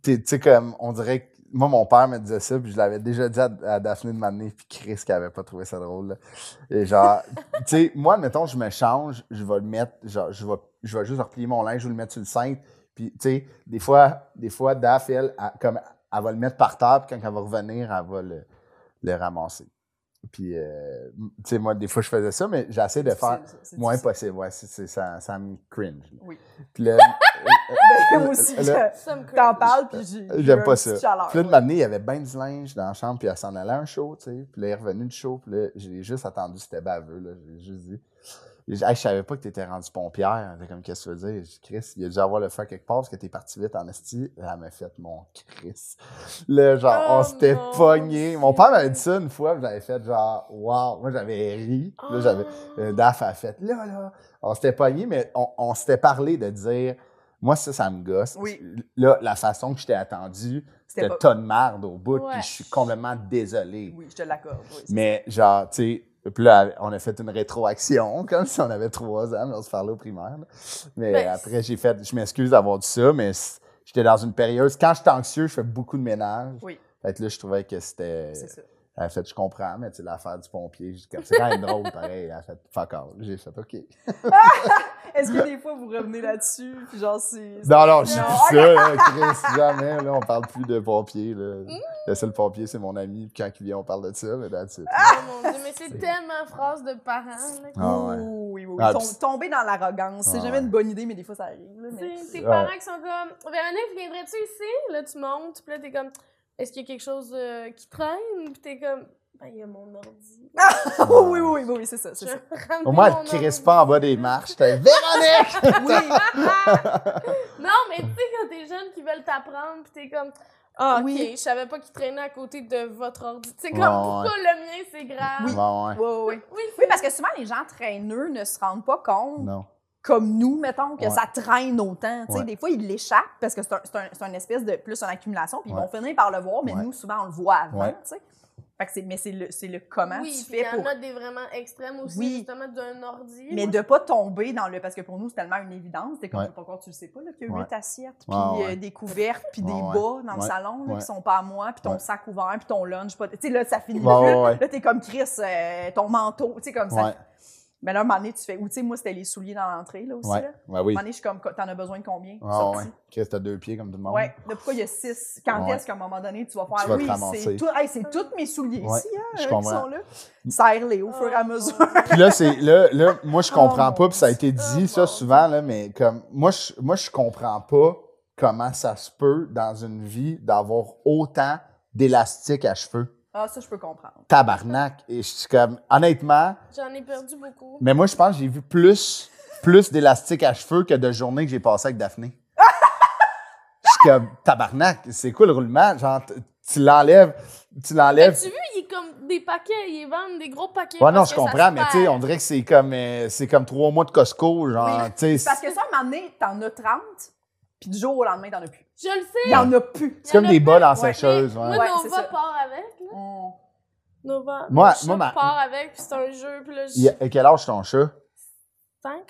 D: t'es- tu sais, comme, on dirait que. Moi, mon père me disait ça, puis je l'avais déjà dit à, à Daphné de m'amener, puis Chris qui avait pas trouvé ça drôle. là. Et genre, tu sais, moi, admettons, je me change, je vais le mettre, genre, je vais, je vais juste replier mon linge, je vais le mettre sur le cintre. Puis, tu sais, des fois, des fois, Daph, elle, elle- comme, elle va le mettre par terre, puis quand elle va revenir, elle va le, le ramasser. Puis, euh, tu sais, moi, des fois, je faisais ça, mais j'essaie de faire
B: C'est- c'est
D: moins
B: difficile.
D: possible. Ouais, c'est- c'est- ça, ça me cringe. là.
B: Oui.
D: Puis
B: <laughs>
D: là, euh,
B: Ben, <laughs> moi aussi,
D: Là- euh,
B: je-
C: Ça me
B: t'en
C: craint.
B: parles, puis j'ai j'ai
D: J'aime
B: eu
D: pas
B: un
D: ça.
B: petit chaleur,
D: Puis là, de
B: ouais.
D: m'amener, il y avait ben du linge dans la chambre, puis elle s'en allait à un show, tu sais. Puis là, elle est revenue du show, puis là, j'ai juste attendu, c'était baveux, là. J'ai juste dit. j'ai- Hey, je savais pas que t'étais rendu pompière. Elle était comme, qu'est-ce que tu veux dire? J'ai dit, Chris, il a dû avoir le feu quelque part parce que t'es parti vite en esti. Elle m'a fait mon Chris. Là, genre,
C: Oh
D: on s'était
C: mon
D: pogné. Mon
C: Dieu.
D: père m'avait dit ça une fois, puis j'avais fait genre, waouh. Moi, j'avais ri. Puis Là, j'avais.
C: Oh,
D: Euh, Daf a fait là, là. On s'était pogné, mais on, on s'était parlé de dire moi, ça, ça me gosse.
B: Oui.
D: Là, la façon que je t'ai attendu,
B: C'était
D: c'était
B: pas...
D: tas de merde au bout,
C: Ouais.
D: puis je suis complètement désolé.
B: Oui, je te l'accorde. oui, c'est-
D: Mais genre, tu sais, puis là, on a fait une rétroaction, <laughs> comme si on avait trois ans, mais on se parlait au primaire. là. Mais
C: Ben,
D: après, j'ai fait, je m'excuse d'avoir dit ça, mais c- j'étais dans une période. Quand j'étais anxieux, je fais beaucoup de ménage.
B: Oui.
D: Fait que là, je trouvais que c'était.
B: c'est ça.
D: Elle a fait, je comprends, mais tu sais, l'affaire du pompier, j'ai comme, c'est quand même drôle, pareil. Elle a fait, fuck off. J'ai fait, OK.
B: Est-ce que des fois vous revenez là-dessus, puis genre c'est.
D: Non, non, j'ai
B: Non.
D: plus ça, là, Chris, jamais, là, on parle plus de pompier, là.
B: Mm.
D: Le seul pompier, c'est mon ami, puis quand il vient, on parle de ça, mais là, tu
B: Ah.
C: Oh mon Dieu, mais
D: <laughs>
C: c'est tellement phrase de parents. là.
D: Ah ouais.
B: Ouh, oui, oui, oui.
D: Ah,
B: Tom-
D: puis-
B: tomber dans l'arrogance, c'est
D: Ah
B: jamais
D: ouais.
B: une bonne idée, mais des fois ça arrive. là,
C: Tu
B: mais-
C: sais, Tes
D: Ouais.
C: parents qui sont comme Véronique, viendrais-tu ici? Là, tu montes, puis là, t'es comme Est-ce qu'il y a quelque chose euh, qui traîne? Puis t'es comme Ben, il y a mon ordi.
B: Oh, <laughs> <laughs> oui, oui, oui, oui, c'est ça, c'est
C: Je
B: ça.
C: vais ramener
D: Au moins,
C: mon
D: elle te crisse
C: ordi.
D: pas en bas des marches, t'es Véronique!
B: Oui,
C: <laughs> Non, mais tu sais, quand t'es jeune, qui veulent t'apprendre, puis t'es comme <laughs> Ah, ok,
B: Oui.
C: je savais pas qu'il traînait à côté de votre ordi. Tu sais, comme
D: Ouais, ouais.
C: pourquoi le mien, c'est grave?
B: Oui.
D: Bon, ouais.
B: oui, oui, oui.
C: Oui,
B: Oui, parce que souvent les gens traîneux ne se rendent pas compte,
D: Non.
B: comme nous, mettons, que
D: Ouais.
B: ça traîne autant. Tu sais,
D: Ouais.
B: Des fois, ils l'échappent parce que c'est un, c'est un- c'est une espèce de plus une accumulation, puis
D: Ouais.
B: ils vont finir par le voir, mais
D: Ouais.
B: nous, souvent, on le voit avant.
D: Ouais.
B: tu sais. Fait que c'est- mais c'est le, c'est le comment
C: oui,
B: tu
C: puis il
B: fais
C: y en
B: pour
C: a des vraiment extrêmes aussi,
B: Oui.
C: justement, d'un ordi.
B: Mais
C: Moi,
B: de pas tomber dans le. Parce que pour nous, c'est tellement une évidence. C'est comme,
D: Ouais.
B: je sais pas encore, tu le sais pas, là, qu'il y a
D: Ouais.
B: huit assiettes, puis
D: Ouais, ouais. Ah
B: euh, des couvertes, puis des
D: Ouais, ouais.
B: bas dans le
D: Ouais,
B: salon là,
D: ouais.
B: qui sont pas à moi, puis ton
D: Ouais.
B: sac ouvert, puis ton lunch. pas- Tu sais, là, ça finit
D: Ouais,
B: plus.
D: ouais, ouais.
B: Là, t'es comme Chris, euh, ton manteau, tu sais, comme ça.
D: Ouais.
B: Mais là, un moment donné, tu fais. Ou tu sais, moi, c'était les souliers dans l'entrée, là aussi.
D: Ouais.
B: Là.
D: Ouais,
B: Un
D: oui.
B: moment donné, je suis comme, t'en as besoin de combien?
D: Ah,
B: sorti?
D: ouais. Chris, t'as deux pieds comme tout le monde.
B: Ouais. Là, pourquoi il y a six? Quand
D: Ouais.
B: est-ce qu'à un moment donné, tu vas
D: Tu
B: faire
D: vas te
B: oui,
D: ramasser.
B: c'est tout, hey, c'est tous mes souliers
D: Ouais,
B: ici, hein,
D: je
B: euh, qui
D: comprends. Mm.
B: sont là. Serre-les au fur et à
C: Oh, mon
B: mesure. <laughs>
C: Dieu.
D: Puis là, c'est, là, là, moi, je
B: Oh,
D: comprends
B: mon
D: pas, puis ça a
B: Dieu.
D: été dit,
C: Oh,
D: ça,
C: mon
D: souvent, là, mais comme, moi, je, moi, je comprends pas comment ça se peut, dans une vie, d'avoir autant d'élastique à cheveux.
B: Ah, ça, je peux comprendre.
D: Tabarnak! Et je suis comme, honnêtement,
C: J'en ai perdu beaucoup.
D: Mais moi, je pense que j'ai vu plus, plus d'élastique à cheveux que de journées que j'ai passées avec Daphné. je suis comme, tabarnak, c'est quoi le roulement? Genre, t- tu l'enlèves, tu l'enlèves.
C: As-tu vu, il est comme des paquets, ils vendent des gros paquets.
D: Ouais, non,
C: parce
D: je
C: que ça
D: comprends,
C: se
D: mais tu sais,
C: perd.
D: on dirait que c'est comme, euh, c'est comme trois mois de Costco, genre,
B: Oui.
D: tu sais.
B: C'est Parce que ça, à un moment donné, t'en as 30, Puis du jour au lendemain, t'en as plus.
C: Je le
B: Il
C: sais!
B: y en a plus.
D: C'est comme
C: Il y en a
D: des bols en
B: plus, ouais,
D: sécheuse.
C: mais
D: ouais.
C: Moi,
B: Ouais, c'est
C: Nova
B: ça.
C: part avec. là.
B: On-
C: Nova.
D: Moi-
C: mon chat
D: moi, ma-
C: part avec, puis c'est un jeu, puis là, je.
D: Il y a- à quel âge ton chat?
C: Cinq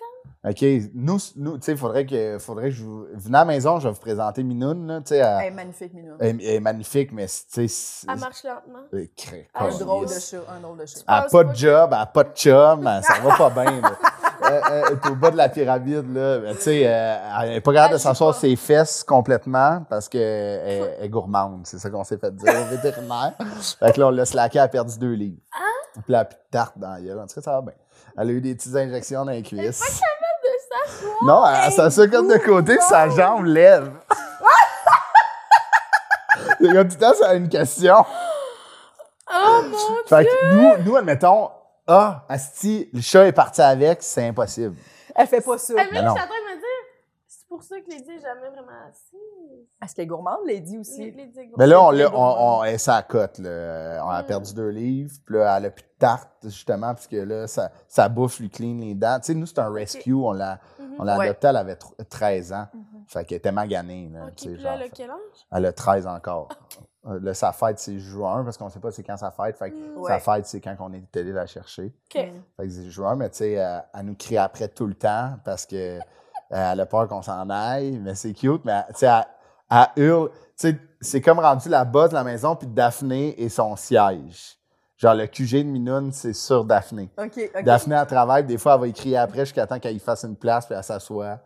D: OK. Nous, nous tu sais, faudrait que, faudrait que je vous. Venez à la maison, je vais vous présenter Minoun, là, tu sais. elle-
B: Hey, magnifique, Minoune.
D: Elle, elle est magnifique, mais c'est- tu sais. c'est-
C: Elle marche
D: <laughs>
C: lentement.
D: euh, crée-
B: Un
D: calisse.
B: drôle de chat, un drôle de chat.
D: Elle n'a
C: pense
D: pas
C: pas
D: de
C: que-
D: job, elle n'a pas de chum, elle- ça va pas
C: <laughs>
D: bien. là. Elle- Elle elle est au bas de la pyramide, là. Mais Tu sais, euh, elle n'est pas
C: Elle
D: capable de
C: joue
D: s'asseoir
C: Ah, pas.
D: ses fesses complètement parce qu'elle elle est gourmande. C'est ça qu'on s'est fait dire au vétérinaire. Fait que là, on l'a slacké, elle a perdu deux livres.
C: Ah!
D: Puis là, elle a plus de tarte dans la gueule. En tout cas, ça va bien. Elle a eu des petites injections dans les cuisses. Non, elle, elle s'assoit comme de côté, sa
C: <laughs>
D: jambe lève. C'est comme tout le temps, ça a une question.
C: Oh mon
D: Fait que nous, nous, admettons, ah, Asti, le chat est parti avec, c'est impossible.
B: Elle fait pas ça.
C: dieu! Elle
D: Ben
C: je suis en
D: non.
C: train de me dire, c'est pour ça que Lady n'est jamais vraiment assise.
B: Parce qu'elle est gourmande, Lady aussi.
C: Lady est grosse.
D: Mais là, on, l'a-
B: très
D: on,
B: bon.
D: on, elle, ça cote, là. Euh, On a
C: Mm.
D: perdu deux livres, puis là, elle a plus de tarte, justement, parce que là, sa, sa bouffe lui clean les dents. Tu sais, nous, c'est un rescue, on l'a
C: Mhm.
D: on l'a
B: Ouais.
D: adoptée, elle avait tr- 13 ans.
B: Mhm.
D: Fait qu'elle était maganée, là.
C: Ok,
D: tu sais,
C: puis là,
D: genre,
C: elle a
D: fait-
C: quel âge?
D: elle a 13 encore. Euh, Là, sa fête, c'est juin, parce qu'on sait pas c'est quand sa fête. Fait que
C: Hmm.
B: Ouais.
D: sa fête, c'est quand on est allé la chercher.
C: Ok.
D: Fait que c'est joueur, mais tu sais, euh, elle nous crie après tout le temps parce que euh, elle a peur qu'on s'en aille, mais c'est cute, mais tu sais, elle, elle hurle. Tu sais, c'est comme rendu la bosse de la maison, puis Daphné et son siège. Genre, le QG de Minoune, c'est sur Daphné.
B: OK, OK.
D: Daphné, elle travaille, des fois, elle va y crier après jusqu'à temps qu'elle y fasse une place, puis elle s'assoit,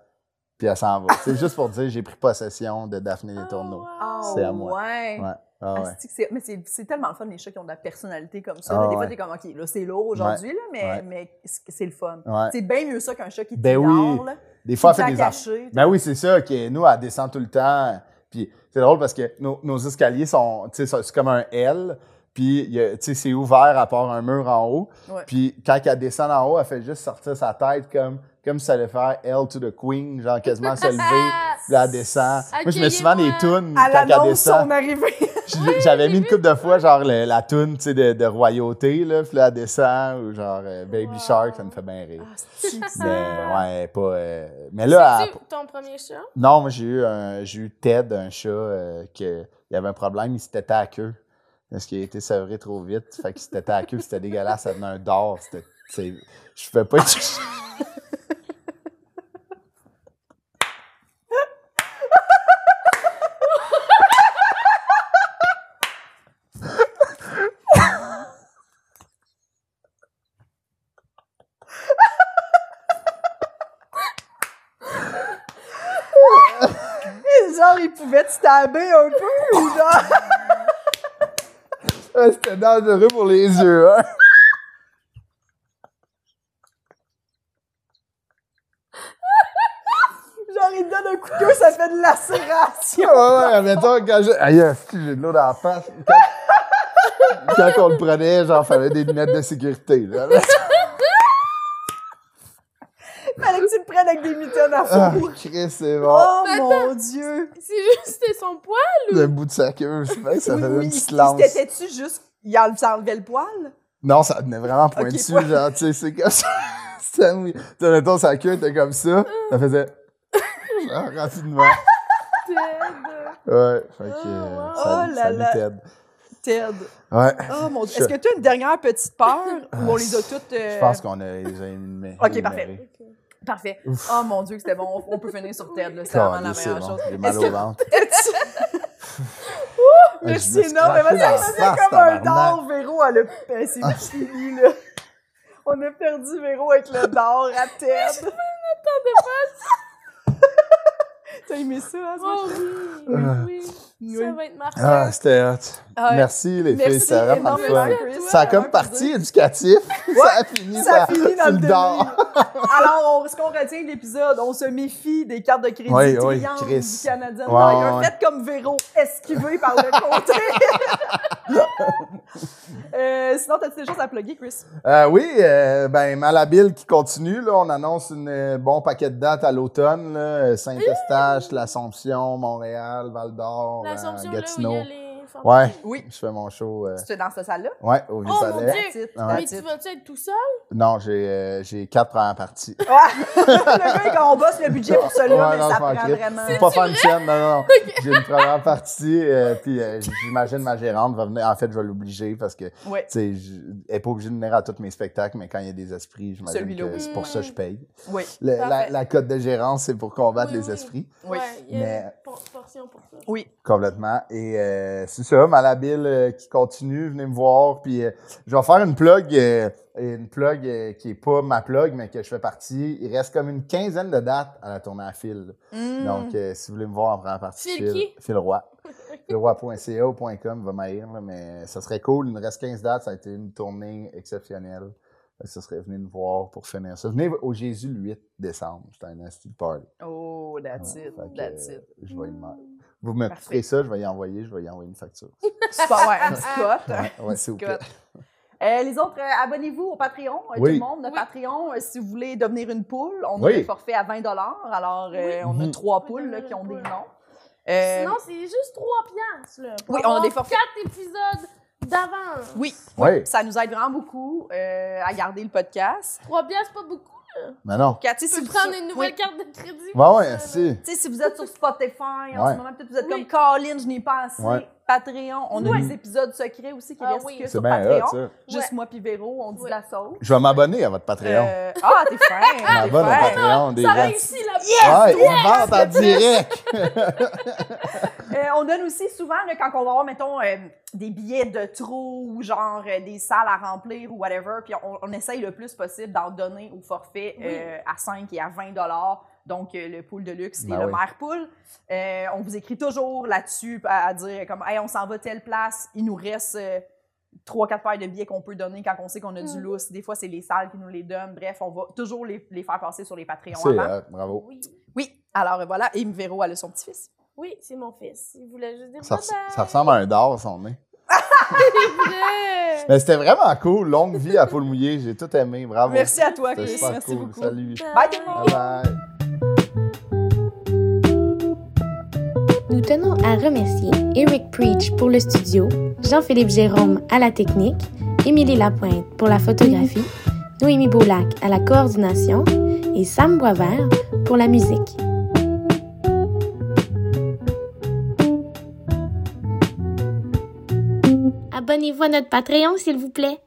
D: puis elle s'en va. c'est juste pour dire, j'ai pris possession de Daphné Les Tourneaux.
C: Oh, wow.
D: C'est à moi.
B: Ah Ouais.
D: Ouais. Ah ouais.
B: Asti que c'est- Mais c'est c'est tellement le fun, les chats qui ont de la personnalité comme ça.
D: Ah
B: là. des
D: ouais.
B: fois, t'es comme, OK, là, c'est lourd aujourd'hui, là, mais,
D: Ouais.
B: mais c'est c'est le fun.
D: Ouais.
B: C'est bien mieux ça qu'un chat qui te
D: Ben oui.
B: dort, là,
D: Des fois,
B: qui
D: elle
B: t'a
D: fait des affaires.
B: caché.
D: Ben oui, c'est ça. que Nous, elle descend tout le temps. Puis c'est drôle parce que nos, nos escaliers sont, tu sais, ça- c'est comme un L. Puis il y a- tu sais, c'est ouvert à part un mur en haut.
B: Ouais.
D: Puis quand elle descend en haut, elle fait juste sortir sa tête comme, comme si ça allait faire L to the Queen, genre quasiment se lever. Puis là, elle descend. Moi, je mets souvent des
C: Accueillez-moi.
D: tunes
B: À
D: quand elle
B: l'annonce,
D: <laughs> descend.
B: son arrivée. <laughs>
D: J'ai- J'avais mis une couple de fois, genre le- la tune tu sais, de, de royauté, là, puis là, elle descend, ou genre euh, Baby
C: Wow.
D: Shark, ça me fait bien rire.
B: Asti Ah, que c'est-
D: Mais ouais, pas. euh, Mais là, elle-
C: C'est-tu ton premier chat?
D: non, moi, j'ai eu, un, j'ai eu Ted, un chat, euh, que, il avait un problème, il se tétait à la queue. Parce qu'il a été sevré trop vite. Fait qu'il se tétait à la queue, puis c'était dégueulasse, ça venait un d'or. C'était, c'est- je fais pas. <laughs>
B: Genre, il pouvait te stabber un peu, ou genre...
D: Ah, c'était dangereux pour les yeux, hein. <laughs>
B: Genre, il te donne un coup de queue, ça fait de lacération. <laughs>
D: Ouais, ouais, mettons, quand je. Aïe, esti, j'ai de l'eau dans la face. Quand, quand on le prenait, genre, fallait des lunettes de sécurité,
B: <laughs>
D: là.
B: Fallait que tu le prennes avec des mitaines à
D: Ah,
B: four.
D: Chris, c'est bon.
B: Oh, mon Dieu!
C: C'est juste c'était son poil?
D: Le bout de sa queue, je sais que ça
B: Oui,
D: faisait
B: oui,
D: une
B: il-
D: petite
B: il
D: lance.
B: se tétait-tu juste... Il enle- ça enlevait le poil?
D: Non, ça venait vraiment point
B: Ok,
D: dessus,
B: ouais.
D: genre, tu sais, c'est comme ça. <laughs> ça mouille. Tu sais, mettons, sa queue était comme ça, ça faisait. <laughs> genre, rapidement.
C: Ted.
D: Ouais, fait que.
C: Oh,
D: euh,
C: wow.
D: salut-
B: Oh là
D: salut,
B: là.
D: Ted.
B: Ted!
D: Ouais.
B: Oh mon Dieu!
D: Je- Ah,
B: Est-ce que tu as une dernière petite peur ou on les a toutes... euh,
D: Je pense qu'on a les a éliminés.
B: Ok, parfait.
D: éliminés.
B: Parfait. Oh mon Dieu, que c'était bon. On peut finir sur Ted, là. C'est
D: Calais,
B: vraiment la
D: c'est
B: meilleure
D: bon.
B: chose.
D: hein. J'ai mal
B: Est-ce
D: au
B: que- <laughs>
D: ventre. Ah, Je me
B: Merci
D: suis
B: énormément.
D: craché dans la
B: C'est
D: face,
B: comme un
D: tabarnak. Ah.
B: dard, Véro. Elle a... Ben, c'est fini, là. On a perdu Véro avec le
D: <laughs>
B: dard à Ted. <laughs> T'as aimé ça, hein, ce
C: Oh
D: <laughs>
B: match?
C: oui, oui. Ça va être marquant.
D: Ah, c'était hot.
B: Ah,
D: Merci, les filles,
B: Merci
D: c'était vraiment le
B: énormément,
D: fun.
B: Chris.
D: Ça a
B: Ouais,
D: comme partie éducatif. <laughs> Ça a fini,
B: Ça finit dans
D: <laughs> sur
B: le demi.
D: dard.
B: Alors, on- ce qu'on retient de l'épisode, on se méfie des cartes de crédit
D: Oui, oui,
B: triangle
D: Chris.
B: du Canadien.
D: Ouais, ouais, ouais.
B: Faites comme Véro, esquivez par le
D: <laughs>
B: contraire. <laughs> euh, sinon, t'as-tu des choses à plugger, Chris?
D: Euh, oui, euh, ben Malhabile qui continue. Là, on annonce un bon paquet de dates à l'automne. là, euh, Saint-Eustache, l'Assomption, Montréal, Val d'Or, euh,
C: Mmh! L'Assomption, là où il
D: Gatineau.
C: y a les performer?
D: Ouais.
B: Oui.
D: Je fais mon show. euh,
B: C'était dans cette salle-là.
D: Ouais, au
C: Oh mon
D: Vieux-Palais.
C: Dieu!
B: That's it,
D: Ah
C: Mais
B: that's
C: tu
B: it.
C: vas-tu être tout seul?
D: Non, j'ai euh, j'ai quatre premières parties.
B: Ouais. <laughs> le
D: <laughs>
B: gars, quand on bosse le budget pour celui-là,
D: Ah Ouais,
B: mais
D: non,
B: ça
D: je m'en
B: prend
D: crée.
B: vraiment.
D: Faut pas faire une tienne,
C: <laughs>
D: non, non. non. J'ai une première partie, euh, puis euh, j'imagine ma gérante va venir. En fait, je vais l'obliger parce que, tu
B: Ouais.
D: sais, je- elle n'est pas obligée de venir à tous mes spectacles, mais quand il y a des esprits, j'imagine
B: Celui-là,
D: que
B: oui.
D: c'est pour ça que je paye.
B: Oui.
D: Le- la,
C: Parfait.
D: la cote de gérance, c'est pour combattre
C: Oui,
D: les
C: oui.
D: esprits,
B: Oui.
C: Ouais, euh, il y a
D: Mais-
C: une por- portion pour ça.
B: Oui.
D: complètement. Et euh, c'est ça, Malabile euh, qui continue, venez me voir. Puis euh, je vais faire une plug, euh, une plug euh, qui n'est pas ma plug, mais que je fais partie. Il reste comme une quinzaine de dates à la tournée à fil.
B: Mm.
D: Donc, euh, si vous voulez me voir en première partie,
C: Hmm. Phil qui? <laughs>
D: Phil Roy. Philroy.ca ou .com, il va m'haïr, là, mais ça serait cool. Il nous reste 15 dates, ça a été une tournée exceptionnelle. Fait que Ça serait venez nous voir pour finir ça. Venez au Jésus le 8 décembre, c'est un nasty party.
B: Oh, that's
D: Ouais,
B: it,
D: fait que,
B: that's
D: euh,
B: it.
D: Je vais y demander. Vous me
B: Parfait.
D: ferez ça, je vais y envoyer, je vais y envoyer une facture.
B: <laughs> Super, ouais,
C: <laughs>
B: un petit cote.
D: Ouais, ouais, s'il vous plaît.
B: Scott. Euh, les autres, euh, abonnez-vous au Patreon, euh, tout
D: Oui.
B: le monde. Notre
C: Oui.
B: Patreon, euh, si vous voulez devenir une poule, on
D: Oui.
B: a des forfaits à 20 Alors, euh,
D: Oui.
B: on a
D: Mhm.
B: trois
C: Oui,
B: poules là,
C: devenir
B: qui ont
C: une
B: des
C: poule.
B: noms. Euh,
C: Sinon, c'est juste 3 piastres. Là, pour
B: Oui, on a
C: avoir
B: des forfaits.
C: quatre épisodes d'avance.
B: oui,
D: Oui,
B: ça nous aide vraiment beaucoup euh, à garder le podcast.
C: 3 piastres, pas beaucoup.
D: mais non.
B: Cathy,
C: Tu
B: si
C: peux
B: vous,
C: prendre une nouvelle
B: oui.
C: carte de crédit.
D: Ben
C: pour
D: ouais,
C: ça, là.
D: si.
B: Tu sais, si vous êtes sur Spotify en
D: Ouais.
B: ce moment, peut-être vous êtes comme
C: Oui.
B: Colin, je n'ai pas assez.
D: Ouais.
B: Patreon, on a
D: Oui.
B: des épisodes secrets aussi qui
C: Ah
B: restent
C: oui.
B: que
D: C'est
B: sur
D: bien hot,
B: Patreon.
D: ça.
B: Juste moi puis Véro, on dit
C: Oui.
B: la sauce.
D: Je vais m'abonner à votre Patreon.
B: Euh, ah, t'es
D: <laughs>
B: fin! t'es
D: Je m'abonne au
B: fin.
D: Patreon. Des
C: Ça
D: gens-
C: réussit la
D: Ouais, on vente en direct.
B: Euh, on donne aussi souvent, là, quand on va avoir, mettons, euh, des billets de trop ou genre euh, des salles à remplir ou whatever, puis on, on essaye le plus possible d'en donner au forfait
C: Oui.
B: euh, à 5 et à 20 donc euh, le pool de luxe
D: Ben
B: et le
D: oui.
B: maire pool. Euh, on vous écrit toujours là-dessus à, à dire comme hey, on s'en va telle place, il nous reste euh, trois, quatre paires de billets qu'on peut donner quand on sait qu'on a du
C: Mm.
B: lousse. Des fois, c'est les salles qui nous les donnent. Bref, on va toujours les, les faire passer sur les Patreons
D: C'est euh,
B: avant.
D: hot, bravo.
C: Oui,
B: Oui, alors euh, voilà, et Véro, elle a son petit-fils.
C: oui c'est mon fils. Il voulait juste dire
D: Ça, res-
C: bye-bye.
D: ça ressemble à un dard, son nez.
C: C'est vrai.
D: Mais c'était vraiment cool. Longue vie à Paul Mouillé. J'ai tout aimé. Bravo.
B: Merci à toi,
D: Ah, C'était
B: Chris.
D: super
B: Merci
D: cool.
B: beaucoup.
D: Salut.
B: Bye tout le monde.
D: Bye bye.
E: Nous tenons à remercier Eric Preach pour le studio, Jean-Philippe Jérôme à la technique, Émilie Lapointe pour la photographie, Noémie Boulac à la coordination et Sam Boisvert pour la musique. Abonnez-vous à notre Patreon, s'il vous plaît.